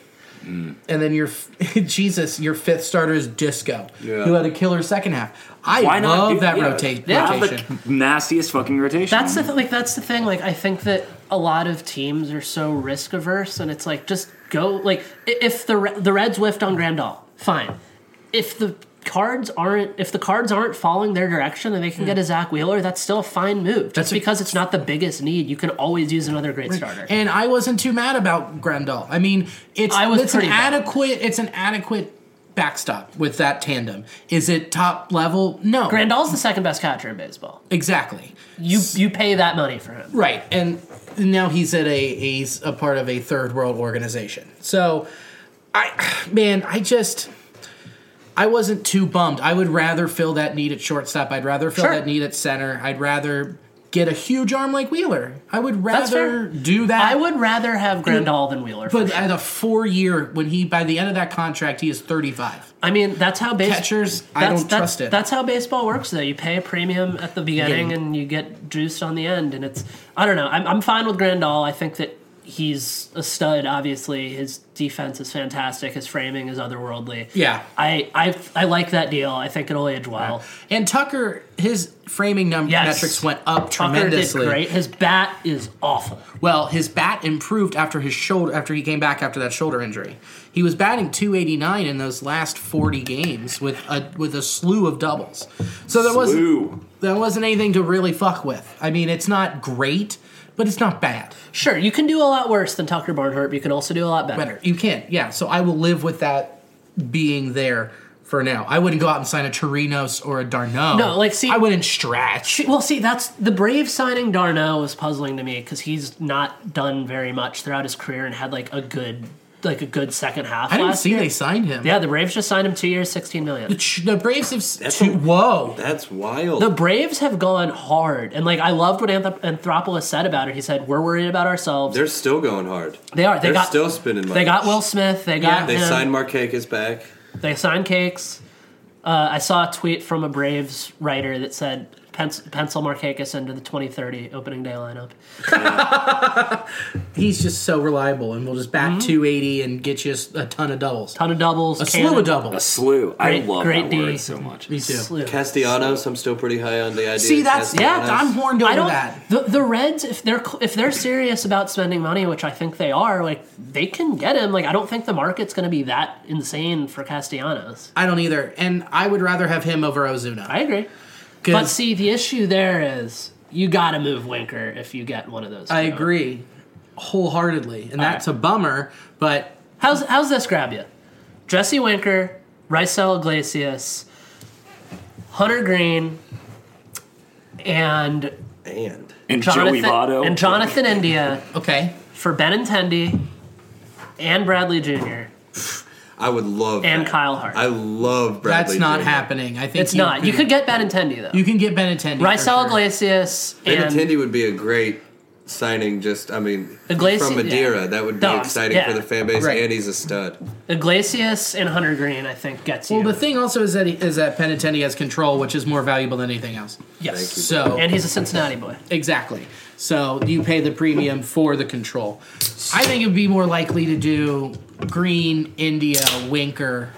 And then your f- Jesus, your fifth starter is Disco,
Yeah.
who had a killer second half. I
Why not
love
do-
that
yeah.
rotate
Yeah.
rotation.
The nastiest fucking rotation.
That's the th- like that's the thing. Like I think that a lot of teams are so risk averse, and it's like just go like i- if the Re- the Reds whiffed on Grandal, fine. If the cards aren't if the cards aren't following their direction and they can get a Zach Wheeler, that's still a fine move. Just
That's a-
because it's not the biggest need, you can always use another great starter.
And I wasn't too mad about Grendel. I mean, it's
I was
it's an
pretty mad.
adequate it's an adequate backstop with that tandem. Is it top level? No.
Grandal's the second best catcher in baseball.
exactly.
You you pay that money for him.
Right, and now he's at a he's a part of a third world organization. So, I man, I just I wasn't too bummed. I would rather fill that need at shortstop. I'd rather fill
Sure.
that need at center. I'd rather get a huge arm like Wheeler. I would
That's
rather
fair.
do that.
I would rather have Grandal than Wheeler. for
but
sure.
at a four year when he by the end of that contract he is thirty five.
I mean, that's how base-
Catchers, I
that's-
don't
that's-
trust it.
That's how baseball works, though. You pay a premium at the beginning
Beginning.
and you get juiced on the end, and it's I don't know. I'm, I'm fine with Grandal. I think that he's a stud. Obviously, his defense is fantastic. His framing is otherworldly.
Yeah.
I I, I like that deal. I think it'll age well.
And Tucker, his framing number
Yes.
metrics went up
Tucker did
tremendously.
great. His bat is awful.
Well, his bat improved after his shoulder after he came back after that shoulder injury. He was batting 289 in those last 40 games with a with a slew of doubles. So there wasn't
Slew.
there wasn't anything to really fuck with. I mean, it's not great, but it's not bad.
Sure, you can do a lot worse than Tucker Barnhart, but you can also do a lot better.
Better. You can't. Yeah. So I will live with that being there for now. I wouldn't go out and sign a Torinos or a Darno.
No, like, see-
I wouldn't stretch.
Well, see, that's the Brave signing Darno was puzzling to me because he's not done very much throughout his career and had like a good, like a good second half.
I didn't
last
see
year.
they signed him.
Yeah, the Braves just signed him two years, sixteen million.
The Braves have s-
That's
two,
a-
whoa.
That's wild.
The Braves have gone hard, and like I loved what Anthrop- Anthropoulos said about it. He said, "We're worried about ourselves."
they're still going hard.
They are. They
are
got-
still spinning. Money.
they got Will Smith. They got
Yeah.
They
him.
signed Marquez back.
They signed Cakes. Uh, I saw a tweet from a Braves writer that said pencil, pencil Markakis into the twenty thirty opening day lineup.
he's just so reliable and will just bat 280 and get you a ton of doubles.
Mm-hmm. Ton of doubles.
a slew of
a
doubles.
slew.
Great-
I love
great
that
D.
word so much.
Me too.
Slew.
Castellanos, I'm still pretty high on the idea.
See,
of
that's yeah.
Castellanos.
I'm horned over
I don't.
that.
The, the Reds, if they're cl- if they're serious about spending money, which I think they are, like they can get him. Like I don't think the market's going to be that insane for Castellanos.
I don't either, and I would rather have him over Ozuna.
I agree.
'Cause
But see, the issue there is you got to move Winker if you get one of those.
I
two.
agree wholeheartedly, and that's a bummer. But
How's how's this grab you? Jesse Winker, Rysel Iglesias, Hunter Green, and
And
And
Jonathan
Joey Votto.
and Jonathan India.
okay,
for Benintendi and Bradley Jr.
I would love
and
that.
Kyle Hart.
I love Bradley.
that's not
Jr.
happening. I think
it's not. You could get Benintendi though.
you can get Benintendi. for
Rysel
sure.
Iglesias and
Benintendi would be a great signing. Just I mean,
Iglesi-
from Madeira,
yeah.
that would be
Dogs,
exciting
yeah.
for the fan base,
Right.
and he's a stud.
Iglesias and Hunter Green. I think gets you.
Well, the thing also is that he, is that Benintendi has control, which is more valuable than anything else.
yes.
So
and he's a Cincinnati boy.
Exactly. So you pay the premium for the control. I think it would be more likely to do Green, India, Winker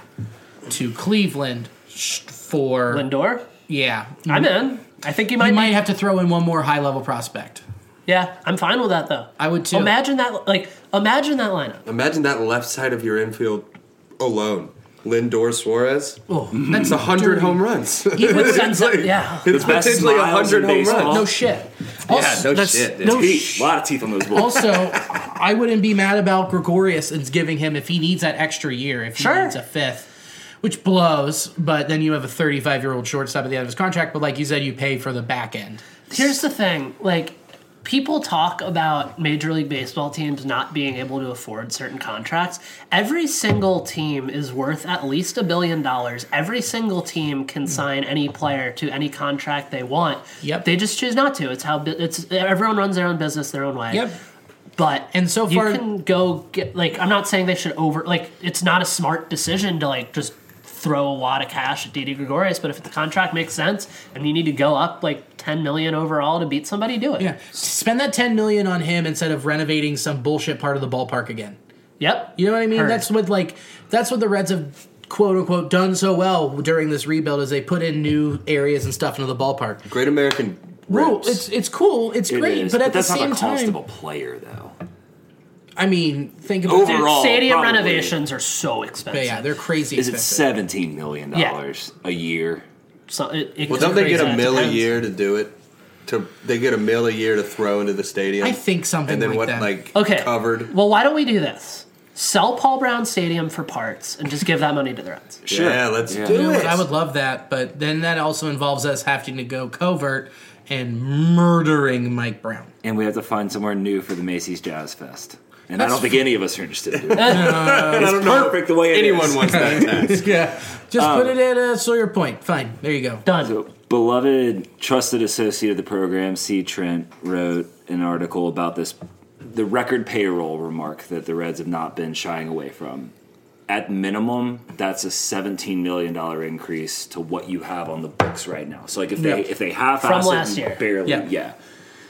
to Cleveland sh- for.
Lindor.
Yeah.
I'm in. I think you might.
I
be-
might have to throw in one more high level prospect.
yeah, I'm fine with that though.
I would too.
Imagine that. Like, imagine that lineup.
Imagine that left side of your infield alone. Lindor Suarez.
Oh, that's
It's a hundred home runs.
He would send
It's
some-
like-
yeah.
It's
The best
potentially a
smiles
hundred
in
home
baseball.
runs.
No shit. Also,
no
that's-
shit, dude.
No
teeth.
sh-
a lot of teeth on those balls.
also, I wouldn't be mad about Gregorius and giving him if he needs that extra year, if he
Sure.
needs a fifth, which blows. But then you have a 35 year old shortstop at the end of his contract. But like you said, you pay for the back end.
Here's the thing. Like, people talk about Major League Baseball teams not being able to afford certain contracts. Every single team is worth at least a billion dollars. Every single team can sign any player to any contract they want.
Hmm. Yep.
They just choose not to. It's how bu- it's everyone runs their own business their own way.
Yep.
But
And so
you
far-
can go get like I'm not saying they should over like it's not a smart decision to like just throw a lot of cash at Didi Gregorius, but if the contract makes sense and you need to go up like 10 million overall to beat somebody, do it.
Yeah, spend that ten million on him instead of renovating some bullshit part of the ballpark again.
Yep.
You know what I mean?
Heard.
That's what like that's what the Reds have quote unquote done so well during this rebuild is they put in new areas and stuff into the ballpark.
Great American.
Well,
rips.
it's it's cool, it's
It
great,
is,
but at the
that's
same
not the cost
time,
of a player, though.
I mean, think about
Dude,
it.
Overall,
stadium
probably.
renovations are so expensive.
But yeah, they're crazy.
Is it
expensive.
seventeen million dollars a year?
So it, it
Well, don't they get
crazy.
a mill a
Depends.
year to do it? To they get a mill a year to throw into the stadium.
I think something
And then
like
what?
that.
Like
Okay.
covered.
Well, why don't we do this? Sell Paul Brown Stadium for parts and just give that money to the Reds.
Sure.
Yeah, let's
Yeah.
do
You know
it.
what? I would love that, but then that also involves us having to go covert and murdering Mike Brown.
And we have to find somewhere new for the Macy's Jazz Fest. And I don't think any of us are interested in doing
I don't know
perfect the way it
anyone
is.
wants that task.
Yeah, just
Um,
put it at uh, Sawyer Point. Fine, there you go.
Done.
So, beloved, trusted associate of the program, C. Trent, wrote an article about this the record payroll remark that the Reds have not been shying away from. At minimum, that's a $17 million increase to what you have on the books right now. So, like, if they
Yeah.
if they half
From last year.
barely,
Yeah.
yeah.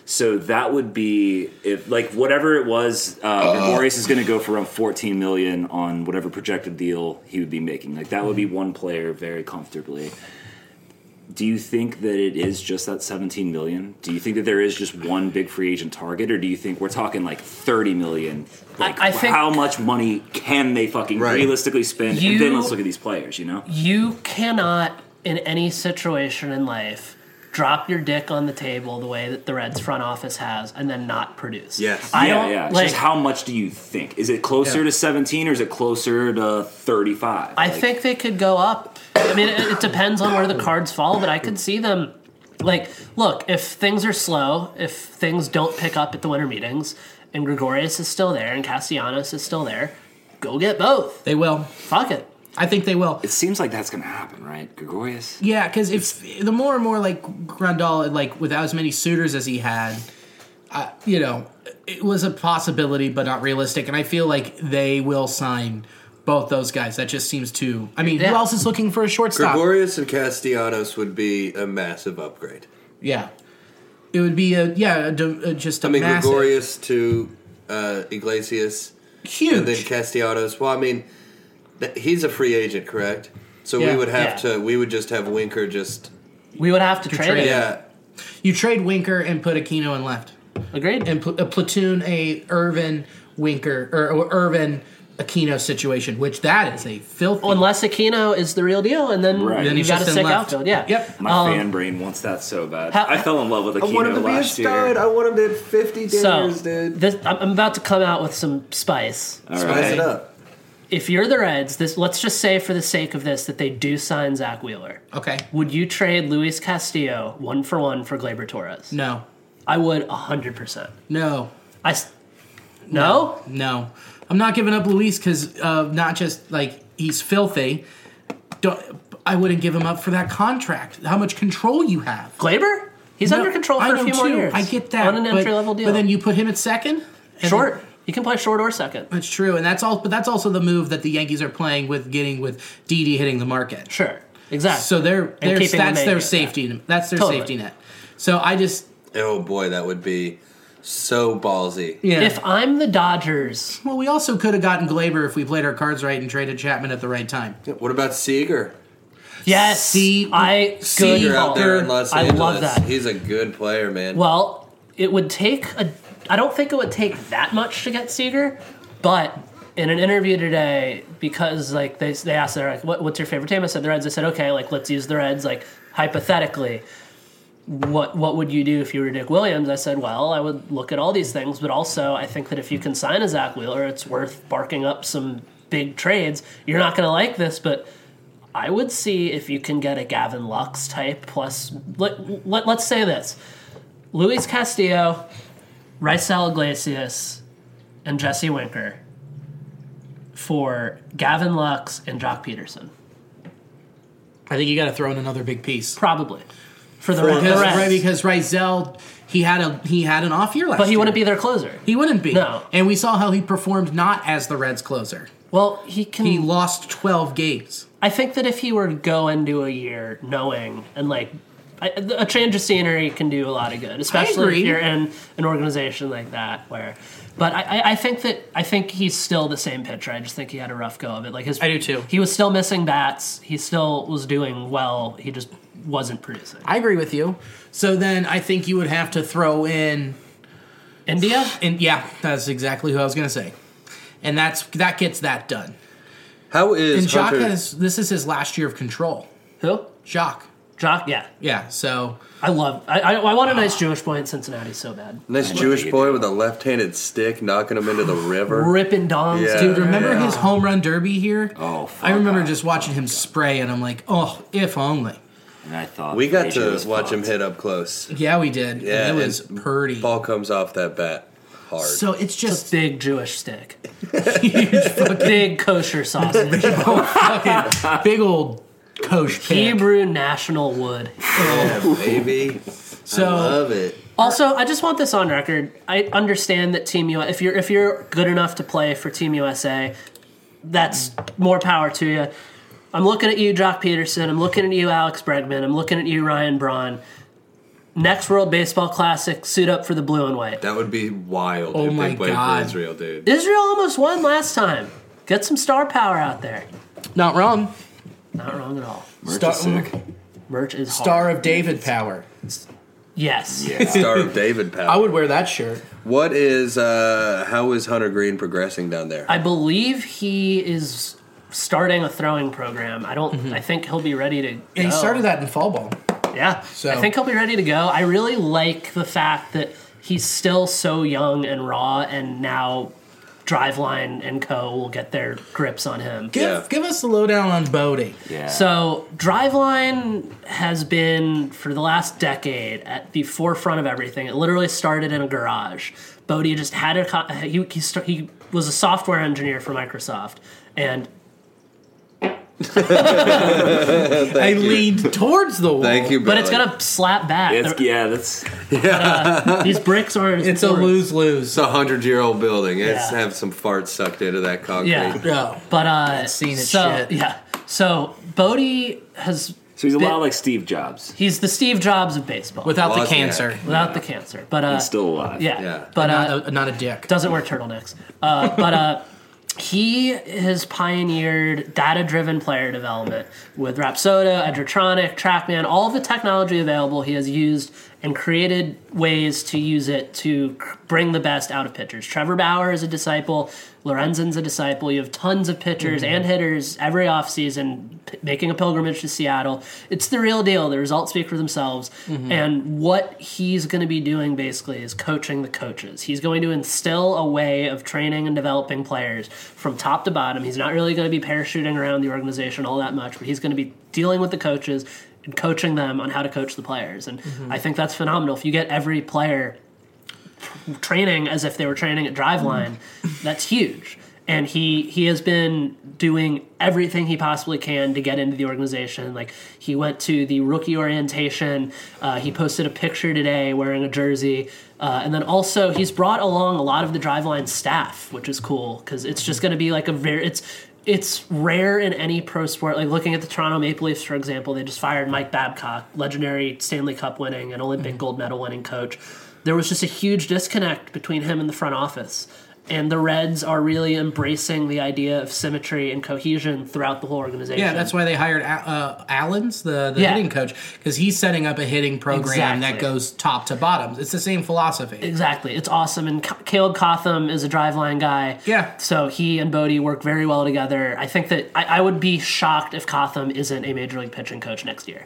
So that would be if like whatever it was, uh, Gregorius is going to go for around 14 million on whatever projected deal he would be making. Like that would
Mm-hmm.
be one player very comfortably. Do you think that it is just that 17 million? Do you think that there is just one big free agent target, or do you think we're talking like 30 million? Like,
I think-
how much money can they fucking
Right.
realistically spend?
You-
and then let's look at these players. You know,
You cannot, in any situation in life, drop your dick on the table the way that the Reds front office has and then not produce.
Yes.
I
yeah,
don't
yeah. It's
like.
just how much do you think? Is it closer
Yeah.
to 17 or is it closer to 35?
I think they could go up. I mean, it, it depends on where the cards fall, but I could see them. Like, look, if things are slow, if things don't pick up at the winter meetings, and Gregorius is still there and Cassianos is still there, go get both.
They will.
Fuck it.
I think they will.
It seems like that's going to happen, right? Gregorius?
Yeah, because if the more and more like Grandal, like without as many suitors as he had, uh, you know, it was a possibility but not realistic. And I feel like they will sign both those guys. That just seems too. I mean,
Yeah.
who else is looking for a shortstop?
Gregorius and Castellanos would be a massive upgrade.
Yeah, it would be a yeah, a, d- a- just a
I mean,
massive,
Gregorius to uh, Iglesias,
huge.
and then Castellanos. Well, I mean, th- he's a free agent, correct? So
Yeah.
we would have
Yeah.
to. We would just have Winker just.
We would have to trade,
trade
it.
Yeah,
you trade Winker and put Aquino in left,
Agreed.
and pl- a platoon a Irvin Winker or, or Irvin Aquino situation, which that is a filthy.
Unless Aquino is the real deal, and then
Right. Then
you've
he's
got a
just in
sick
left.
outfield. Yeah.
Yep.
My
Um,
fan brain wants that so bad.
How-
I fell in love with
I want him to
Aquino
be a
last year.
stud. I want him to hit fifty
So
dingers, dude.
this, I'm I'm about to come out with some spice.
All
Spice
right.
it up.
If you're the Reds, this let's just say for the sake of this that they do sign Zach Wheeler.
Okay,
Would you trade Luis Castillo one for one for Glaber Torres?
no,
I would 100%.
no.
I s- no?
No, I'm not giving up Luis because uh, not just like he's filthy. Don't, I wouldn't give him up for that contract. How much control you have?
Glaber? He's under control for
I
a
know
few more
too.
years.
I get that
On an
but-
entry level deal.
But then you put him at second. and
short.
then-
You can play short or second.
that's true, and that's all. But that's also the move that the Yankees are playing with getting with Didi hitting the market.
Sure. Exactly.
So they're,
And
they're
keeping
that's
Lemay
their
in,
safety. net. That's their
Totally.
safety net. So I just
Oh boy, that would be so ballsy.
yeah.
if I'm the Dodgers,
well, we also could have gotten Glaber if we played our cards right and traded Chapman at the right time.
What about Seager?
yes,
See-
I
see
good
Seager
call.
out there in Los
I
Angeles.
love that.
He's a good player, man.
Well, it would take a. I don't think it would take that much to get Seager, but in an interview today, because like they they asked, they're like, what, "What's your favorite team?" I said the Reds. I said, "Okay, like let's use the Reds." Like hypothetically, what what would you do if you were Dick Williams? I said, "Well, I would look at all these things, but also I think that if you can sign a Zach Wheeler, it's worth barking up some big trades. You're not going to like this, but." I would see if you can get a Gavin Lux type plus. Let, let, let's say this Luis Castillo, Rysel Iglesias, and Jesse Winker for Gavin Lux and Jock Peterson.
I think you got to throw in another big piece.
Probably. For the,
Because,
the Reds.
right, because Rizel, he had a he had an off year last.
but he
year.
wouldn't be their closer.
He wouldn't be.
No.
And we saw how he performed not as the Reds closer.
Well, he can.
He lost twelve games.
I think that if he were to go into a year knowing and like I, a change of scenery can do a lot of good, especially
agree.
if you're in an organization like that. Where, but I, I, I think that I think he's still the same pitcher. I just think he had a rough go of it. Like his,
I do too.
He was still missing bats. He still was doing well. He just wasn't producing.
I agree with you. So then I think you would have to throw in
India.
and yeah, that's exactly who I was gonna say. And that's that gets that done.
How is
And Jacques
Hunter?
has this is his last year of control.
Who?
Jacques.
Jock. Yeah.
Yeah, so
I love. I, I, I want a nice Jewish boy in Cincinnati so bad.
nice Jewish boy with a left-handed stick knocking him into the river.
Rip and dongs.
Yeah.
Dude,
Dude, remember his home run derby here?
Oh, fuck
I remember
off.
just watching him spray, and I'm like, oh, if only.
And I thought
We got
Asia
to
was
watch him
fucked.
hit up close.
Yeah, we did.
Yeah,
and it was
and
pretty.
Ball comes off that bat hard.
So it's
Just
just
big Jewish stick. Huge fucking big kosher sausage.
big old coach pig.
Hebrew national wood.
yeah, baby, I
So
love it.
Also, I just want this on record. I understand that Team USA, if you're if you're good enough to play for Team USA, that's more power to you. I'm looking at you, Jock Peterson. I'm looking at you, Alex Bregman. I'm looking at you, Ryan Braun. Next World Baseball Classic, suit up for the blue and white.
That would be wild.
Oh
if
my
they played
God.
for Israel, dude.
Israel almost won last time. Get some star power out there.
not wrong.
Not wrong at all.
Merch is
Star-
sick.
Merch is hard.
Star of David power.
Yes.
Star of David Powell.
I would wear that shirt.
What is uh how is Hunter Green progressing down there?
I believe he is starting a throwing program. I don't. I think he'll be ready to.
And he
Oh.
go.
started that in fall ball.
Yeah.
So-
I think he'll be ready to go. I really like the fact that he's still so young and raw, and now Driveline and Co. will get their grips on him.
Give
Yeah.
give us the lowdown on Bodie.
Yeah.
So, Driveline has been for the last decade at the forefront of everything. It literally started in a garage. Bodie just had a co- he he, st- he was a software engineer for Microsoft, and
I leaned towards the wall.
Thank you,
but it's
Billy.
gonna slap back.
It's,
They're-
yeah, that's
These bricks aren't. as
It's a
important.
lose lose.
It's a hundred year old building. It's
Yeah.
have some farts sucked into that concrete.
Yeah.
No.
But uh,
seen it
so,
shit.
Yeah. So Bodie has.
so he's a
been-
lot like Steve Jobs.
He's the Steve Jobs of baseball without,
Without
Wozniak.
the cancer.
the cancer, but uh,
He's still alive.
yeah,
Yeah.
but uh,
not, a, not a dick.
doesn't wear turtlenecks. Uh, but uh, he has pioneered data-driven player development with Rapsoda, Edgertronic, TrackMan, all the technology available. He has used and created ways to use it to c- bring the best out of pitchers. Trevor Bauer is a disciple. Lorenzen's a disciple. You have tons of pitchers and hitters every offseason p- making a pilgrimage to Seattle. It's the real deal. The results speak for themselves. And what he's going to be doing basically is coaching the coaches. He's going to instill a way of training and developing players from top to bottom. He's not really going to be parachuting around the organization all that much, but he's going to be dealing with the coaches and coaching them on how to coach the players. And I think that's phenomenal. If you get every player training as if they were training at driveline that's huge and he he has been doing everything he possibly can to get into the organization like he went to the rookie orientation uh, he posted a picture today wearing a jersey uh, and then also he's brought along a lot of the driveline staff which is cool because it's just going to be like a very it's it's rare in any pro sport. Like looking at the Toronto Maple Leafs, for example, they just fired Mike Babcock, legendary Stanley Cup winning and Olympic gold medal winning coach. There was just a huge disconnect between him and the front office. And the Reds are really embracing the idea of symmetry and cohesion throughout the whole organization.
Yeah, that's why they hired Al- uh, Allen's the, the
Yeah.
hitting coach because he's setting up a hitting program that
Exactly.
goes top to bottom. It's the same philosophy.
Exactly. It's awesome. And C- Caleb Cotham is a driveline guy.
Yeah.
So he and Bodie work very well together. I think that I, I would be shocked if Cotham isn't a major league pitching coach next year.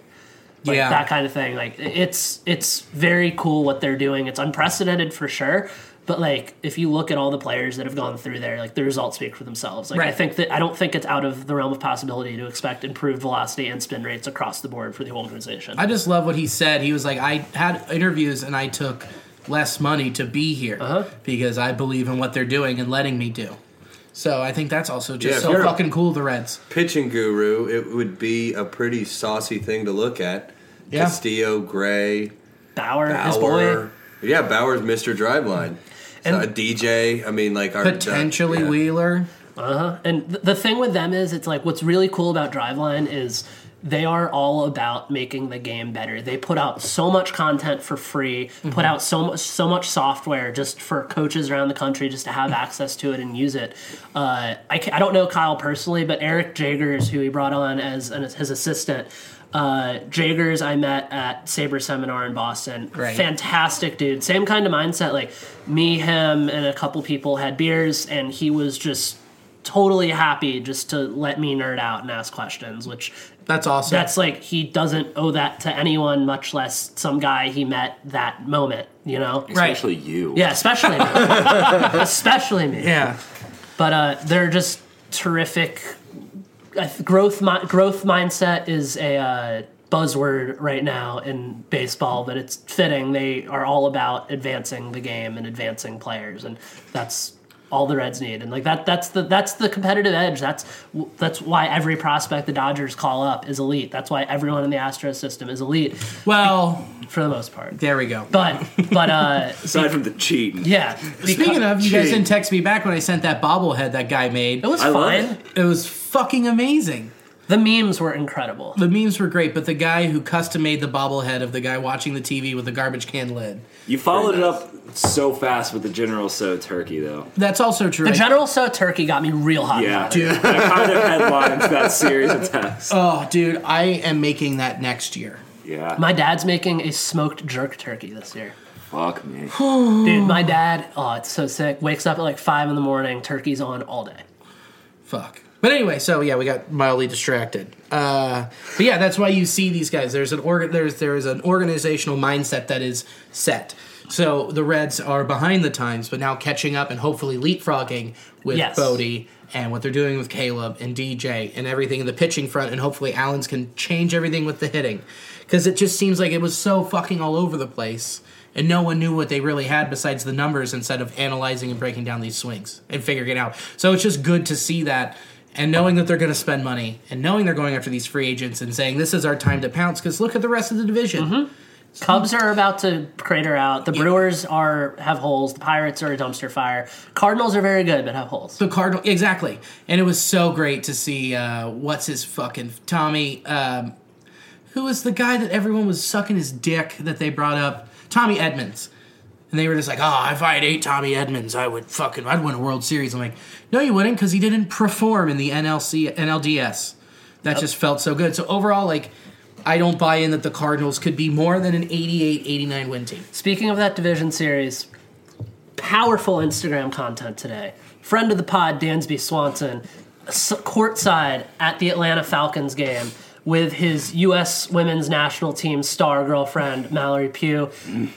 Like
Yeah.
that kind of thing. Like it's it's very cool what they're doing. It's unprecedented for sure. But like if you look at all the players that have gone through there, like the results speak for themselves. Like I
Right.
think that I don't think it's out of the realm of possibility to expect improved velocity and spin rates across the board for the whole organization.
I just love what he said. He was like, I had interviews and I took less money to be here because I believe in what they're doing and letting me do. So I think that's also
Yeah,
just
if
so
you're a-
fucking cool. The Reds.
Pitching guru, it would be a pretty saucy thing to look at.
Yeah.
Castillo, Gray,
Bauer, his boy.
Bauer. Yeah, Bauer's Mr. Driveline. And
And-
DJ, I mean like our
Potentially
yeah.
Wheeler.
Uh-huh. And th- the thing with them is, it's like what's really cool about Driveline is they are all about making the game better. They put out so much content for free, put out so much so much software just for coaches around the country just to have access to it and use it. Uh, I, ca- I don't know Kyle personally, but Eric Jagers, who he brought on as an, his assistant, uh, Jagers I met at Saber Seminar in Boston.
Right.
Fantastic dude. Same kind of mindset. Like me, him, and a couple people had beers, and he was just totally happy just to let me nerd out and ask questions, which
That's awesome.
that's like he doesn't owe that to anyone, much less some guy he met that moment, you know?
Right.
Especially you.
Yeah, especially me. especially me.
yeah.
But uh, they're just terrific. I th- Growth mi- growth mindset is a uh, buzzword right now in baseball, but it's fitting. They are all about advancing the game and advancing players, and that's all the Reds need. And like that, that's the that's the competitive edge. That's w- that's why every prospect the Dodgers call up is elite. That's why everyone in the Astros system is elite
Well,
for the most part.
there we go.
But but uh
Aside from the cheating.
yeah,
Speaking of, you guys
Gee.
didn't text me back when I sent that bobblehead that guy made.
it was
I love
fine.
it.
It was fucking amazing.
The memes were incredible.
The memes were great, but the guy who custom made the bobblehead of the guy watching the TV with the garbage can lid.
You followed it up so fast with the General So Turkey, though.
That's also true.
The
I-
General So Turkey got me real hot.
Yeah.
Dude.
That kind of headlines that series of texts.
oh, dude, I am making that next year.
yeah.
My dad's making a smoked jerk turkey this year.
Fuck me.
Dude, my dad, oh, it's so sick. Wakes up at like five in the morning, turkey's on all day.
Fuck. But anyway, so yeah, we got mildly distracted. Uh, but yeah, that's why you see these guys. There's an org- there's there is an organizational mindset that is set. So the Reds are behind the times, but now catching up and hopefully leapfrogging with
Yes.
Bodie and what they're doing with Caleb and DJ and everything in the pitching front, and hopefully Allen's can change everything with the hitting because it just seems like it was so fucking all over the place. And no one knew what they really had besides the numbers instead of analyzing and breaking down these swings and figuring it out. So it's just good to see that and knowing that they're going to spend money and knowing they're going after these free agents and saying this is our time to pounce because look at the rest of the division.
Cubs are about to crater out. The Brewers are have holes. The Pirates are a dumpster fire. Cardinals are very good but have holes.
The Cardinal, exactly. And it was so great to see uh, what's his fucking Tommy, um, who was the guy that everyone was sucking his dick that they brought up, Tommy Edmonds. And they were just like, oh, if I had eight Tommy Edmonds, I would fucking, I'd win a World Series. I'm like, no, you wouldn't, because he didn't perform in the NLC, NLDS. That just felt so good. So overall, like, I don't buy in that the Cardinals could be more than an 88, 89 win team.
Speaking of that division series, powerful Instagram content today. Friend of the pod, Dansby Swanson, s- courtside at the Atlanta Falcons game with his U.S. women's national team star girlfriend, Mallory Pugh,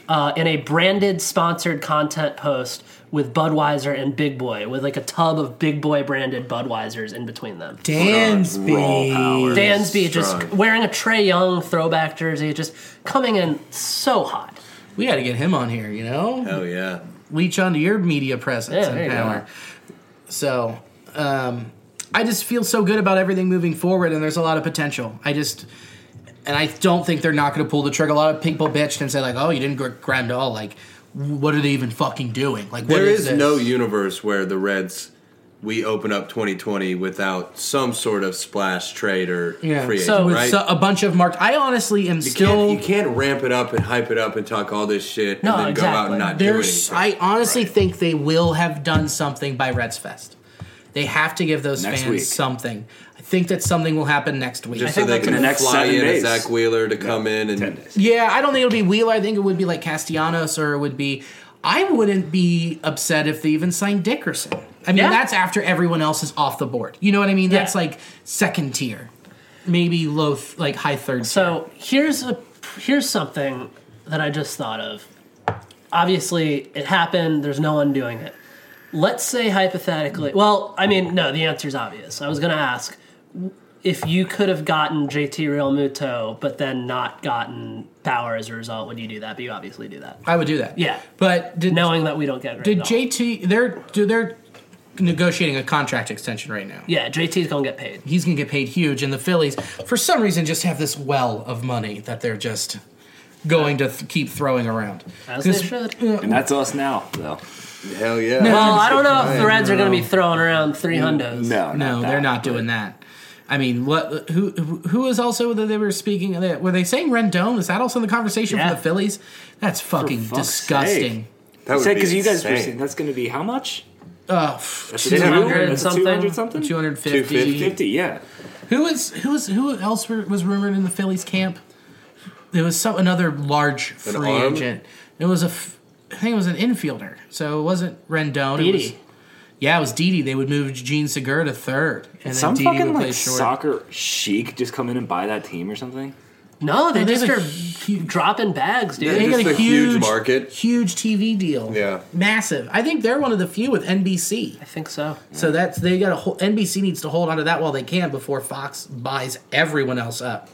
uh, in a branded sponsored content post with Budweiser and Big Boy, with like a tub of Big Boy branded Budweisers in between them.
Dansby.
Dansby just
Strong.
wearing a Trey Young throwback jersey, just coming in so hot.
We got to get him on here, you know?
Oh yeah.
leech onto your media presence
Yeah, there
and
you go.
power. So, um, I just feel so good about everything moving forward, and there's a lot of potential. I just, and I don't think they're not going to pull the trigger. A lot of people bitched and said like, "Oh, you didn't gr- grind at all." Like, what are they even fucking doing? Like, what
There is
this?
no universe where the Reds we open up 2020 without some sort of splash trade or
Yeah.
free agent,
So-
with
right?
so- a bunch of marked. I honestly am
you,
still.
can't, you can't ramp it up and hype it up and talk all this shit
No,
and then go out
exactly.
and not do
There's,
anything.
I honestly think they will have done something by Reds Fest. They have to give those
Next
fans
week.
something. I think that something will happen next week.
Just so they
that's in
can
the next
fly
seven
in a
days.
Zach Wheeler to come in and
Ten days.
Yeah, I don't think it'll be Wheeler. I think it would be like Castellanos or it would be. I wouldn't be upset if they even signed Dickerson. I mean,
Yeah.
that's after everyone else is off the board. You know what I mean?
Yeah.
That's like second tier, maybe low, th- like high third.
So here's a here's something that I just thought of. Obviously, it happened. There's no one doing it. Let's say hypothetically. Well, I mean, no. The answer's obvious. I was going to ask if you could have gotten JT Realmuto, but then not gotten Power as a result. Would you do that? But you obviously do that,
tier. I would do that.
Yeah.
but did
knowing that we don't get.
did
Rendon.
JT? They're do they're negotiating a contract extension right now.
Yeah, JT's going to get paid.
He's gonna get paid huge, and the Phillies, for some reason, just have this well of money that they're just going to th- keep throwing around.
As they
'Cause-
should.
And that's us now, though.
hell yeah.
Well, I don't know if the Reds are going to be throwing around three hundos.
No,
No,
not
they're
that.
not doing that. I mean, what? Who? Who is also that they were speaking? Were they saying Rendon? Is that also in the conversation
Yeah.
for the Phillies? That's fucking
fuck's
disgusting.
sake.
That would
Said
be
because you guys were
insane.
saying that's going to be how much?
Uh,
That's a
200
that's a
something.
200 something.
250.
50, yeah.
Who was who was who else were, was rumored in the Phillies camp? There was some another large free
arm?
agent. It was a, f- I think it was an infielder. So it wasn't Rendon. It was,
Didi.
yeah, it was Didi. They would move Gene Segura to third, and
Some
then Didi
fucking
would play
like
short.
soccer chic just come in and buy that team or something.
No, they
Well,
just
there's a
are
huge-
dropping bags, dude.
Yeah.
They
Just
got a
a huge
huge
market.
huge TV deal.
Yeah.
massive. I think they're one of the few with NBC.
I think so.
So that's they got a whole NBC needs to hold onto that while they can before Fox buys everyone else up.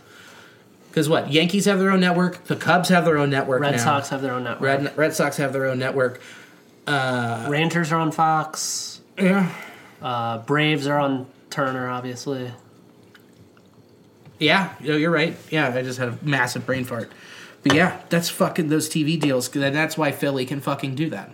Because what Yankees have their own network, the Cubs have their own network.
Red
now.
Sox have their own network.
Red Red Sox have their own network.
Rangers are on Fox.
Yeah,
Uh, Braves are on Turner, obviously.
yeah, no, you're right. Yeah, I just had a massive brain fart. But yeah, that's fucking those TV deals, and that's why Philly can fucking do that.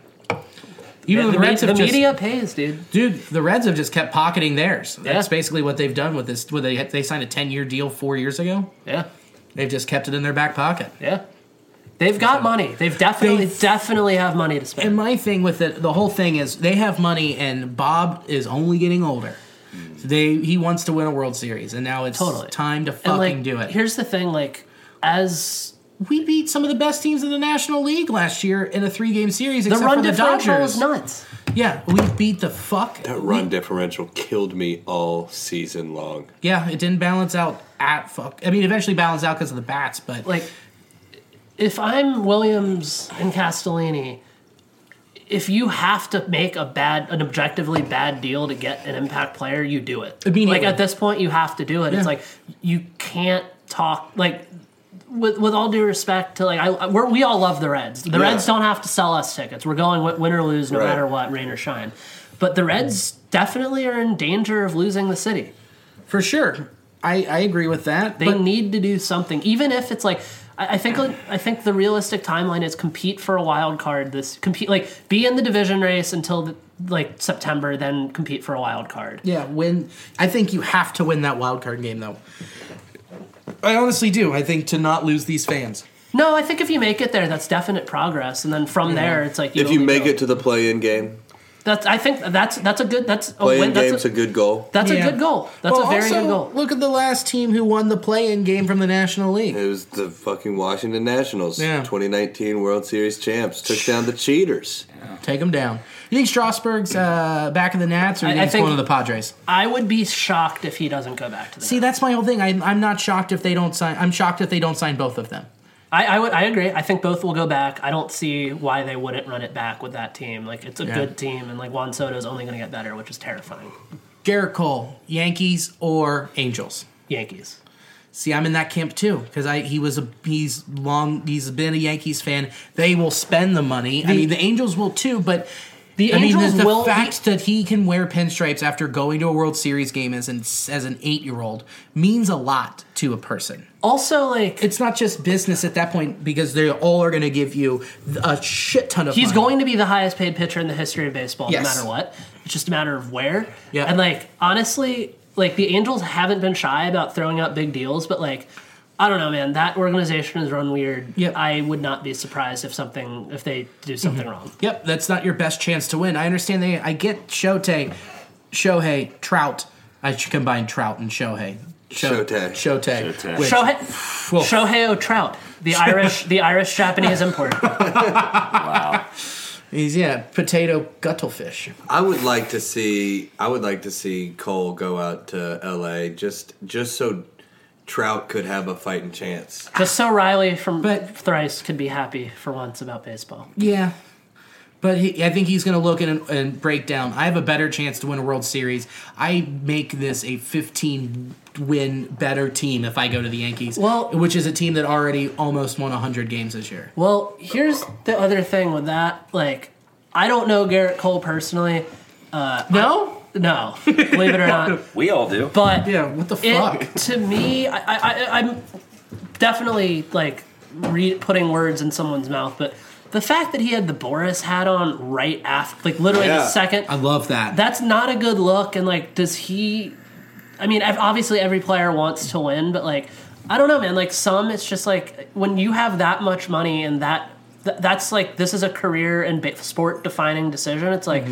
Even
Yeah,
the,
the me-
Reds
the
have just,
media pays, dude.
dude. The Reds have just kept pocketing theirs. That's
Yeah.
basically what they've done with this. Where they they signed a ten year deal four years ago.
Yeah,
They've just kept it in their back pocket.
yeah. They've got money. They've definitely,
They-
definitely have money to spend.
And my thing with it, the whole thing is they have money, and Bob is only getting older. They he wants to win a World Series, and now it's
Totally.
time to
And,
fucking
like,
do it.
Here's the thing, like, as
we beat some of the best teams in the National League last year in a three-game series,
the
except
run
for the
differential
Dodgers.
is nuts.
yeah, we beat the fuck.
That run differential killed me all season long.
Yeah, it didn't balance out at fuck. I mean, eventually balanced out because of the bats, but
Like, if I'm Williams and Castellini, if you have to make a bad, an objectively bad deal to get an impact player, you do it.
Immediately.
Like at this point, you have to do it.
Yeah.
It's like you can't talk like. With, with all due respect to like I, I- we're, we all love the Reds. The Reds don't have to sell us tickets. We're going win- win or lose, no
Right.
matter what, rain or shine. But the Reds definitely are in danger of losing the city.
for sure, I, I agree with that.
They
but
need to do something, even if it's like. I I think like, I think the realistic timeline is compete for a wild card. This compete like be in the division race until the, like September, then compete for a wild card.
Yeah, win. I think you have to win that wild card game, though. I honestly do. I think to not lose these fans.
No, I think if you make it there, that's definite progress, and then from
Mm-hmm.
there, it's like
If you
only
make
go-
it to the play-in game,
That's I think that's that's a good that's a
play-in
win. Oh, That's
game's
a,
a good goal.
that's
Yeah.
a good goal. That's
Well,
a very
also,
good goal.
Look at the last team who won the play-in game from the National League.
It was the fucking Washington Nationals,
Yeah.
2019 World Series champs, took down the cheaters.
Take them down. You think Strasburg's uh, back in the Nats, or
I-
you
I
think he's
think-
going to the Padres?
I would be shocked if he doesn't go back to the.
See, that's my whole thing. I, I'm not shocked if they don't sign. I'm shocked if they don't sign both of them.
I, I would I agree. I think both will go back. I don't see why they wouldn't run it back with that team. Like it's a
Yeah.
good team, and like Juan Soto is only going to get better, which is terrifying.
Garrett Cole, Yankees or Angels?
Yankees.
See, I'm in that camp too because I he was a he's long he's been a Yankees fan. They will spend the money. I mean, the Angels will too, but
The
I mean,
Angels
the, the
will.
fact that he can wear pinstripes after going to a World Series game as an as an eight year old means a lot to a person.
also, like
It's not just business at that point because they all are going to give you a shit ton of.
he's
money.
going to be the highest paid pitcher in the history of baseball,
Yes.
no matter what. It's just a matter of where.
Yeah.
And like honestly, like the Angels haven't been shy about throwing out big deals, but like. I don't know, man. That organization is run weird.
Yep. Mm-hmm.
I would not be surprised if something if they do something wrong.
Yep, that's not your best chance to win. I understand they. I get Shote, Shohei, Trout. I should combine Trout and Shohei. Sho-
Shote.
Shote.
Shote.
which-
Shohei,
Well-
Shohei O'Trout, the Irish, the Irish Japanese import.
Wow.
He's yeah, potato guttlefish.
I would like to see I would like to see Cole go out to LA just just so Trout could have a fighting chance.
Just so Riley from
But-
Thrice could be happy for once about baseball.
Yeah. But he, I think he's going to look and, and break down. I have a better chance to win a World Series. I make this a 15 win better team if I go to the Yankees,
Well-
which is a team that already almost won 100 games this year.
Well, here's the other thing with that. Like, I don't know Garrett Cole personally. uh,
No?
No, believe it or not.
We all do.
But
Yeah, what the
it,
fuck?
to me, I, I, I, I'm definitely like re- putting words in someone's mouth, but the fact that he had the Boris hat on right after, like literally
Yeah.
the second
I love that.
that's not a good look and like does he I mean, ev- obviously every player wants to win, but like, I don't know, man. Like some, it's just like when you have that much money and that th- that's like this is a career and ba- sport defining decision. It's like.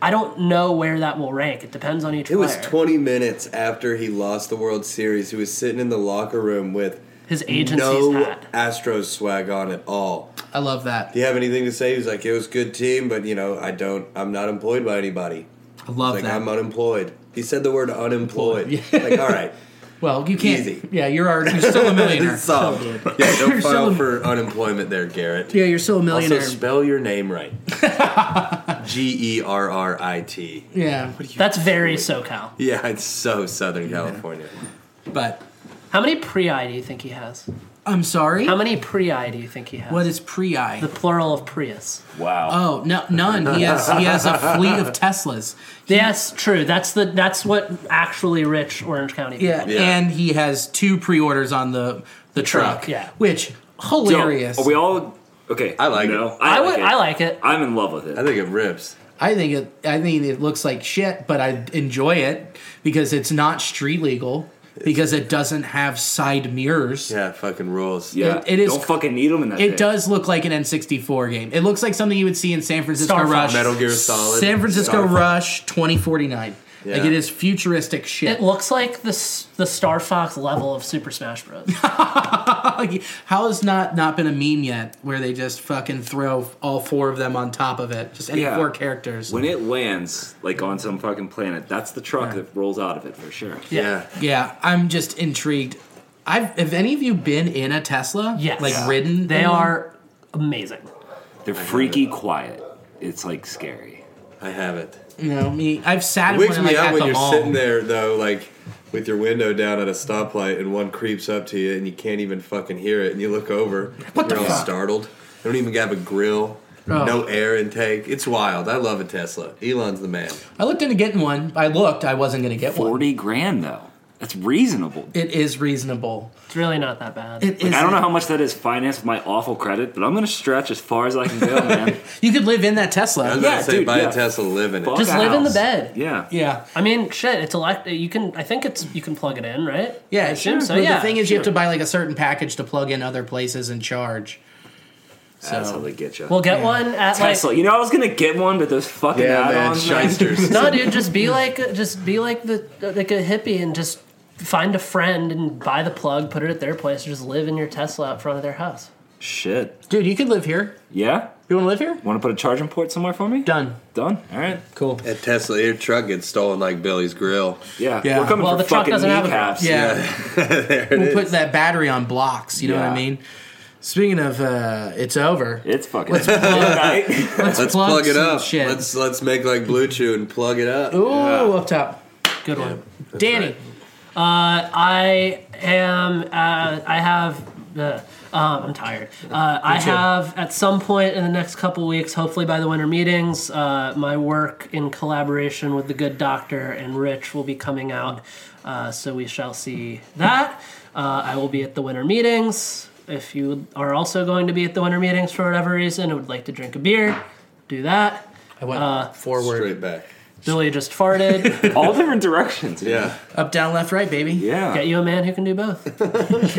I don't know where that will rank. It depends on each
It
player.
was 20 minutes after he lost the World Series. He was sitting in the locker room with
His agency's
no
hat.
Astros swag on at all.
I love that.
Do you have anything to say? He's like, it was a good team, but you know, I don't. I'm not employed by anybody.
I love
Like
that.
I'm unemployed. He said the word unemployed. Like, all right,
well, you can't.
Easy.
Yeah, you're already you're still a millionaire.
it's solved. Yeah,
You're
don't
so
file
am-
for unemployment there, Garrett.
yeah, you're still a millionaire.
Also, spell your name right. G E R R I T.
yeah,
That's very SoCal.
Yeah, it's so Southern California.
but
How many pre-I do you think he has?
I'm sorry.
How many pre-I do you think he has?
What is pre-I?
the plural of Prius?
Wow.
Oh no, none. He has he has a fleet of Teslas.
Yes, true. That's the that's what actually rich Orange County.
Yeah,
Yeah.
and he has two pre-orders on the the truck.
truck, yeah.
which
So,
hilarious.
Are we all okay?
I like
no,
it.
I, would.
it.
I like it.
I'm in love with it.
I think it rips.
I think it. I think it looks like shit, but I enjoy it because it's not street legal because it doesn't have side mirrors.
Yeah, it fucking rules.
yeah,
it- it is-
Don't fucking need them in that.
It
thing.
does look like an N64 game. It looks like something you would see in San Francisco
Starfall.
Rush,
Metal Gear Solid.
San Francisco
Starfall.
Rush 2049. Like
Yeah.
it is futuristic shit.
It looks like the s- the Star Fox level of Super Smash Bros.
Like, how has not not been a meme yet where they just fucking throw all four of them on top of it just any
Yeah.
four characters
When it lands, like on some fucking planet, that's the truck that rolls out of it for sure.
Yeah.
yeah i'm just intrigued i've have any of you been in a tesla
Yes,
like ridden Mm-hmm.
They
in one?
are amazing.
They're freaky quiet. It's like scary.
I have it.
no me i've sat in
Wakes
one,
me
like, at
up when
the
you're
mall.
sitting there though, like with your window down at a stoplight, and one creeps up to you, and you can't even fucking hear it, and you look over,
What the
you're all
fuck? Oh.
startled. They don't even have a grill, no air intake. It's wild. I love a Tesla. Elon's the man.
i looked into getting one i looked i wasn't gonna get one
Forty grand though. That's reasonable.
it is reasonable
It's really not that bad.
It is.
Like, I don't know how much that is financed with my awful credit, but I'm gonna stretch as far as I can go, man.
you could live in that tesla
I was
Yeah,
gonna say
dude,
buy
yeah.
a Tesla, live in it.
Fuck
Just
a
live in the
house.
bed.
Yeah.
yeah
I mean, shit. It's elect. You can. I think it's. You can plug it in, right? I
yeah,
assume
sure.
so.
But
yeah.
the thing is, you have to
sure.
buy like a certain package to plug in other places and charge.
That's how they get you.
We'll get one at
Tesla.
like.
You know, I was gonna get one, but those fucking
Yeah, man,
add-ons. man.
shysters.
No, dude. Just be like. Just be like the like a hippie and just find a friend and buy the plug, put it at their place, and just live in your Tesla out front of their house.
Shit.
Dude, you could live here.
Yeah.
You want to live here?
Want to put a charging port somewhere for me?
Done.
Done. All right.
Cool.
That Tesla, your truck gets stolen like Billy's grill.
Yeah.
Yeah.
We're coming
Well,
for
the truck
fucking
doesn't have a
kneecaps.
Yeah. we'll put that battery on blocks. You know what I
Yeah.
mean? Speaking of, uh, it's over.
It's fucking. Midnight.
Let's plug, it
some
up.
Shit.
Let's let's make like Blue Chew and plug it up.
Ooh, up top.
Good one.
Danny.
right.
uh, I am. Uh, I have. Uh, um, I'm tired. Uh, I have at some point in the next couple weeks, hopefully by the winter meetings, uh, my work in collaboration with the good doctor and Rich will be coming out. Uh, so we shall see that. Uh, I will be at the winter meetings. If you are also going to be at the winter meetings for whatever reason and would like to drink a beer, do that.
I went
Uh,
forward.
Straight back.
Billy just farted.
All different directions. Yeah.
Yeah.
Up, down, left, right, baby.
Yeah.
Get you a man who can do both.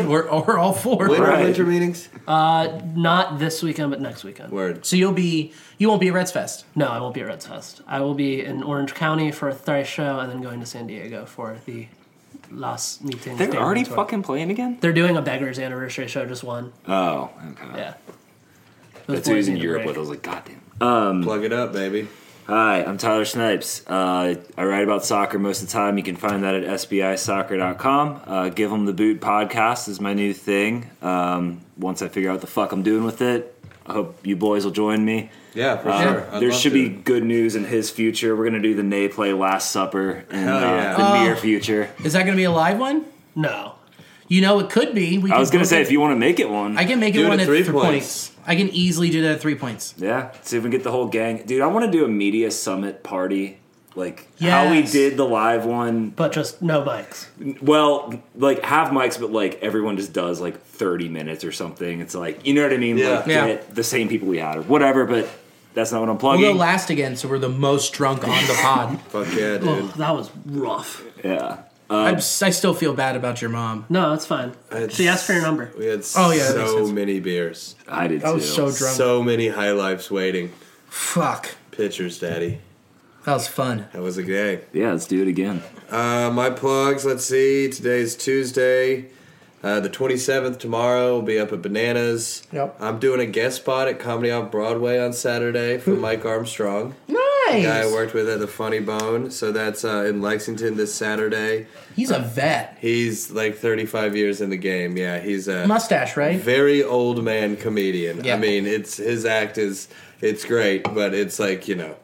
Or, or all four.
When are
Right.
winter meetings?
Not this weekend, but next weekend.
Word.
So you'll be, you won't be at Reds Fest.
No, I won't be at Reds Fest. I will be in Orange County for a Thrice show and then going to San Diego for the last meeting.
They're already fucking playing again.
They're doing a Beggar's Anniversary show, just one.
Oh. Okay.
Yeah. Those
That's who
boys
he's in
need a
Europe
break.
with. I was like, goddamn.
Plug it up, baby.
Hi, I'm Tyler Snipes. Uh, I write about soccer most of the time. You can find that at sbisoccer.com. Uh, Give 'em the boot podcast is my new thing. Um, once I figure out what the fuck I'm doing with it, I hope you boys will join me.
Yeah, for
Uh,
sure. I'd
there
love
should
to.
be good news in his future. We're gonna do the Nay play Last Supper in
Hell
uh,
yeah.
the
Oh.
near future.
Is that going to be a live one?
No.
You know, it could be. We
I
can
was gonna
book
say
it.
if you want to make it one,
I can make it
Do it
one
at
at three
three
points.
points.
I can easily do that at three points.
yeah, see if we can get the whole gang. Dude, I want to do a media summit party. Like how we
Yes.
did the live one
But just no mics.
Well, like have mics, but like everyone just does like thirty minutes or something. It's like you know what I mean.
Yeah.
Like
Yeah.
get the same people we had or whatever. But that's not what I'm plugging.
We'll go last again, so we're the most drunk on the pod.
Fuck yeah, dude.
Ugh, that was Oh, rough.
yeah,
I'm, s- I still feel bad about your mom.
No, it's fine. she asked for your number.
We had
Oh, yeah, that makes
so
sense.
many beers,
I did
I
too.
was so drunk.
so many high lifes waiting.
Fuck.
Pitchers, daddy.
That was fun.
That was a day.
yeah, let's do it again.
Uh, my plugs. Let's see. Today's Tuesday. Uh, the 27th tomorrow will be up at Bananas.
Yep.
I'm doing a guest spot at Comedy on Broadway on Saturday for Mike Armstrong,
Hmm. Nice.
guy I worked with at the Funny Bone. So that's uh, in Lexington this Saturday.
He's a vet.
He's like 35 years in the game. Yeah, he's uh, a
Mustache, right?
very old man comedian.
Yeah.
I mean, it's his act is it's great, but it's like you know,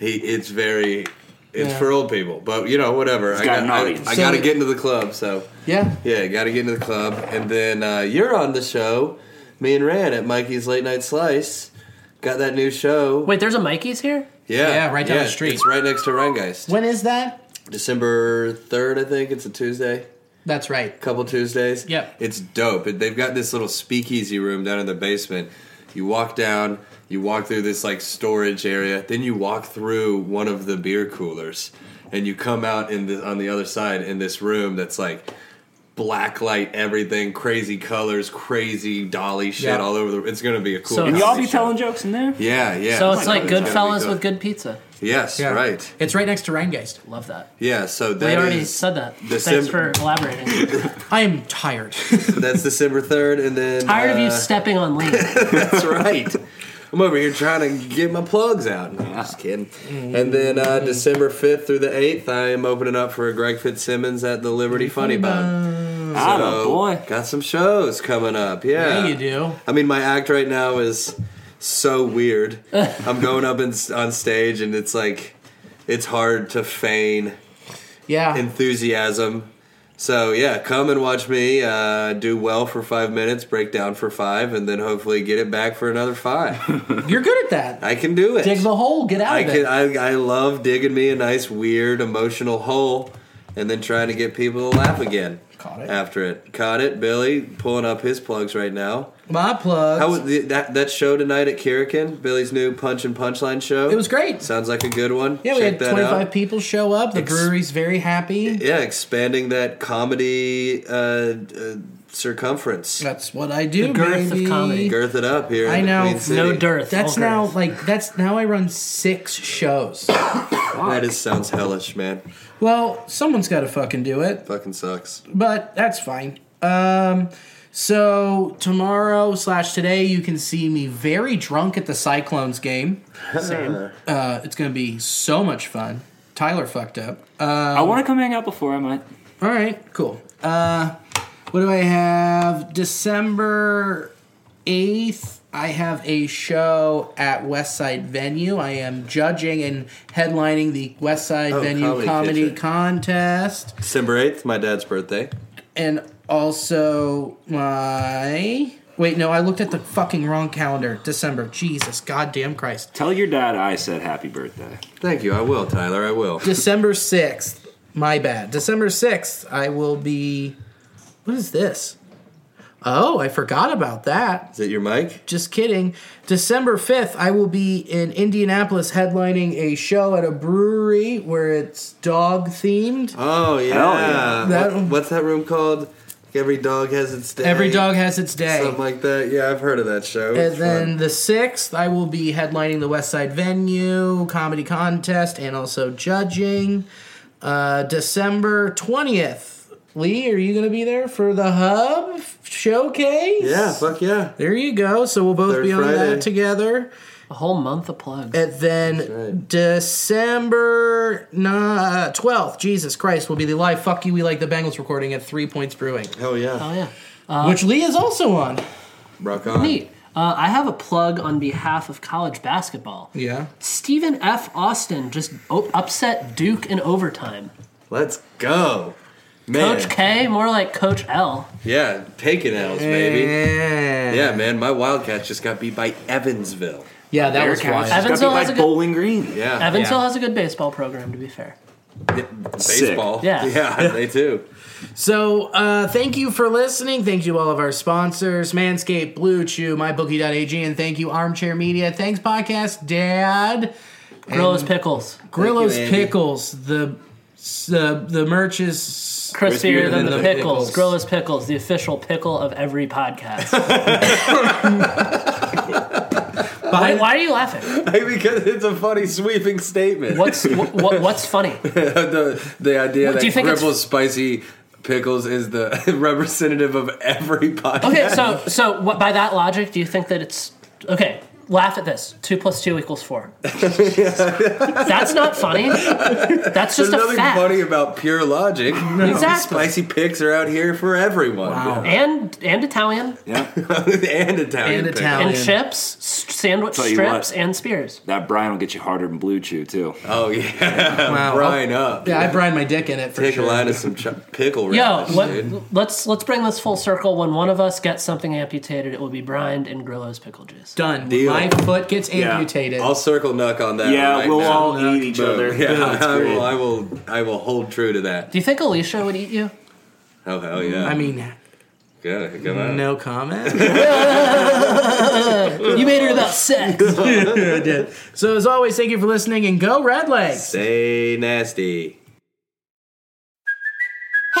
he it's very it's
Yeah.
for old people. But you know, whatever. I
got an
I,
audience.
I
So-
got to get into the club. So
Yeah.
yeah, got to get into the club, and then uh, you're on the show. Me and Ran at Mikey's Late Night Slice. Got that new show.
Wait, there's a Mikey's here?
yeah,
Yeah, right down the street.
It's right next to Rengeist.
When is that?
December third, I think it's a Tuesday.
That's right.
couple Tuesdays.
Yep.
It's dope. It- They've got this little speakeasy room down in the basement. You walk down, you walk through this like storage area, then you walk through one of the beer coolers, and you come out in the, on the other side in this room that's like black light everything, crazy colors, crazy dolly shit
Yeah.
all over the. It's gonna be a cool.
So-
And
And
y'all
comedy
be
show.
telling jokes in there?
Yeah, yeah. Oh
So it's like
gonna be
Goodfellas
dope.
with good pizza.
Yes, right.
It's right next to Rheingeist.
Love that.
Yeah, so that
We
is.
already said that.
December-
Thanks for elaborating.
I am tired.
That's December third, and then
Tired of
uh,
you stepping on Lee.
That's right. I'm over here trying to get my plugs out. No, I'm just kidding. And then uh,
Mm-hmm.
December 5th through the 8th, I am opening up for Greg Fitzsimmons at the Liberty
Mm-hmm.
Funny Bone.
Ah, boy.
Got some shows coming up. Yeah.
Yeah, you do.
I mean, my act right now is so weird. I'm going up in, on stage, and it's like, it's hard to feign
Yeah.
enthusiasm. So yeah, come and watch me uh, do well for five minutes, break down for five, and then hopefully get it back for another five.
You're good at that.
I can do it.
Dig the hole, get out
I
of
can.
it.
I, I love digging me a nice, weird, emotional hole, and then trying to get people to laugh again.
Caught it.
After it, caught it. Billy pulling up his plugs right now.
My plug.
How was the, that that show tonight at Kirikin? Billy's new Punch and Punchline show.
it was great.
Sounds like a good one.
Yeah, we
Check
had
that
25
out.
people show up. The brewery's very happy.
Yeah, expanding that comedy uh, uh, circumference.
That's what I do.
The girth of
baby.
comedy.
Girth it up here.
I
in the
know.
Queen City.
No dearth.
That's
all
now
girth.
like that's now I run six shows.
That is sounds hellish, man.
Well, someone's got to fucking do it,
Fucking sucks.
but that's fine. Um, so tomorrow slash today, you can see me very drunk at the Cyclones game. Uh, it's gonna be so much fun. Tyler fucked up. Uh,
I want to come hang out before I might.
All right, cool. Uh, what do I have? December 8th, I have a show at West Side Venue. I am judging and headlining the West Side
Oh,
Venue
Comedy
Comedy,
Kitchen.
Contest.
December eighth, my dad's birthday.
And also my. Wait, no, I looked at the fucking wrong calendar. December. Jesus, goddamn Christ.
Tell your dad I said happy birthday.
Thank you. I will, Tyler. I will.
December 6th. My bad. December 6th, I will be. What is this? Oh, I forgot about that.
Is it your mic?
Just kidding. December 5th, I will be in Indianapolis headlining a show at a brewery where it's dog themed.
Oh yeah.
Hell yeah.
That-
What- what's that room called? Every dog has its day.
Every dog has its day.
Something like that. Yeah, I've heard of that show.
And
It's
then
fun.
the 6th, I will be headlining the West Side Venue comedy contest and also judging. Uh, December 20th, Lee, are you going to be there for the Hub showcase?
yeah, fuck yeah.
There you go. So we'll both
Third
be on
Friday.
that together.
a whole month of plugs.
And then
right.
December uh, twelfth, Jesus Christ, will be the live "Fuck You, We Like the Bengals" recording at Three Points Brewing,
Hell yeah.
oh, yeah.
which Lee is also on.
Rock on.
Neat. Uh, I have a plug on behalf of college basketball.
Yeah,
Stephen F. Austin just o- upset Duke in overtime.
Let's go. Man.
Coach K, more like Coach L.
Yeah, taking L's, baby.
yeah,
Yeah, man. My Wildcats just got beat by Evansville.
yeah. That was
Bearcats
wild.
just
Evansville
got beat
has
by
a good-
Bowling Green.
Yeah.
Evansville
Yeah.
has a good baseball program, to be fair.
Sick.
Baseball.
Yeah.
Yeah, they do.
So, uh, thank you for listening. Thank you all of our sponsors: Manscaped, Blue Chew, MyBookie.ag, and thank you Armchair Media. Thanks, podcast Dad,
Grillo's Pickles.
Grillo's
Andy.
Pickles, the the the merch is
Crispier than, the,
the
pickles.
pickles.
Gorilla's Pickles, the official pickle of every podcast. why, why are you laughing?
because it's a funny sweeping statement.
What's what, what's funny?
the the idea
What, do you
that
think it's-
Cripple's Spicy Pickles is the representative of every podcast.
Okay, so so what, by that logic, do you think that it's okay? Laugh at this. Two plus two equals four. That's not funny. That's
There's
just a
nothing
fact.
funny about pure logic.
Exactly.
Spicy picks are out here for everyone.
Wow.
And and Italian
and Italian
And
picks.
Italian.
and chips, s- sandwich
Tell you what.
strips, and spears.
That Brian will get you harder than Blue Chew too.
Oh, yeah.
Wow.
Brine up.
Yeah, I brine my dick in it for
Take
sure.
a line of some ch- pickle
Yo,
relish, dude.
let, let's let's bring this full circle. When one of us gets something amputated, it will be brined in Grillo's pickle juice.
Done.
Deal.
My foot gets
Yeah.
amputated.
I'll circle nuck on that.
yeah,
one right
we'll
now.
all eat each
Boom.
other.
Yeah,
That's
I,
great.
will, I will. I will hold true to that.
Do you think Alicia would eat you?
Oh hell yeah!
I mean,
yeah, come on.
no comment.
You made her about sex.
I did. So as always, thank you for listening and go Red Legs.
Say nasty.
Hey,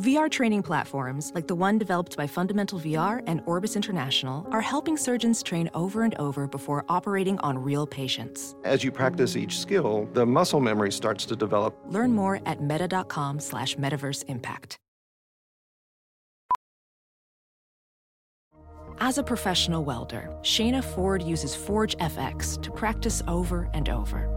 VR training platforms like the one developed by Fundamental VR and Orbis International are helping surgeons train over and over before operating on real patients.
As you practice each skill, the muscle memory starts to develop.
Learn more at meta.com slash metaverse impact. As a professional welder, Shayna Ford uses Forge FX to practice over and over,